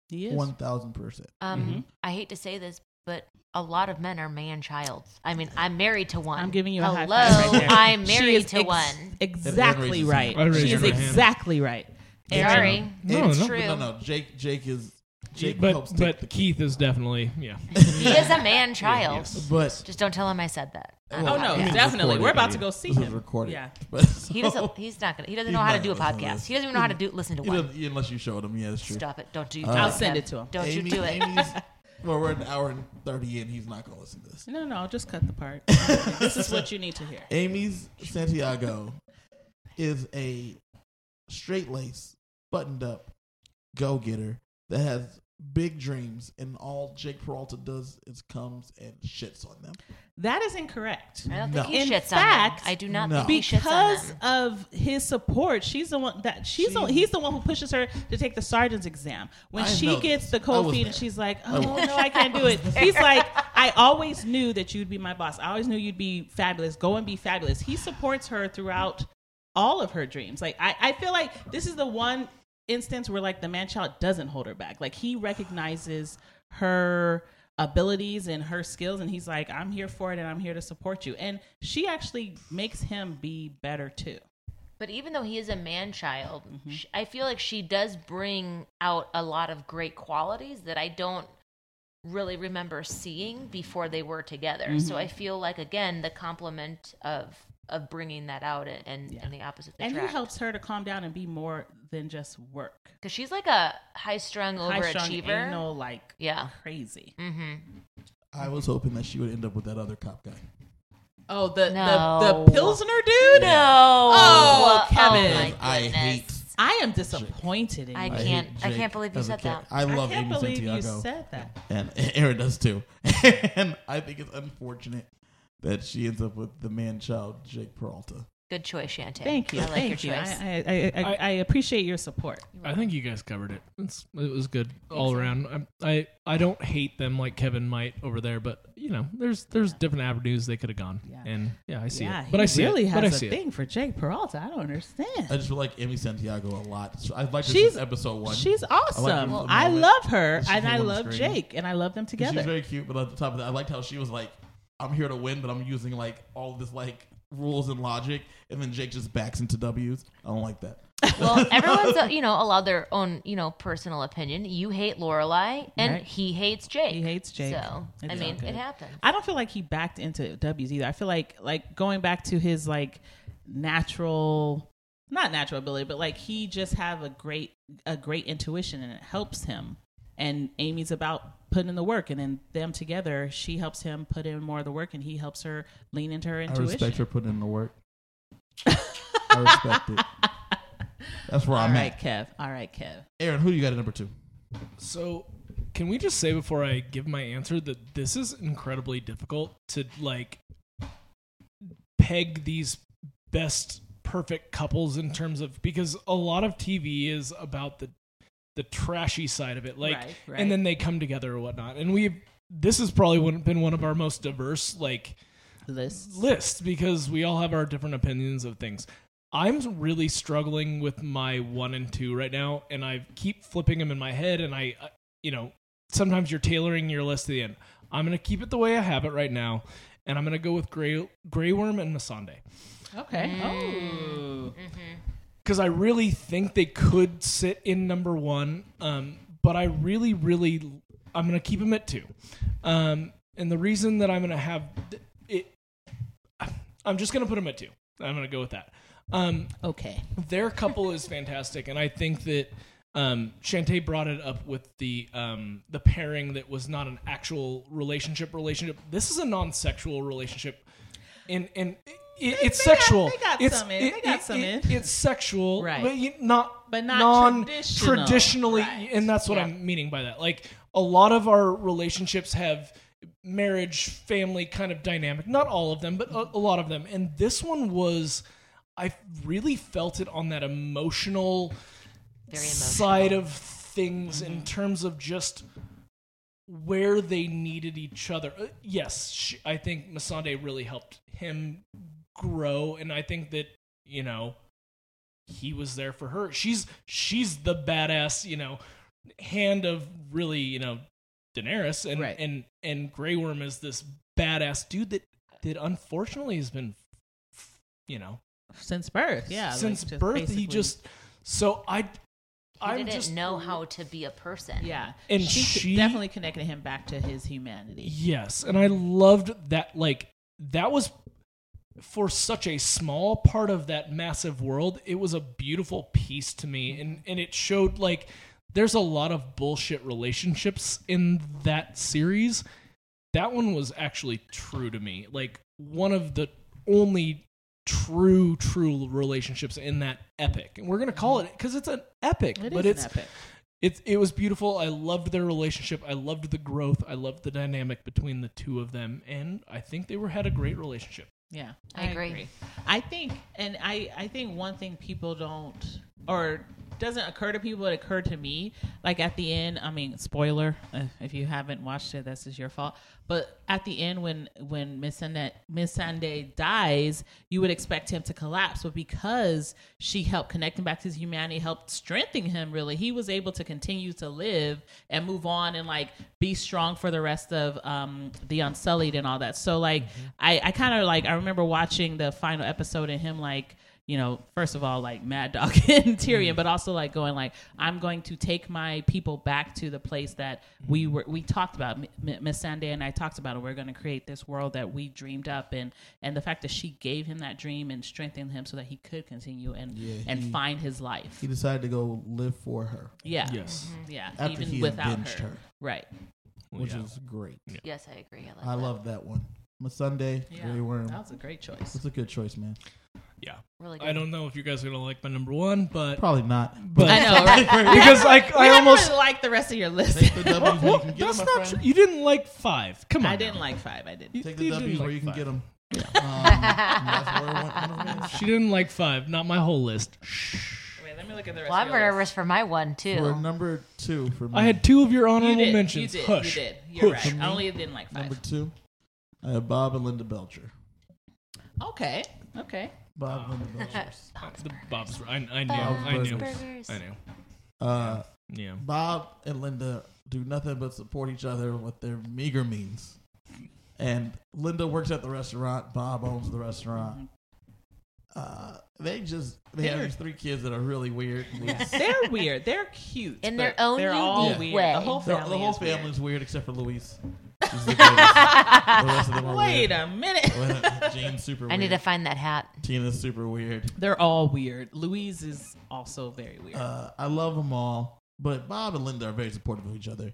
B: he is
A: one thousand percent.
D: Um,
B: Mm-hmm.
D: I hate to say this, but a lot of men are man childs. I mean, I'm married to one.
B: I'm giving you a
D: Hello,
B: high five right there.
D: I'm
B: She
D: married
B: is
D: to
B: ex-
D: one.
B: Exactly
A: That
B: right.
A: raises
C: her hand.
B: She is
C: That raises her
B: exactly right. And-
D: Sorry.
C: No,
D: it's
C: no.
D: true.
A: No, no, Jake. Jake is Jake helps
C: But
A: take
C: but
A: the
C: Keith is definitely yeah.
D: He is a man child.
A: But
D: Just don't tell him I said that. on
A: Well,
B: Oh
D: the
B: no,
A: I mean,
D: podcast.
A: it's
B: definitely.
A: recorded.
B: We're about to go see
A: this
B: him.
A: is recorded.
B: Yeah.
A: But so-
D: He doesn't. He's not gonna. He doesn't
A: He's
D: know how to
A: not
D: do a
A: gonna listen to
D: podcast.
A: this.
D: He doesn't even know how to do listen to
A: He
D: one.
A: doesn't, unless you show them, yeah, it's true.
D: Stop it! Don't do.
A: Uh,
D: don't
B: I'll send
D: do
B: it to him.
D: Don't
A: Amy,
D: you do it?
A: Amy's, Well, we're an hour and 30 in. He's not going to listen to this.
B: No, no, just cut the part. this is what you need to hear.
A: Amy's Santiago is a straight lace, buttoned up go getter that has big dreams, and all Jake Peralta does is comes and shits on them.
B: That is incorrect.
D: I don't
A: No.
D: think he
B: In
D: shits on
B: fact,
D: them. I do not
A: No.
D: think he shits on
B: because
D: them.
B: of his support, she's the one that she's the,
A: She-
B: he's the one who pushes her to take the sergeant's exam. When
A: I know
B: she
A: this.
B: gets the
A: I
B: cold
A: was
B: feet
A: there.
B: and she's like,
A: was
B: "Oh no, I can't do it," he's like, "I always knew that you'd be my boss. I always knew you'd be fabulous. Go and be fabulous." He supports her throughout all of her dreams. Like I, I feel like this is the one instance where like the man child doesn't hold her back. Like he recognizes her abilities and her skills and he's like, I'm here for it and I'm here to support you. And she actually makes him be better too.
D: But even though he is a man child,
B: Mm-hmm.
D: sh I feel like she does bring out a lot of great qualities that I don't really remember seeing before they were together.
B: Mm-hmm.
D: So I feel like again the compliment of of bringing that out and and, and the opposite the
B: And he helps her to calm down and be more than just work.
D: because she's like a high strung
B: High-strung,
D: overachiever.
B: anal, like
D: yeah.
B: crazy.
D: Mm-hmm.
A: I was hoping that she would end up with that other cop guy.
B: Oh, the,
D: No.
B: the the Pilsner dude.
D: No. Oh,
B: Kevin.
D: my
A: I
D: goodness.
A: hate-
B: I am disappointed in
D: I
B: you.
A: hate
D: can't- I
A: Jake
D: can't believe you
A: as a
D: said
A: character.
D: that.
A: I
B: I
A: love
B: can't
A: Amy
B: believe
A: Santiago.
B: you said that.
A: and Aaron does too. and I think it's unfortunate that she ends up with the man child Jake Peralta.
D: Good choice, Shantae.
B: Thank you.
D: I like
B: Thank
D: your
B: you.
D: choice.
B: I, I, I, I, I appreciate your support.
C: I think you guys covered it. It's, it was good all around. I, I I don't hate them like Kevin might over there, but you know, there's there's different avenues they could have gone.
B: Yeah.
C: And yeah, I see
B: yeah,
C: it.
B: he
C: But I see
B: really
C: it.
B: has
C: but I
B: a
C: see it.
B: thing for Jake Peralta. I don't
A: I
B: understand.
A: just feel like Amy Santiago a lot. So I like this
B: She's-
A: is episode one.
B: She's awesome.
A: Well,
B: I,
A: moment.
B: love her,
A: She's
B: and I
A: on the
B: love
A: screen.
B: Jake, and I love them
A: She was
B: together.
A: very cute, but at the top of that, I liked how she was like, "I'm here to win," but I'm using like all this like rules and logic, and then Jake just backs into W's. I don't like that.
D: Well, everyone's uh, you know allowed their own you know personal opinion. You hate Lorelai, and
B: Right.
D: he hates Jake.
B: He hates Jake.
D: So I
B: It's
D: mean,
B: all good.
D: it happened.
B: I don't feel like he backed into W's either. I feel like like going back to his like natural not natural ability, but like he just have a great a great intuition and it helps him. And Amy's about putting in the work and then them together, she helps him put in more of the work and he helps her lean into her intuition.
A: I respect her putting in the work. I respect it. That's where
B: All
A: I'm
B: right,
A: at.
B: Kev. All right, Kev.
A: Aaron, who do you got at number two?
C: So, can we just say before I give my answer that this is incredibly difficult to like peg these best perfect couples in terms of because a lot of TV is about the the trashy side of it, like,
B: Right, right.
C: and then they come together or whatnot. And we this has probably one- been one of our most diverse like
B: Lists.
C: list because we all have our different opinions of things. I'm really struggling with my one and two right now, and I keep flipping them in my head. And I, uh, you know, sometimes you're tailoring your list to the end. I'm gonna keep it the way I have it right now, and I'm gonna go with Gray Gray Worm and Masande
B: Okay. Oh.
C: because I really think they could sit in number one. Um, but I really, really, I'm going to keep them at two. Um, and the reason that I'm going to have it, I'm just going to put them at two. I'm going to go with that. Um,
B: Okay.
C: their couple is fantastic, and I think that um, Shantae brought it up with the um, the pairing that was not an actual relationship. Relationship. This is a non-sexual relationship, and and it, it's
B: they got-
C: sexual.
B: they got
C: it's,
B: some in. They got some
C: it-
B: in.
C: It's sexual,
B: Right.
C: But you, not
B: But not
C: non
B: traditional.
C: traditionally,
B: Right.
C: and that's what
D: Yeah.
C: I'm meaning by that. Like a lot of our relationships have marriage, family kind of dynamic. Not all of them, but a, a lot of them. And this one was, I really felt it on that emotional,
D: Very emotional.
C: side of things
B: Mm-hmm.
C: in terms of just where they needed each other. Uh, yes, sh I think Masande really helped him grow, and I think that you know he was there for her. She's she's the badass, you know, hand of really you know Daenerys, and
B: Right.
C: and and Grey Worm is this badass dude that that unfortunately has been you know
B: Since birth. Yeah. like,
C: since
B: just
C: birth
B: basically-
C: he just so I.
D: He
C: I
D: didn't
C: just
D: know how to be a person.
B: Yeah.
C: And
B: she,
C: she-
B: definitely connected him back to his humanity.
C: Yes, and I loved that. Like that was for such a small part of that massive world. It was a beautiful piece to me, and and it showed like there's a lot of bullshit relationships in that series. That one was actually true to me. Like one of the only true true relationships in that epic. And we're going to call it cuz it's an epic,
B: It
C: but
B: is
C: it's
B: an epic.
C: it it was beautiful. I loved their relationship. I loved the growth. I loved the dynamic between the two of them, and I think they were had a great relationship.
B: Yeah,
D: I agree.
B: I think, and I, I think one thing people don't or doesn't occur to people, it occurred to me. Like at the end, I mean, spoiler uh, if you haven't watched it, this is your fault. But at the end, when when Miss Sunday, Miss Sunday dies, you would expect him to collapse, but because she helped connect him back to his humanity, helped strengthen him. Really, he was able to continue to live and move on and like be strong for the rest of um, the Unsullied and all that. So like,
A: Mm-hmm.
B: I I kind of like I remember watching the final episode and him like you know, first of all, like Mad Dog and
A: Mm-hmm.
B: Tyrion, but also like going like I'm going to take my people back to the place that we
A: Mm-hmm.
B: were we talked about. M- M- Miss Sunday and I talked about it. We're going to create this world that we dreamed up, and and the fact that she gave him that dream and strengthened him so that he could continue and
A: Yeah,
B: and
A: he-
B: find his life.
A: He decided to go live for her
B: yeah,
C: Yes.
B: yeah,
A: after
B: even
A: he
B: without
A: avenged
B: her.
A: her,
B: right?
A: which is great.
D: Yes, I agree. I, like
A: I
D: that.
A: love that one. My Sunday,
B: Yeah. Oh.
A: Grey Worm.
B: That was a great choice.
A: It's a good choice, man.
D: Really good.
C: I don't know if you guys are gonna like my number one, but
A: Probably not.
C: But-
B: I know, right?
C: because I
B: We
C: I
B: haven't
C: almost
B: really like the rest of your list.
A: Take the W's where you can get
C: that's
A: them,
C: not
A: my
C: true.
A: friend.
C: You didn't like five. Come on,
B: I didn't
C: now.
B: like five. I didn't.
C: You-
A: Take the
C: you didn't
A: W's where
C: like
A: you can
C: five.
A: get them. that's where I went- went.
C: She didn't like five. Not my whole list. Shh.
B: Wait, let me look at the rest.
D: Well, I'm
B: of your list.
D: nervous for my one
A: For
D: too.
A: number two for me.
C: I had two of your
B: You
C: honorable
B: did.
C: mentions.
B: You did.
C: Hush.
B: You did. You're
C: Hush.
B: right. I only didn't like five.
A: number two. I had Bob and Linda Belcher.
B: Okay. Okay.
A: Bob and
C: Oh.
A: Linda Belcher.
C: The Bob's. I, I knew.
A: Bob's
C: I knew.
D: Burgers.
C: I knew.
A: Uh,
C: Yeah.
A: Bob and Linda do nothing but support each other with their meager means. And Linda works at the restaurant. Bob owns the
C: Mm-hmm.
A: restaurant. Uh, they just they have
B: They're-
A: these three kids that are really weird. and they just-
B: They're weird. They're cute.
D: In
B: but
D: their own
B: they're all
D: unique
B: weird.
D: way.
B: The whole
A: The,
B: family.
A: the whole
B: is weird.
A: family's weird except for Luis. She's the, greatest. the rest of them are
B: Wait
A: weird.
B: a minute.
A: Lena- Jane's super weird.
D: I need to find that hat.
A: Tina's super weird.
B: They're all weird. Louise is also very weird.
A: Uh, I love them all, but Bob and Linda are very supportive of each other.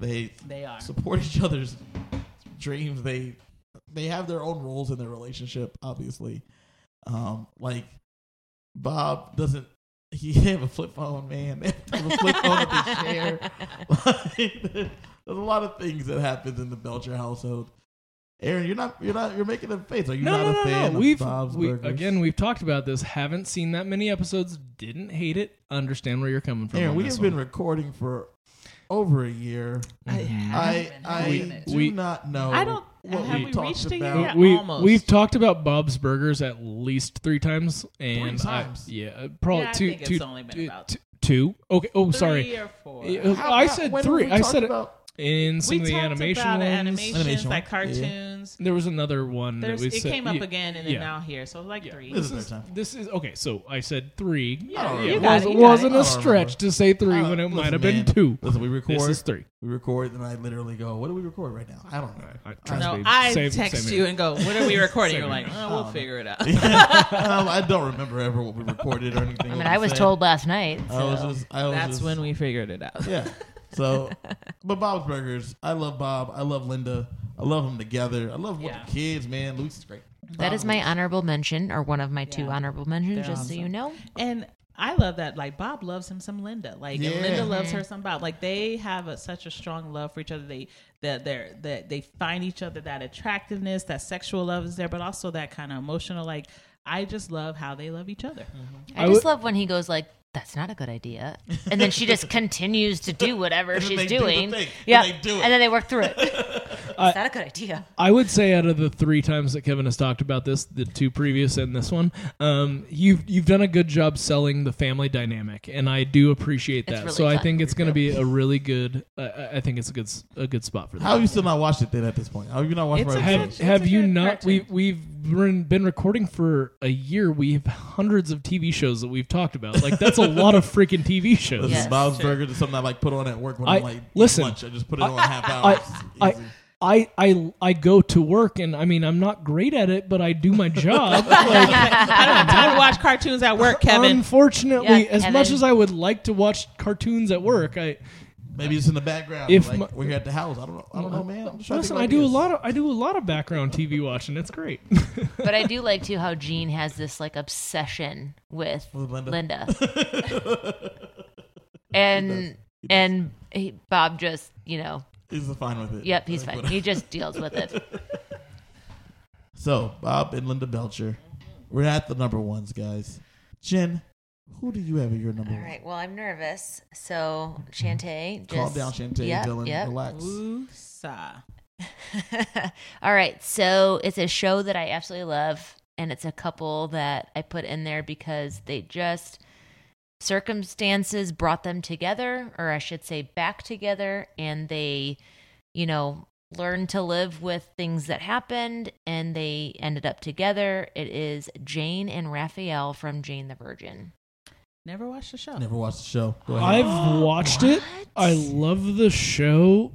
A: They
B: they are.
A: support each other's dreams. They they have their own roles in their relationship, obviously. Um, like Bob doesn't he have a flip phone, man. They have a flip phone that they share. Like, there's a lot of things that happens in the Belcher household. Aaron, you're not you're not you're making a face. Are you
C: No,
A: not
C: no,
A: a
C: no,
A: fan
C: no.
A: of
C: We've
A: Bob's
C: we,
A: Burgers?
C: again, we've talked about this. Haven't seen that many episodes. Didn't hate it. Understand where you're coming from.
A: Aaron,
C: on
A: we
C: this
A: have been
C: one.
A: recording for over a year. I
B: haven't
A: I
B: been having it.
A: do
C: mm-hmm. We-
A: not know.
B: I don't-
A: what
B: have
A: we
B: we
A: talked
B: reached a
A: about.
B: year? Yeah,
C: we
B: almost.
C: we've talked about Bob's Burgers at least three times, and I-
A: times?
C: yeah, uh, probably
B: Yeah, I
C: two,
B: think it's
C: two-
B: only been
C: two-
B: about-
C: two- two. Okay. Oh, sorry.
B: Three or four.
C: Yeah,
A: How-
C: I
A: how-
C: said
A: when have
C: three.
A: we
C: I
A: talked
C: said it
A: about-
C: in some
B: we
C: of the
B: talked
C: animation
B: about
C: ones.
B: animations,
A: Animation
B: like
A: one, yeah.
B: cartoons.
C: There was another one.
B: There's,
C: that we
B: it
C: said-
B: came up
C: yeah,
B: again and then
C: yeah.
B: now here, so like three.
A: This is their time.
C: This is okay. So I said three.
A: Yeah,
C: it
A: you
B: got
C: was,
B: it, Oh,
A: it.
B: you got
C: wasn't a
A: I don't remember.
C: stretch to say three
A: Uh,
C: when it
A: listen,
C: might have
A: man.
C: been two.
A: Listen, we record.
C: This is three.
A: We record, and I literally go, "What do we record right now?" I don't know.
C: I- I trust
B: No,
C: me.
B: I
C: Same-
B: text
C: same
B: you
C: here.
B: and go, "What are we recording?"
C: Same
B: You're like,
C: here.
B: "Oh, we'll
A: Um,
B: figure it out."
A: Um, I don't remember ever what we recorded or anything.
D: I mean, I was told last night.
A: I
B: Oh.
A: was
D: so-
A: just. I was
B: That's
A: just-
B: when we figured it out.
A: Yeah. So, but Bob's Burgers. I love Bob. I love Linda. I love them together. I love
B: Yeah.
A: what the kids, man. Luis is great.
D: That is my honorable mention, or one of my two
B: Yeah.
D: honorable mentions,
B: They're
D: just so you
B: awesome.
D: know.
B: And I love that. Like Bob loves him some Linda. Like and
A: Yeah.
B: Linda loves
C: Mm-hmm.
B: her some Bob. Like they have a, such a strong love for each other. They that they're that they find each other that attractiveness, that sexual love is there, but also that kind of emotional. Like I just love how they love each other.
C: I
D: I, just
C: would-
D: love when he goes like, "That's not a good idea," and then she just continues to do whatever
A: And then
D: she's
A: they do the
D: doing.
A: thing. And
D: Yeah,
A: they do it.
D: and then they work through it. It's not a good idea.
C: I would say out of the three times that Kevin has talked about this, the two previous and this one, um, you've you've done a good job selling the family dynamic, and I do appreciate
D: It's
C: that.
D: really
C: so I
D: fun.
C: think it's going to be a really good. Uh, I- I think it's a good s- a good spot for that.
A: How have you still not watched it then? At this point, how have you not watched
B: It's
A: my
B: a
C: have
A: episodes?
B: good-
C: have
B: it's a
C: you
B: good
C: not?
B: cartoon.
C: We we've been- been recording for a year. We have hundreds of TV shows that we've talked about. Like that's a lot of freaking TV shows.
A: Listen,
D: Yes.
A: Bob's Burgers is something I like put on at work when
C: I-
A: I, am like
C: listen,
A: lunch. I just put it
C: I-
A: on half
C: I-
A: hours.
C: I,
A: Easy.
C: I, I I go to work and I mean I'm not great at it, but I do my job. Like,
B: I don't have time to watch cartoons at work, Kevin.
C: Unfortunately,
D: Yeah,
C: as much
D: Kevin.
C: as I would like to watch cartoons at work, I
A: Maybe it's in the background.
C: If
A: like,
C: my-
A: we're here at the house. I don't know. I don't know, man. I'm just trying to
C: listen.
A: think
C: I
A: about
C: do a
A: this.
C: lot of I do a lot of background TV watching. It's great.
D: But I do like too how Gene has this like obsession with
A: With Linda.
D: Linda. and and he, Bob just, you know,
A: He's fine with it.
D: yep, he's
A: Like,
D: fine.
A: whatever.
D: He just deals with it.
A: So Bob and Linda Belcher, we're at the number ones, guys. Jen, who do you have at your number
D: All
A: one?
D: right. Well, I'm nervous. So Shantae, just,
A: Calm down, Shantae,
D: Yep,
A: Dylan.
D: yep.
A: Relax.
B: Woosah.
D: All right. So it's a show that I absolutely love. And it's a couple that I put in there because they just circumstances brought them together, or I should say back together. And they, you know, learned to live with things that happened and they ended up together. It is Jane and Raphael from Jane the Virgin.
B: Never watched the show.
A: I never watched the show. Go ahead.
C: I've watched it. I love the show.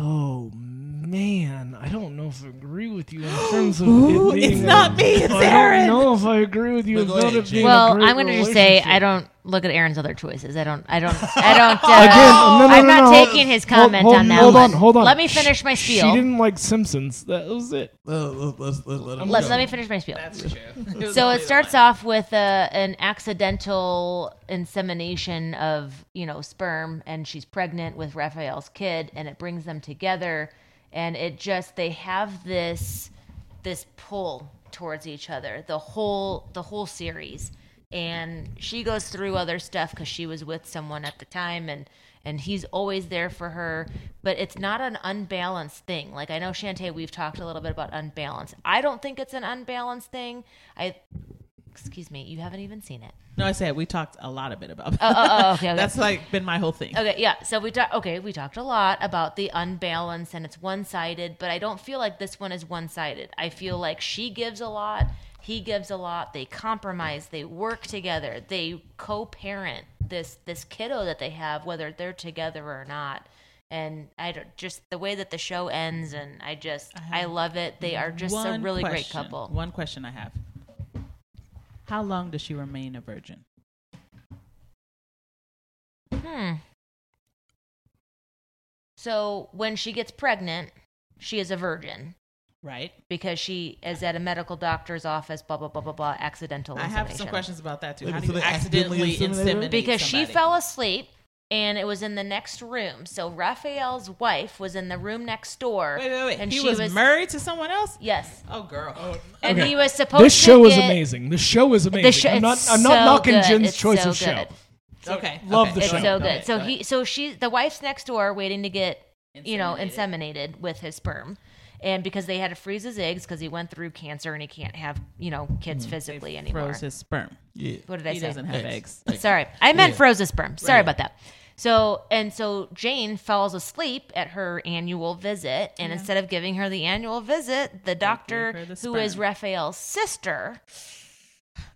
C: Oh man, I don't know if I agree with you in terms of
B: Ooh,
C: it being
B: it's
C: a-
B: not me, it's
C: I
B: Aaron.
C: don't know if I agree with you
A: But go
C: about
A: ahead,
C: it being
A: Jane.
C: a
D: Well,
C: great
D: I'm going to just say
C: relationship.
D: I don't look at Aaron's other choices. I don't. I don't. I don't. Uh,
C: Again, no, no,
D: I'm
C: no,
D: not
C: no, hold-
D: taking his
C: hold-
D: comment
C: hold-
D: on that.
C: Hold on,
D: one.
C: hold on.
D: Let me
C: Sh-
D: finish my
C: She
D: spiel.
C: didn't like Simpsons. That was it.
A: Uh, let- let's- let- let him
D: Let,
A: go.
D: let me finish my spiel. so it starts off with a, an accidental insemination of you know sperm, and she's pregnant with Raphael's kid, and it brings them together, and it just they have this this pull towards each other the whole the whole series, and she goes through other stuff because she was with someone at the time, and and he's always there for her but it's not an unbalanced thing like i know shantae we've talked a little bit about unbalance i don't think it's an unbalanced thing i excuse me you haven't even seen it
B: No, I said we talked a lot a bit about.
D: oh, oh, okay, Oh, okay.
B: That's like been my whole thing.
D: okay yeah so we talked okay we talked a lot about the unbalance and it's one-sided but i don't feel like this one is one-sided i feel like she gives a lot he gives a lot they compromise they work together they co-parent this this kiddo that they have whether they're together or not and i don't just the way that the show ends and i just i, love it they are just a
B: One
D: really great
B: question-
D: couple
B: One question I have: How long does she remain a virgin?
D: Hmm. So when she gets pregnant, she is a virgin
B: Right.
D: because she is at a medical doctor's office. Blah blah blah blah blah. Accidental.
B: I have some
D: insemination.
B: questions about that too.
A: Wait,
B: How do
A: so
B: you
A: they accidentally
B: accidentally
A: inseminate her?
B: inseminate?
D: because she
B: somebody?
D: fell asleep and it was in the next room. So Raphael's wife was in the room next door.
B: Wait, wait, wait.
D: And
B: he
D: she
B: was, married to someone else.
D: Yes.
B: Oh, girl.
D: And
C: Okay.
D: he was supposed.
C: This show
D: to
C: is
D: get-
C: amazing. This show is amazing.
D: show-
C: I'm not.
D: it's
C: I'm
D: so
C: not knocking
D: good.
C: Jen's
D: It's
C: choice
D: so
C: of show.
D: good.
B: Okay.
C: Love the
D: It's
C: show.
D: so
C: Go
D: good. So he, so she, the wife's next door waiting to get, you know, inseminated with his sperm, and because they had to freeze his eggs because he went through cancer and he can't have, you know, kids physically anymore.
B: Mm. froze his sperm.
A: Yeah.
D: What did I
B: he
D: say?
B: doesn't have
A: Eggs.
B: eggs.
D: Sorry, I meant froze his sperm. Sorry about that. So and so Jane falls asleep at her annual visit, and instead of giving her the annual visit, the doctor,
B: her the
D: who is
B: sperm.
D: Raphael's sister,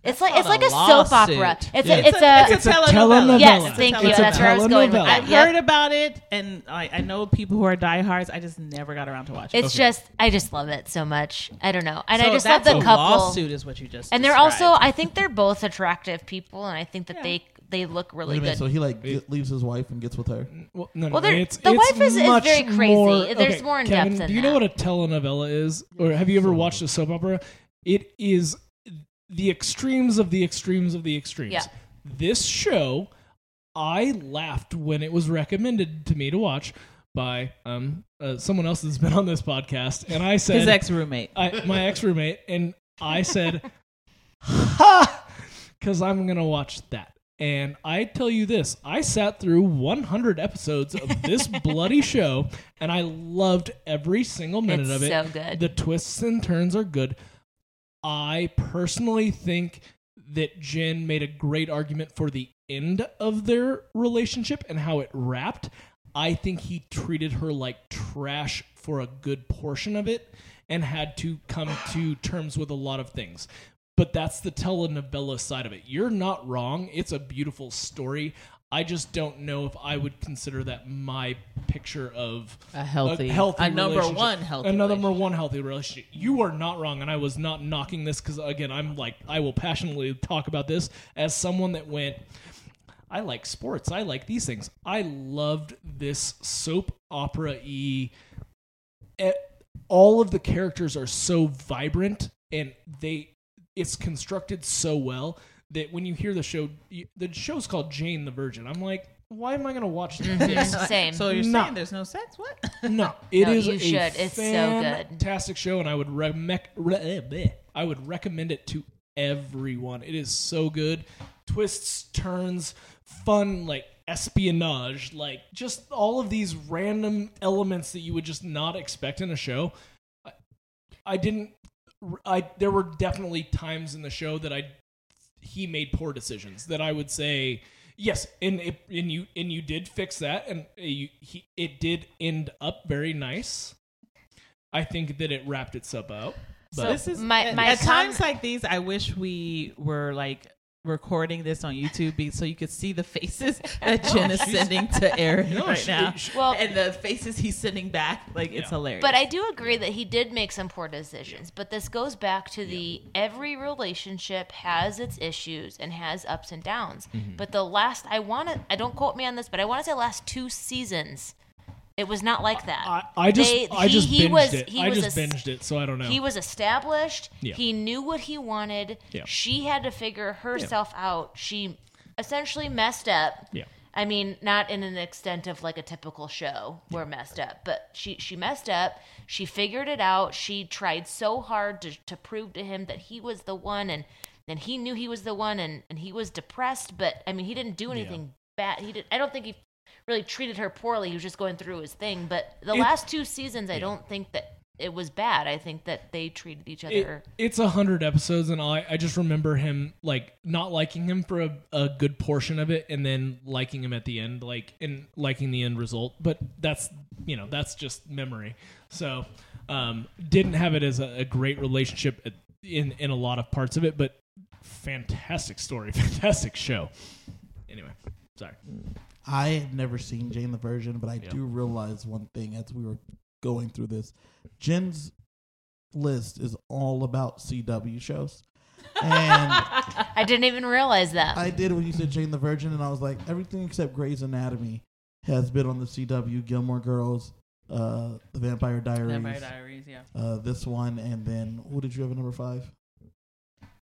D: it's like it's
B: called
D: like
B: a
D: a, soap opera.
B: lawsuit.
D: It's
A: Yeah.
D: a it's, a,
B: It's a telenovela.
D: Yes,
B: It's a
D: thank you.
B: telenovela.
D: That's where I was going with
C: telenovela.
D: that.
B: I've
D: Yep.
B: heard about it, and I, I know people who are diehards. I just never got around to watching.
D: It's just I just love it so much. I don't know, and
B: So
D: I just love
B: that's
D: the
B: a
D: couple.
B: Lawsuit is what you just.
D: And they're
B: described.
D: also I think they're both attractive people, and I think that they they look
A: Wait
D: really
A: a minute.
D: good.
A: So he like get- leaves his wife and gets with her.
C: Well, no,
D: Well,
C: no,
D: there-
C: it's,
D: the
C: it's
D: wife is- is
C: much
D: very crazy.
C: more-
D: There's
C: okay,
D: more in
C: Kevin,
D: depth in
C: Do you know
D: that.
C: what a telenovela is, or have you ever watched a soap opera? It is the extremes of the extremes of the extremes.
D: Yeah.
C: This show, I laughed when it was recommended to me to watch by um uh, someone else that's been on this podcast, and I said
B: his ex roommate.
C: I, my ex roommate, and I said, "Ha," because I'm gonna watch that. And I tell you this, I sat through 100 episodes of this bloody show, and I loved every single minute
D: It's
C: of it.
D: so good.
C: The twists and turns are good. I personally think that Jen made a great argument for the end of their relationship and how it wrapped. I think he treated her like trash for a good portion of it and had to come to terms with a lot of things. But that's the telenovela side of it. You're not wrong. It's a beautiful story. I just don't know if I would consider that my picture of
B: A healthy,
C: a, healthy
B: a number
C: relationship.
B: one healthy.
C: a number
B: relationship.
C: one healthy relationship. You are not wrong, and I was not knocking this because again, I'm like I will passionately talk about this as someone that went. I like sports. I like these things. I loved this soap opera y. All of the characters are so vibrant, and they it's constructed so well that when you hear the show, you, the show's called Jane the Virgin. I'm like, why am I going to watch this?
D: Same.
B: So you're
C: No.
B: saying there's no sex? What?
C: No, it
D: No,
C: is
D: you
C: a
D: should. It's so good.
C: fantastic show, and I would re- mec- re- eh, bleh. I would recommend it to everyone. It is so good. Twists, turns, fun, like espionage, like just all of these random elements that you would just not expect in a show. I, I didn't. I there were definitely times in the show that I he made poor decisions that I would say yes, and it, and you and you did fix that, and uh, you, he it did end up very nice. I think that it wrapped itself out. But
B: So this is
D: My-
B: at,
D: my
B: at times
D: com-
B: like these. I wish we were like recording this on YouTube be- so you could see the faces that Jen is sending to Aaron
C: No,
B: right
C: she-
B: now,
C: she-
D: Well-
B: and the faces he's sending back. Like
C: Yeah.
B: it's hilarious.
D: But I do agree that he did make some poor decisions. But this goes back to the every relationship has its issues and has ups and downs.
C: Mm-hmm.
D: But the last, I want to, I don't quote me on this, but I want to say last two seasons, it was not like that.
C: I, I just
D: They-
C: I just binged
D: was-
C: it.
D: he
C: I
D: was
C: just
D: a s-
C: binged it, so I don't know.
D: He was established.
C: Yeah.
D: He knew what he wanted.
C: Yeah.
D: She had to figure herself out. She essentially messed up.
C: Yeah.
D: I mean, not in an extent of like a typical show where messed up, but she she messed up. She figured it out. She tried so hard to to prove to him that he was the one, and and he knew he was the one, and and he was depressed. But I mean, he didn't do anything bad. He did. I don't think he really treated her poorly. He was just going through his thing. But the
C: It-
D: last two seasons, I don't think that it was bad. I think that they treated each
C: It-
D: other.
C: it's a hundred episodes, and I, I just remember him like not liking him for a, a good portion of it, and then liking him at the end, like and liking the end result. But that's you know that's just memory. So um, didn't have it as a, a great relationship at- in in a lot of parts of it, but fantastic story, fantastic show. Anyway, sorry.
A: I had never seen Jane the Virgin, but I do realize one thing as we were going through this. Jen's list is all about CW shows. And
D: I didn't even realize that.
A: I did when you said Jane the Virgin, and I was like, everything except Grey's Anatomy has been on the CW, Gilmore Girls, uh, The Vampire Diaries,
B: Vampire Diaries. Yeah,
A: Uh, this one, and then what did you have at number five?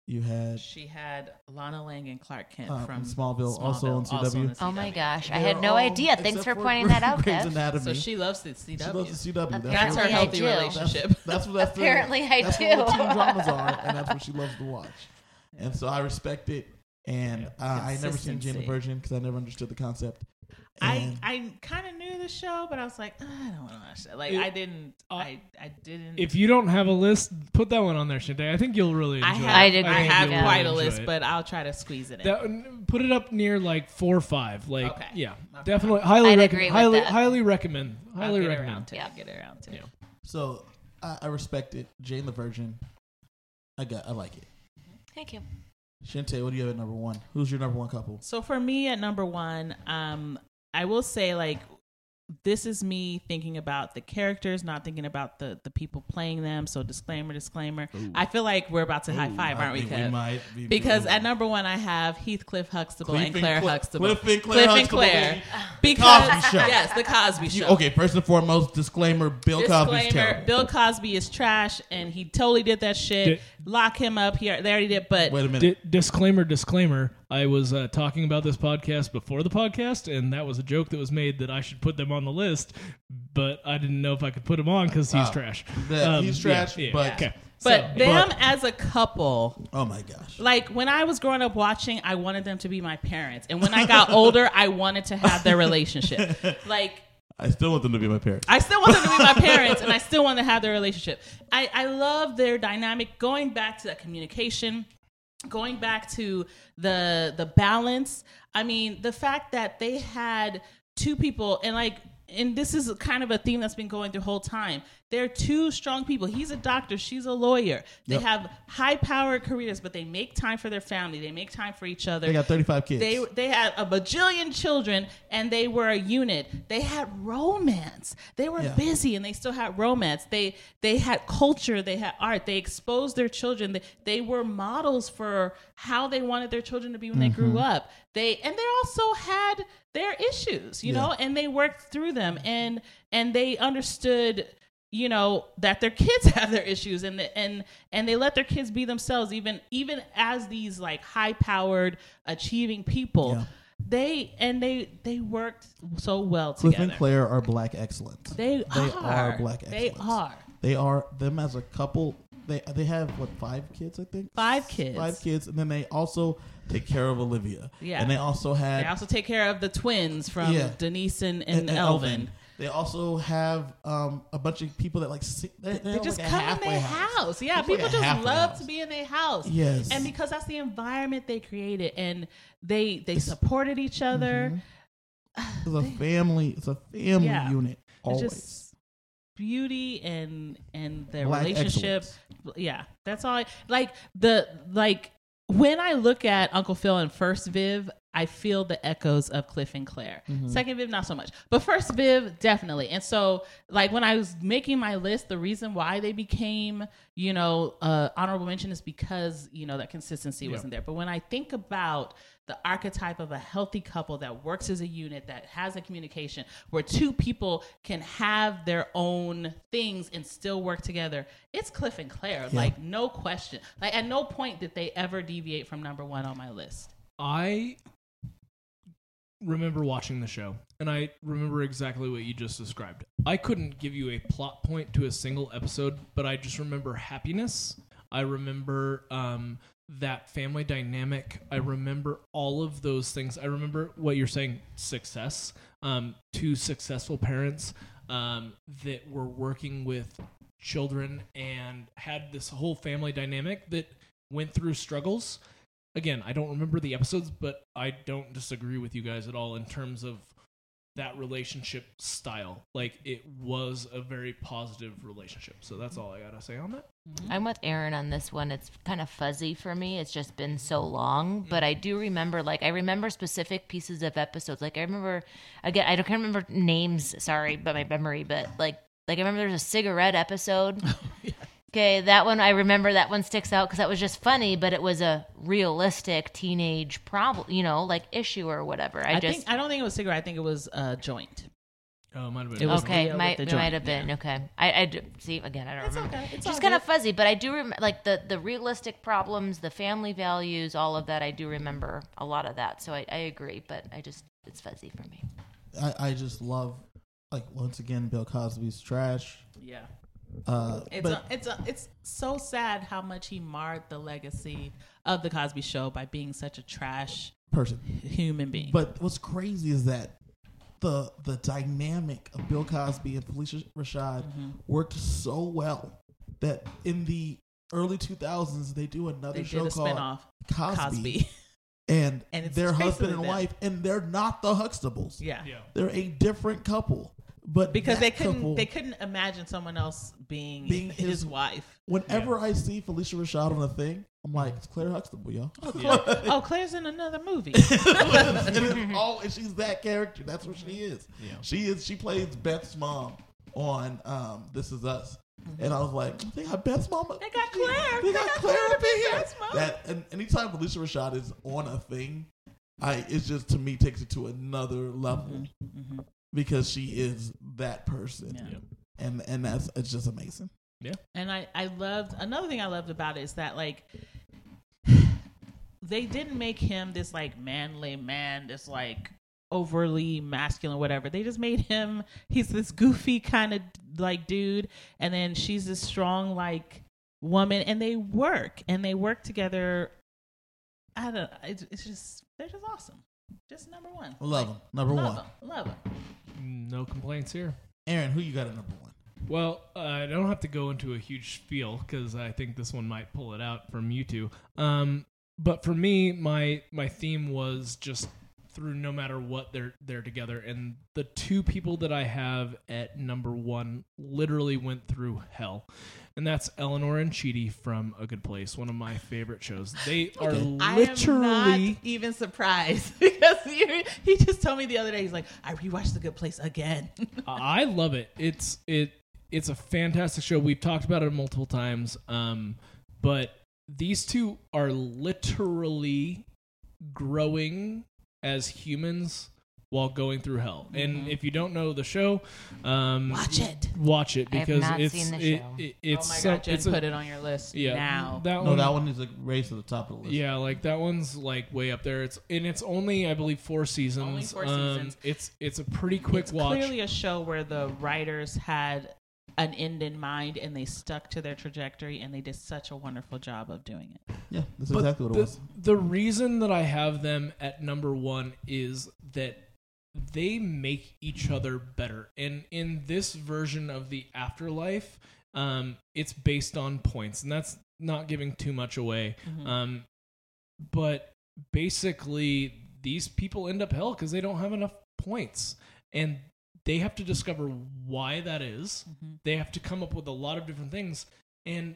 A: You had
B: she had Lana Lang and Clark Kent
A: Uh,
B: from
A: Smallville, also on CW.
B: on the
D: oh my
B: CW.
D: gosh, I
A: They're
D: had no
A: all-
D: idea. Thanks
A: except
D: for pointing that out,
A: Grey's
D: Kev.
A: Anatomy.
B: So she loves the CW.
A: She loves the CW. what-
B: That's her
D: Apparently I
B: healthy
D: do.
B: relationship.
A: That's what that's the-
D: Apparently I
A: that's
D: do.
A: what the teen dramas are, and that's what she loves to watch. And so I respect it. And uh, I never seen Jane the
B: Consistency.
A: Virgin because I never understood the concept.
B: I
A: And
B: I kind of knew the show, but I was like, "Ah, I don't want to watch that. Like
C: It-
B: I didn't.
C: uh,
B: I I didn't.
C: If you don't have a list, put that one on there, Shante. I think you'll really enjoy
B: I
C: it.
B: have,
D: I
B: I,
D: did agree.
C: think
B: have
C: you'll really
B: quite a
C: enjoy
B: list,
C: it.
B: but I'll try to squeeze it in.
C: That, put it up near like four or five. Like
B: Okay.
C: yeah, definitely highly
D: I'd
C: recom-
D: agree with
C: highly
D: that.
C: highly recommend.
B: I'll
C: Highly
B: get around
C: recommend.
B: to it.
D: Yeah.
B: Get around to it.
C: Yeah.
A: so I, I respect it. Jane the Virgin. I got. I like it.
D: Thank you.
A: Shante, what do you have at number one? Who's your number one couple?
B: So for me at number one, um, I will say like this is me thinking about the characters, not thinking about the the people playing them. So disclaimer, disclaimer. I feel like we're about to high five, aren't we, Kev?
A: might be
B: Because at number one, I have Heathcliff Huxtable
A: Cliff
B: and
A: and
B: Claire
A: Cl-
B: Huxtable.
A: Cliff and Claire Huxtable,
B: Claire.
A: baby.
B: Because
A: Cosby Show.
B: yes, the Cosby Show.
A: okay, first and foremost, disclaimer: Bill Cosby's
B: Disclaimer:
A: terrible.
B: Bill Cosby is trash, and he totally did that shit.
C: Did-
B: Lock him up. He they already did, but
A: Wait a minute.
C: Di- disclaimer, disclaimer. I was uh, talking about this podcast before the podcast, and that was a joke that was made that I should put them on the list, but I didn't know if I could put him on because he's
A: Oh.
C: trash. Um,
A: That- he's trash, but-
B: but
C: So-
B: them as a couple,
A: oh my gosh!
B: like when I was growing up watching, I wanted them to be my parents, and when I got older, I wanted to have their relationship. Like
A: I still want them to be my parents.
B: I still want them to be my parents, and I still want to have their relationship. I, I love their dynamic. Going back to that communication, going back to the the balance. I mean, the fact that they had two people, and like and this is kind of a theme that's been going the whole time. They're two strong people. He's a doctor, she's a lawyer. They
A: Yep.
B: have high powered careers, but they make time for their family. They make time for each other.
A: They got 35 kids.
B: They they had a bajillion children and they were a unit. They had romance. They were
A: Yeah.
B: busy and they still had romance. They they had culture. They had art. They exposed their children. They, they were models for how they wanted their children to be when they
A: Mm-hmm.
B: grew up. They and they also had their issues, you
A: Yeah.
B: know, and they worked through them and and they understood you know that their kids have their issues and the, and and they let their kids be themselves even even as these like high powered achieving people
A: Yeah.
B: they and they they worked so well
A: Cliff
B: together
A: and Claire are black excellence.
B: they,
A: they
B: are,
A: are black
B: they
A: excellence.
B: are
A: They are them as a couple. They they have what five kids I think
B: Five kids.
A: five kids and then they also take care of Olivia
B: Yeah.
A: and they also
B: they
A: had
B: also take care of the twins from
A: Yeah.
B: denise and,
A: and-
B: and,
A: and
B: elvin,
A: They also have um, a bunch of people that like si- they,
B: They just come in their house. Yeah,
A: It's like
B: people
A: a
B: just
A: halfway
B: love
A: house.
B: to be in their house.
A: Yes.
B: and because that's the environment they created, and they they supported each other.
A: Mm-hmm. It's a family. It's a family
B: Yeah.
A: unit.
B: It's
A: Always.
B: just beauty and and their
A: Black
B: relationship
A: excellence.
B: yeah that's all I, like the like when i look at uncle phil and first viv i feel the echoes of cliff and claire
A: Mm-hmm.
B: second viv not so much but first viv definitely and so like when i was making my list the reason why they became you know uh honorable mention is because you know that consistency wasn't there but when i think about the archetype of a healthy couple that works as a unit that has a communication where two people can have their own things and still work together it's cliff and claire like no question like at no point did they ever deviate from number one on my list
C: I remember watching the show, and I remember exactly what you just described. I couldn't give you a plot point to a single episode, but I just remember happiness. I remember um, that family dynamic. I remember all of those things. I remember what you're saying success. Um, two successful parents um, that were working with children and had this whole family dynamic that went through struggles again, I don't remember the episodes, but I don't disagree with you guys at all in terms of that relationship style. Like it was a very positive relationship. So that's all I gotta say on that.
D: I'm with Aaron on this one. It's kind of fuzzy for me. It's just been so long, but I do remember, like, I remember specific pieces of episodes. Like, I remember, again, I don't can't remember names. Sorry, but my memory, but like, like I remember there's a cigarette episode. Okay, that one I remember. That one sticks out because that was just funny, but it was a realistic teenage problem, you know, like issue or whatever. I,
B: i,
D: just
B: think i don't think it was cigarette i think it was uh joint
C: Oh, might have
B: It
C: been.
B: was-
D: okay,
B: Leo
D: might
B: with
D: it
B: the
D: might
B: joint,
D: have been okay. I, I do, see again. I don't remember.
B: okay it's
D: It's just kind of fuzzy, but I do remember like the the realistic problems, the family values, all of that. I do remember a lot of that, so I, I agree. But I just it's fuzzy for me.
A: I, I just love like once again Bill Cosby's trash.
B: yeah
A: Uh,
B: It's
A: but
B: a, it's a, it's so sad how much he marred the legacy of the Cosby Show by being such a trash
A: person.
B: human being.
A: But what's crazy is that the the dynamic of Bill Cosby and Felicia Rashad
B: Mm-hmm.
A: worked so well that in the early 2000s they do another
B: they did
A: show
B: a
A: called
B: spinoff
A: Cosby,
B: Cosby.
A: and,
B: And it's
A: their husband
B: basically
A: and
B: them.
A: wife and they're not the Huxtables.
B: yeah.
C: yeah.
A: They're a different couple. But
B: Because
A: that
B: they couldn't
A: couple-
B: they couldn't imagine someone else being,
A: Being
B: his,
A: his-
B: wife.
A: whenever I see Felicia Rashad on a thing, I'm like, it's Claire Huxtable, yo.
B: Oh, Claire's in another movie.
A: and it's all and she's that character. That's what she is. She is she plays Beth's mom on um This Is Us. And I was like, Mm-hmm. they got Beth's mom.
B: They got Claire.
A: They
B: They
A: got
B: got
A: Claire
B: Claire
A: up in
B: to be
A: here.
B: Beth's mom.
A: That and anytime Felicia Rashad is on a thing, I it's just to me takes it to another level Mm-hmm. because she is that person.
B: Yeah.
A: And and that's it's just amazing.
B: And I, I loved another thing I loved about it is that like they didn't make him this like manly man, this like overly masculine, whatever. They just made him he's this goofy kind of like dude, and then she's this strong like woman, and they work and they work together. I don't. It's, it's just they're just awesome. Just number one.
A: Love them. Number
B: Love
A: one.
B: them. Love them.
C: No complaints here.
A: Aaron, who you got at number one?
C: Well, uh, I don't have to go into a huge spiel because I think this one might pull it out from you two. Um, but for me, my my theme was just through no matter what they're they're together and the two people that I have at number 1 literally went through hell. And that's Eleanor and Chidi from A Good Place, one of my favorite shows. They are literally
B: I am not even surprised because you, he just told me the other day. He's like, I rewatched The Good Place again.
C: I love it. It's it it's a fantastic show. We've talked about it multiple times. Um, but these two are literally growing as humans while going through hell.
B: Mm-hmm.
C: And if you don't know the show, um,
B: Watch it.
C: Watch it
D: I have
C: because
D: not
C: it's
D: seen the
C: it-
D: show.
C: it- it's
B: oh my
C: so-
B: God, Jen,
C: it's a-
B: put it on your list
C: yeah
B: now.
C: that
A: No,
C: one
A: that one is like raised to the top of the list.
C: Oh, um, yeah, like that one's like way up there. It's and it's only I believe four seasons.
B: Only four
C: Um,
B: seasons.
C: It's it's a pretty quick watch.
B: Clearly, a show where the writers had an end in mind and they stuck to their trajectory and they did such a wonderful job of doing it.
A: Yeah, that's
C: But
A: exactly what
C: the,
A: it was.
C: The reason that I have them at number one is that they make each other better. And in this version of the afterlife, um, it's based on points, and that's not giving too much away.
B: Mm-hmm.
C: Um, but basically, these people end up hell because they don't have enough points, and they have to discover why that is.
B: Mm-hmm.
C: They have to come up with a lot of different things, and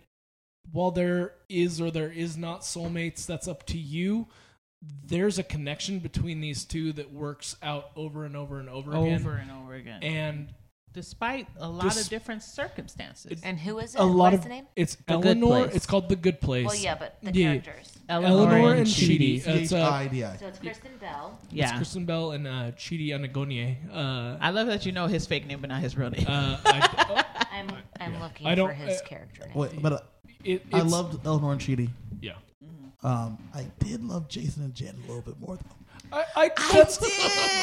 C: while there is or there is not soulmates, that's up to you. There's a connection between these two that works out over and over Oh, and over,
B: Over
C: again.
B: and over again,
C: And
B: despite a lot
C: Dis-
B: of different circumstances.
D: And who is it?
C: a lot
D: What's
C: of
D: the name?
C: it's
B: The Good
C: Eleanor.
B: Place.
C: It's called the Good Place.
D: Well, yeah, but the
C: Yeah.
D: characters.
C: Eleanor, and
B: Chidi.
C: Chidi. Uh, It's, uh,
A: IDI.
D: So it's Kristen Bell.
C: it's
B: Yeah,
C: Kristen Bell and uh, Chidi Anagonye. Uh,
B: I love that you know his fake name but not his real name.
C: uh, I,
D: I'm I'm looking
C: I
D: for
C: don't-
D: his
C: uh,
D: character name.
A: Wait, but uh,
C: it,
A: I
C: it's-
A: loved Eleanor and Chidi.
C: Yeah.
A: Um, I did love Jason and Jen a little bit more though.
C: I, I, that's,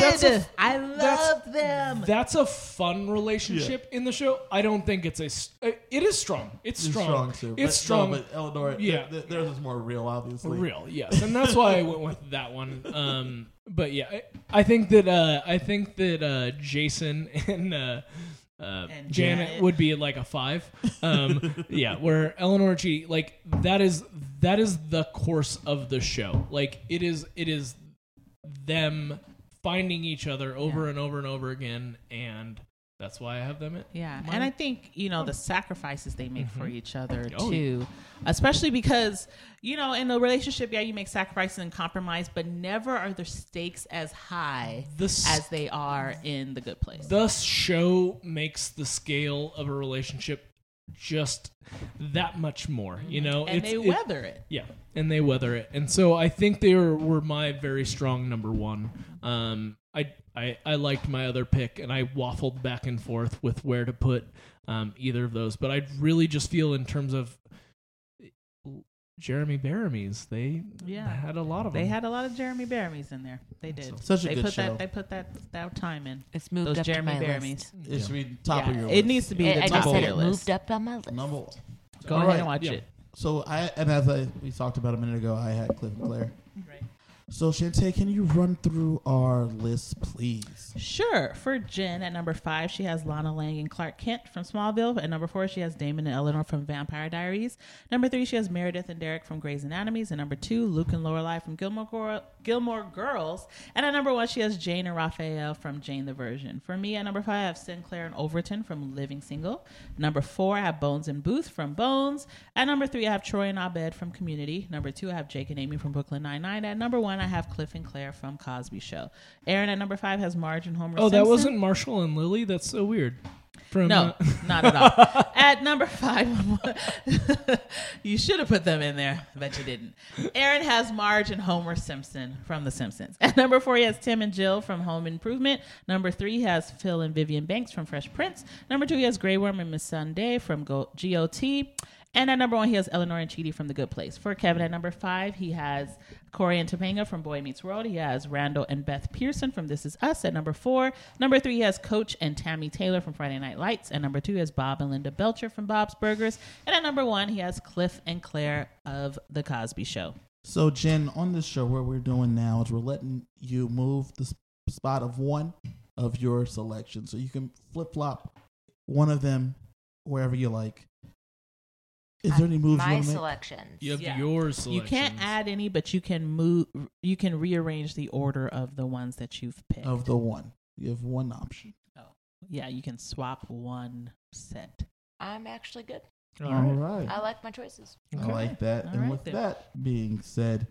C: that's a
B: did. I love
D: Um,
B: them.
C: That's a fun relationship in the show. I don't think it's a. s- uh, It is strong. It's
A: It's
C: strong.
A: too. But- no,
C: It's strong.
A: but Eleanor,
C: Yeah.
A: yeah, theirs is more real, obviously.
C: real, yes, and that's why I went with that one. Um, but yeah, I, I think that uh, I think that uh, Jason and. Uh, uh,
B: And
C: Janet,
B: Janet.
C: would be like a five. Um, yeah, where Eleanor G, like that is that is the course of the show. Like it is it is them finding each other over and over and over again, and that's why I have them at
B: Yeah,
C: Mine-
B: and I think you know the sacrifices they make for each other
C: Oh, yeah.
B: too, especially because you know in a relationship, yeah, you make sacrifices and compromise, but never are the stakes as high
C: the s-
B: as they are in the good place.
C: the show makes the scale of a relationship just that much more you know
B: Mm-hmm. and
C: It's-
B: they
C: it-
B: weather it.
C: yeah and they weather it and so i think they were, were my very strong number one um I, I i liked my other pick and i waffled back and forth with where to put um either of those but i really just feel in terms of jeremy Baramies, they
B: Yeah.
C: had a lot of
B: They
C: them.
B: had a lot of Jeremy Baramies in there. They did.
A: Such a
B: they
A: good
B: put
A: show.
B: That, they put that that time in.
D: It's moved
B: Those
D: up
B: Jeremy
D: to my
B: Baramies.
D: list.
A: It should be top of
B: Yeah,
A: your list.
B: It needs to be
D: I,
B: the
D: I
B: top
D: just
B: of
D: said
A: Number
B: your
D: it
A: one.
B: list.
D: moved up on my list.
A: Number one.
B: Go
A: All
B: ahead
A: right,
B: and watch
C: yeah.
B: it.
A: So I and as I we talked about a minute ago, I had Cliff and Claire. So Shantae, can you run through our list, please?
B: Sure. For Jen at number five, she has Lana Lang and Clark Kent from Smallville. At number four, she has Damon and Eleanor from Vampire Diaries. Number three, she has Meredith and Derek from Grey's Anatomy. And number two, Luke and Lorelai from Gilmore, Gor- Gilmore Girls. And at number one, she has Jane and Raphael from Jane the Virgin. For me, at number five, I have Sinclair and Overton from Living Single. Number four, I have Bones and Booth from Bones. At number three, I have Troy and Abed from Community. Number two, I have Jake and Amy from Brooklyn Nine-Nine. At number one, I have Cliff and Claire from Cosby Show. Aaron at number five has Marge and Homer
C: oh that
B: Simpson.
C: wasn't marshall and lily that's so weird from uh,
B: No, not at all. At number five, you should have put them in there, but you didn't. Aaron has Marge and Homer Simpson from The Simpsons. At number four, he has Tim and Jill from Home Improvement. Number three, he has Phil and Vivian Banks from Fresh Prince. Number two, he has Grey Worm and Miss Sunday from Go- GOT. And at number one, he has Eleanor and Chidi from The Good Place. For Kevin at number five, he has Corey and Topanga from Boy Meets World. He has Randall and Beth Pearson from This Is Us at number four. Number three, he has Coach and Tammy Taylor from Friday Night Lights. And number two, he has Bob and Linda Belcher from Bob's Burgers. And at number one, he has Cliff and Claire of The Cosby Show.
A: So Jen, on this show, what we're doing now is we're letting you move the s- spot of one of your selection, so you can flip flop one of them wherever you like. Is there any moves you
D: my
A: want to make?
D: selections.
C: You have
B: Yeah.
C: yours.
B: You can't add any, but you can move. You can rearrange the order of the ones that you've picked.
A: Of the one, you have one option.
B: yeah, you can swap one set.
D: I'm actually good.
C: All
A: All
C: right.
A: right.
D: I like my choices.
A: I like that.
B: All
A: and
B: right
A: with
B: then.
A: that being said,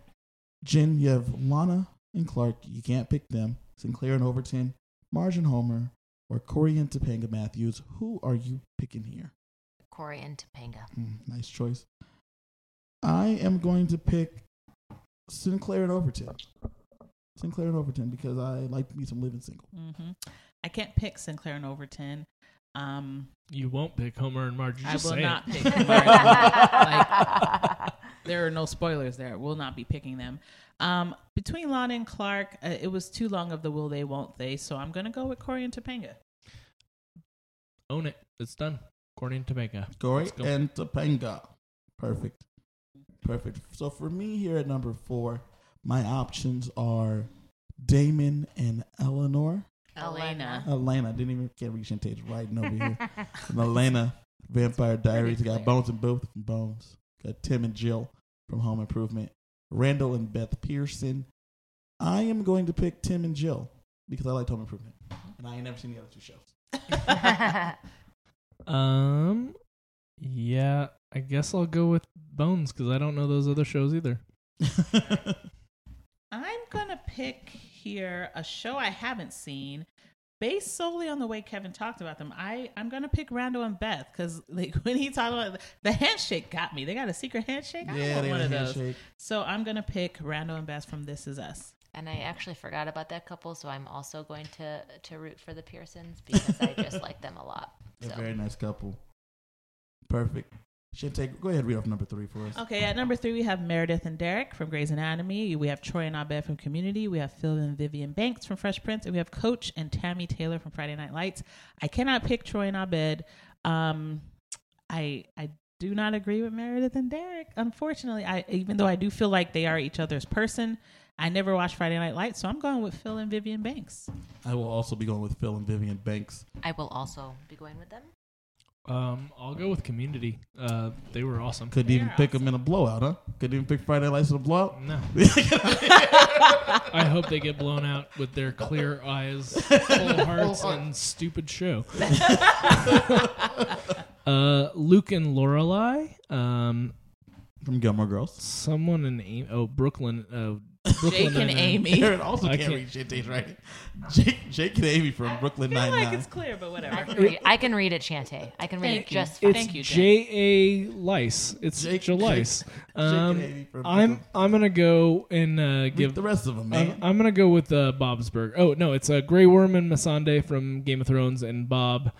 A: Jen, you have Lana and Clark. You can't pick them. Sinclair and Overton, Marge and Homer, or Corey and Topanga Matthews. Who are you picking here?
D: Corey and Topanga.
A: Mm, nice choice. I am going to pick Sinclair and Overton. Sinclair and Overton because I like me some living single.
B: Mm-hmm. I can't pick Sinclair and Overton. Um,
C: You won't pick Homer and Marge. You
B: I
C: just
B: will
C: say it.
B: not pick. Like, there are no spoilers there. We'll not be picking them. Um, between Lana and Clark, uh, it was too long of the will they, won't they. So I'm going to go with Corey and Topanga.
C: Own it. It's done. Corny and Topanga.
A: Corey
C: Let's go.
A: and Topanga. Perfect. Perfect. So for me here at number four, my options are Damon and Eleanor.
D: Elena.
A: Elena. Didn't even can't read Shantae's writing over here. And Elena, Vampire Diaries. You got
D: clear.
A: Bones and Booth from Bones. Got Tim and Jill from Home Improvement. Randall and Beth Pearson. I am going to pick Tim and Jill because I liked Home Improvement. And I ain't never seen the other two shows.
C: Um, yeah, I guess I'll go with Bones because I don't know those other shows either.
B: I'm going to pick here a show I haven't seen. Based solely on the way Kevin talked about them, I, I'm going to pick Randall and Beth because like, when he talked about the handshake got me. They got a secret handshake? I
A: yeah,
B: want
A: they
B: one
A: had a
B: of those.
A: handshake.
B: So I'm going to pick Randall and Beth from This Is Us.
D: and I actually forgot about that couple, so I'm also going to to root for the Pearsons because I just like them a lot.
A: A
D: So
A: very nice couple. Perfect. Shantae, go ahead and read off number three for us.
B: Okay, at number three, we have Meredith and Derek from Grey's Anatomy. We have Troy and Abed from Community. We have Phil and Vivian Banks from Fresh Prince. And we have Coach and Tammy Taylor from Friday Night Lights. I cannot pick Troy and Abed. Um, I, I do not agree with Meredith and Derek, unfortunately. I Even though I do feel like they are each other's person, I never watched Friday Night Lights, so I'm going with Phil and Vivian Banks.
A: I will also be going with Phil and Vivian Banks.
D: I will also be going with them.
C: Um, I'll go with Community. Uh, they were awesome.
A: Couldn't even pick them in a blowout, huh? Couldn't even pick Friday Night Lights in a blowout.
C: No, I hope they get blown out with their clear eyes, full hearts, and stupid show. uh, Luke and Lorelai. Um,
A: From Gilmore Girls.
C: someone in Amy, oh Brooklyn. Uh, Brooklyn
B: Jake and
C: Nine-Nine.
B: Amy.
A: Aaron also
C: I
A: can't,
C: can't-
A: read Shantae's writing. Jake, Jake and Amy from Brooklyn
B: I
A: Nine
B: feel like
A: Nine.
B: it's clear, but
D: I
B: whatever.
D: can read, I can read it, Shantae. I can read
B: Thank
D: it
B: you.
D: just fine.
C: It's
B: Thank you,
C: J A Lice. It's
A: Jake-
C: Jalice.
A: and
C: Um,
A: Amy from
C: I'm
A: Brooklyn.
C: I'm gonna go and uh,
A: Give
C: give.
A: the rest of them,
C: I'm,
A: man.
C: I'm gonna go with uh, Bob's Burger. Oh no, it's uh, Grey Worm and Masande from Game of Thrones, and Bob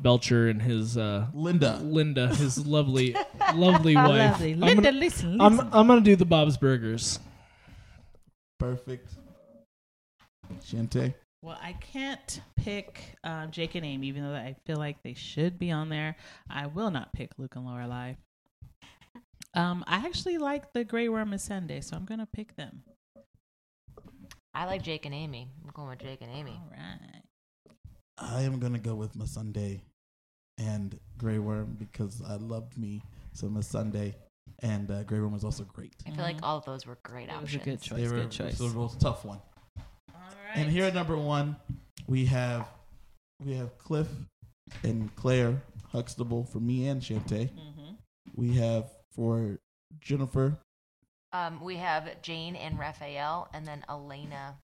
C: Belcher and his uh,
A: Linda.
C: Linda, his lovely, lovely wife.
B: Lovely.
C: I'm
B: Linda,
C: gonna-
B: listen,
C: I'm,
B: listen.
C: I'm gonna do the Bob's Burgers.
A: Perfect. Shantae.
B: Well, I can't pick um, Jake and Amy, even though I feel like they should be on there. I will not pick Luke and Lorelai. Um, I actually like the Grey Worm and Sunday, so I'm going to pick them.
D: I like Jake and Amy. I'm going with Jake and Amy.
B: All right.
A: I am gonna go with my Sunday and Grey Worm because I loved me some my Sunday, and uh, Grey Worm was also great.
D: I feel like all of those were great
B: Mm-hmm. That was a
D: options.
B: good choice.
A: They were,
B: Good choice.
A: They were both a tough one.
B: All
A: And here at number one, we have we have Cliff and Claire Huxtable for me and Shantae.
B: Mm-hmm.
A: We have for Jennifer
D: Um, we have Jane and Raphael, and then Elena.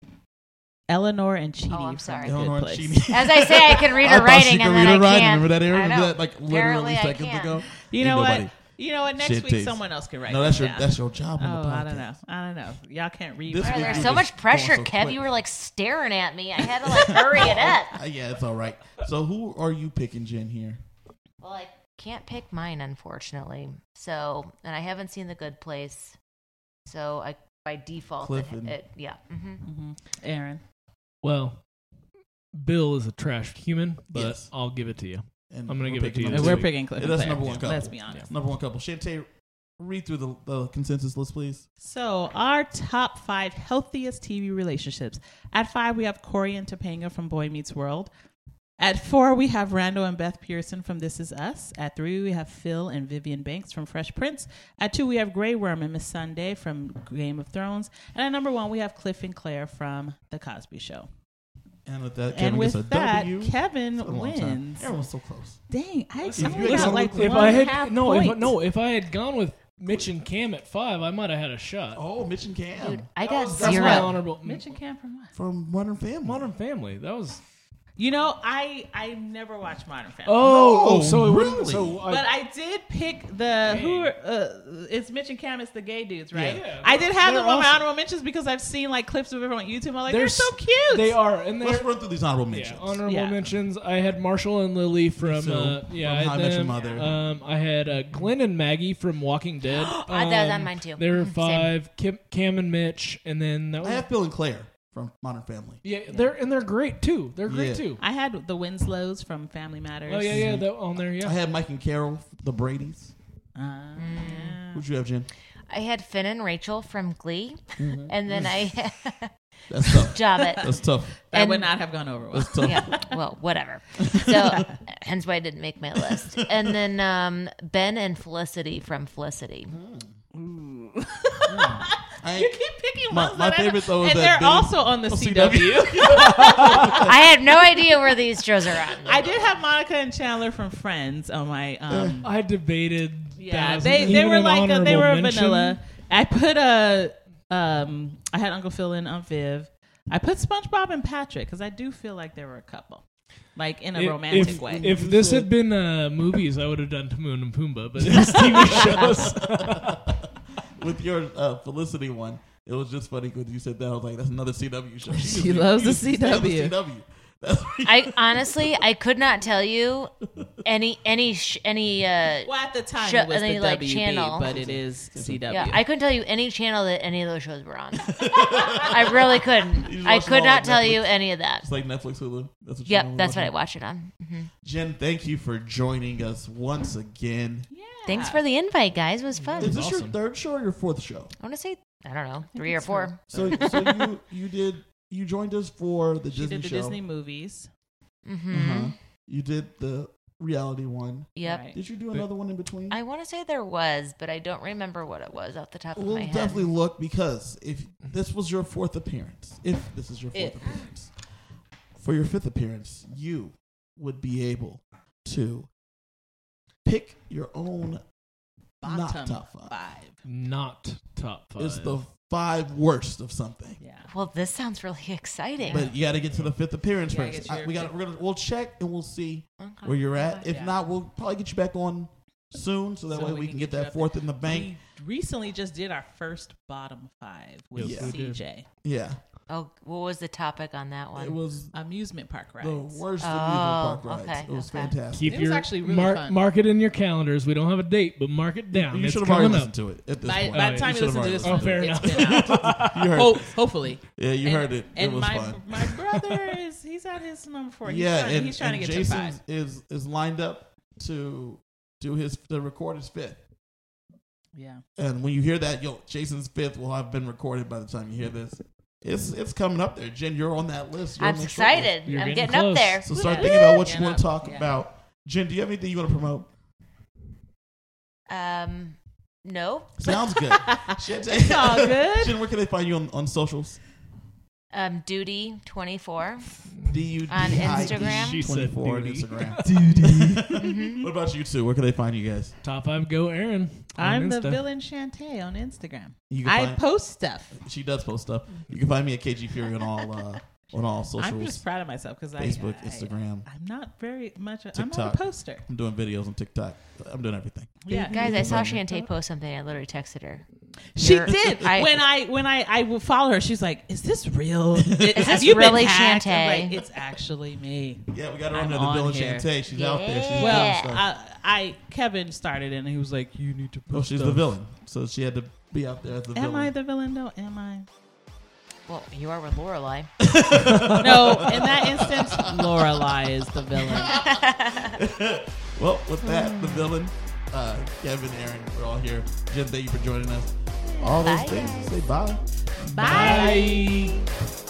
B: Eleanor and Chidi.
D: Oh, I'm
B: from
D: sorry.
B: The Good
A: Eleanor
B: Place.
A: Chini.
D: As I say, I can read
A: I
D: her
A: thought she
D: writing,
A: could
D: and
A: read
D: then I
A: her writing.
D: can't.
A: Remember that, Aaron?
D: I
A: Remember
D: know.
A: that, like
D: Apparently
A: literally
D: I
A: seconds
D: can't.
A: ago.
B: You
A: Ain't
B: know
A: nobody-
B: what? You know what? Next
A: Shit
B: week,
A: takes-
B: someone else can write.
A: No, that's
B: this
A: your
B: down.
A: that's your job.
B: Oh,
A: on the podcast.
B: I don't know. I don't know. Y'all can't read.
A: This
B: my
D: Sorry,
A: week
B: writing.
D: There's
A: we
D: so
A: just
D: much pressure,
A: going so
D: Kev.
A: quick.
D: You were like staring at me. I had to like hurry it up.
A: Uh, yeah, it's all right. So who are you picking, Jen? Here,
D: Well, I can't pick mine, unfortunately. So, and I haven't seen The Good Place. So, I by default,
A: Cliff
D: it,
A: and-
D: it, yeah. hmm
B: Mhm. Aaron.
C: Well, Bill is a trashed human, but
A: Yes.
C: I'll give it to you.
A: and
C: I'm gonna
A: we're
C: give it
A: picking
C: to you.
A: number
B: And we're
A: two.
B: picking Cliff.
A: Yeah,
B: and
A: that's
B: Claire.
A: number one
B: Let's
A: couple.
B: be honest.
A: Number one couple. Shantae, read through the, the consensus list, please.
B: So, our top five healthiest TV relationships. At five, we have Corey and Topanga from Boy Meets World. At four, we have Randall and Beth Pearson from This Is Us. At three, we have Phil and Vivian Banks from Fresh Prince. At two, we have Grey Worm and Miss Sunday from Game of Thrones. And at number one, we have Cliff and Claire from The Cosby Show.
A: And with that,
B: and
A: Kevin
B: with
A: gets a
B: that,
A: W. It's been
B: Kevin
A: a long time.
B: wins.
A: Everyone's so close.
B: Dang, I
A: Listen,
B: only
A: if you had
B: got
A: gone
B: like
A: with-
B: one
C: if I
B: half
C: had no, if,
B: point.
C: no, if I had gone with Mitch and Cam at five, I might have had a shot.
A: Oh, Mitch and Cam
D: Dude, I
C: That
D: got
C: was- That's
D: zero.
C: my honorable
B: Mitch and Cam from what?
A: from Modern Family.
C: Modern Family. That was
B: You know, I I never watched Modern Family.
C: oh,
A: No,
C: oh so it wouldn't.
A: really?
C: So
B: But
C: I,
B: I did pick the who are, uh, it's Mitch and Cam. It's the gay dudes, right?
C: Yeah. Yeah.
B: I did have
C: They're
B: them on my
C: awesome.
B: honorable mentions because I've seen like clips of everyone on YouTube. I'm like, they're,
C: They're
B: so
C: s-
B: cute.
C: they are, and they're
A: Let's run through these honorable
C: yeah,
A: mentions.
C: honorable
B: Yeah.
C: mentions. I had Marshall and Lily from
A: So,
C: uh, yeah,
A: from
C: I
A: How I
C: had
A: Met Your
C: them.
A: Mother.
C: Um, I had uh, Glenn and Maggie from Walking Dead. um,
D: I had that on mine too.
C: They were
D: Same.
C: five. Kim, Cam and Mitch, and then that
A: I
C: was
A: have Phil and Claire from Modern Family.
C: yeah. They're and they're great too. They're great
A: Yeah.
C: too.
B: I had the Winslows from Family Matters.
C: Oh yeah, yeah, that, on there. Yeah,
A: I had Mike and Carol, the Brady's.
B: Uh, yeah.
A: Who'd you have, Jen?
D: I had Finn and Rachel from Glee,
A: Mm-hmm.
D: and then I had
A: That's tough.
D: Job it.
A: That's tough.
B: That
D: And-
B: would not have gone over well.
A: That's tough.
D: yeah. Well, whatever. So, hence why I didn't make my list. And then um, Ben and Felicity from Felicity.
C: Mm-hmm.
A: I,
B: You keep picking
A: My-
B: ones
A: my
B: that I-
A: favorite, though, is
B: and
A: that
B: they're
A: Billy-
B: also on the
A: Oh,
B: CW.
D: I have no idea where these shows are on.
B: I did have Monica and Chandler from Friends on my um,
C: I debated.
B: Yeah,
C: that as
B: they
C: an-
B: they
C: even
B: were
C: an
B: like a, they
C: honorable
B: were
C: mention.
B: vanilla. I put a um I had Uncle Phil and Aunt Viv. I put SpongeBob and Patrick because I do feel like they were a couple, like in a
C: If-
B: romantic
C: if,
B: way.
C: If this had been uh, movies, I would have done Timon and Pumbaa, but it was TV shows.
A: with your uh, Felicity one, it was just funny because you said that. I was like, that's another CW show.
B: She
A: was-
B: loves
A: was-
B: the
A: she loves
B: CW.
A: CW. That's
D: I honestly, I could not tell you any any sh- any. Uh,
B: well, at the time
D: Sho-
B: it was
D: any,
B: the
D: like,
B: WB,
D: channel.
B: but it is CW.
D: yeah, I couldn't tell you any channel that any of those shows were on. I really
A: You
D: couldn't.
A: just
D: I
A: watch them
D: could
A: all
D: not
A: on
D: tell
A: Netflix.
D: you any of that.
A: it's like Netflix Hulu. That's what
D: Yep, that's what I
A: was.
D: watch it on. Mhm.
A: Jen, thank you for joining us once again.
B: Yeah.
D: Thanks for the invite, guys. It was fun.
A: Is this your
C: awesome.
A: third show or your fourth show?
D: I want to say I don't know three or four.
A: So, so you you did you joined us for the
B: she
A: Disney
B: did the
A: show.
B: Disney movies.
D: Mm-hmm.
A: You did the reality one.
D: Yep.
B: Right.
A: Did you do another one in between?
D: I want to say there was, but I don't remember what it was off the top of
A: We'll
D: my head.
A: definitely look because if this was your fourth appearance, if this is your fourth
B: If.
A: appearance, for your fifth appearance, you would be able to pick your own
B: Bottom
A: not top five.
B: five.
C: Not top five.
A: It's the five worst of something.
B: Yeah.
D: Well, this sounds really exciting.
A: But you got to get to the fifth appearance
B: You gotta
A: first.
B: get
A: I-
B: your Uh-huh.
A: we got. We're gonna. We'll check and we'll see
D: Okay.
A: where you're at. If
B: Yeah.
A: not, we'll probably get you back on soon, so that
B: So
A: way
B: we
A: we,
B: can
A: can get,
B: get you
A: that
B: up
A: fourth in the bank.
B: We recently just did our first bottom five with
A: Yes,
C: we did.
B: CJ
A: Yeah,
D: Oh, what was the topic on that
A: it
D: one?
A: was
B: amusement park rides.
A: the worst amusement
D: Oh,
A: park rides.
D: okay,
A: it was
D: okay.
A: fantastic.
C: Keep
B: It was actually really
C: mark,
B: fun.
C: mark it in your calendars. We don't have a date, but mark it down.
A: You
C: it's
A: should have already
C: coming
A: listened
C: up.
A: to it at this
B: By,
A: point.
B: by
C: Oh,
B: the time
A: you
B: you
A: should've
B: listen to this,
A: already
B: one,
C: listened to it.
B: it's
C: Oh, fair
B: been out.
A: you heard,
B: Ho- hopefully.
A: yeah, you
B: and,
A: heard it.
B: And
A: it was
B: my
A: fun.
B: my brother is he's at his number four. He's
A: yeah,
B: trying,
A: and,
B: he's trying to
A: and
B: get
A: Jason
B: to five.
A: is is lined up to do his to record his fifth.
B: Yeah,
A: And when you hear that, yo, Jason's fifth will have been recorded by the time you hear this. It's it's coming up there, Jen. You're on that list. You're
D: I'm
A: on that short list.
D: excited.
C: You're
D: I'm
C: getting
D: getting,
C: close.
D: up there.
A: So start thinking about what you
B: Yeah,
A: want
B: no,
A: to talk
B: yeah.
A: about. Jen, do you have anything you want to promote?
D: Um, no.
A: Sounds good. Jen, Jen-
B: all good.
A: Jen, where can they find you on, on socials?
D: Um, duty 24.
A: D U D
D: On
A: I D
D: Instagram?
C: She said
A: 24 on
C: duty.
A: Instagram.
C: Duty.
B: Mm-hmm.
A: What about you two? Where can they find you guys?
C: top five go, Aaron. on
B: I'm the
C: Insta.
B: villain Shantae on Instagram.
A: You can
B: I
A: find-
B: post stuff.
A: She does post stuff. You can find me at KG Fury on all uh, on all
B: I'm
A: socials.
B: just proud of myself because I
A: Facebook,
B: I-
A: Instagram.
B: I'm not very much. A, I'm not
A: TikTok.
B: a poster.
A: I'm doing videos on TikTok. I'm doing everything.
B: Yeah,
D: Guys, I saw Shantae post something. I literally texted her.
B: She
D: You're-
B: did.
D: I-
B: when I when I I will follow her, she's like, "Is this real? Is
D: this really Shantae?"
B: it's actually me.
A: Yeah, we got her
B: I'm
A: under the
B: on
A: Bill and
B: here.
A: Shantae. She's out there. She's
D: Yeah.
A: doing
B: Well,
A: stuff.
B: I, I Kevin started it and he was like, "You need to." Post
A: oh, she's the
B: stuff."
A: villain. So she had to be out there as the
B: Am
A: villain.
B: I the villain though? Am I?
D: Well, you are with Lorelai.
B: No, in that instance, Lorelai is the villain.
A: well, with that,
B: Hmm.
A: the villain, uh, Kevin, Aaron, we're all here. Jen, thank you for joining us. All those
D: Bye,
A: things.
D: guys.
A: Say bye.
B: Bye.
C: Bye.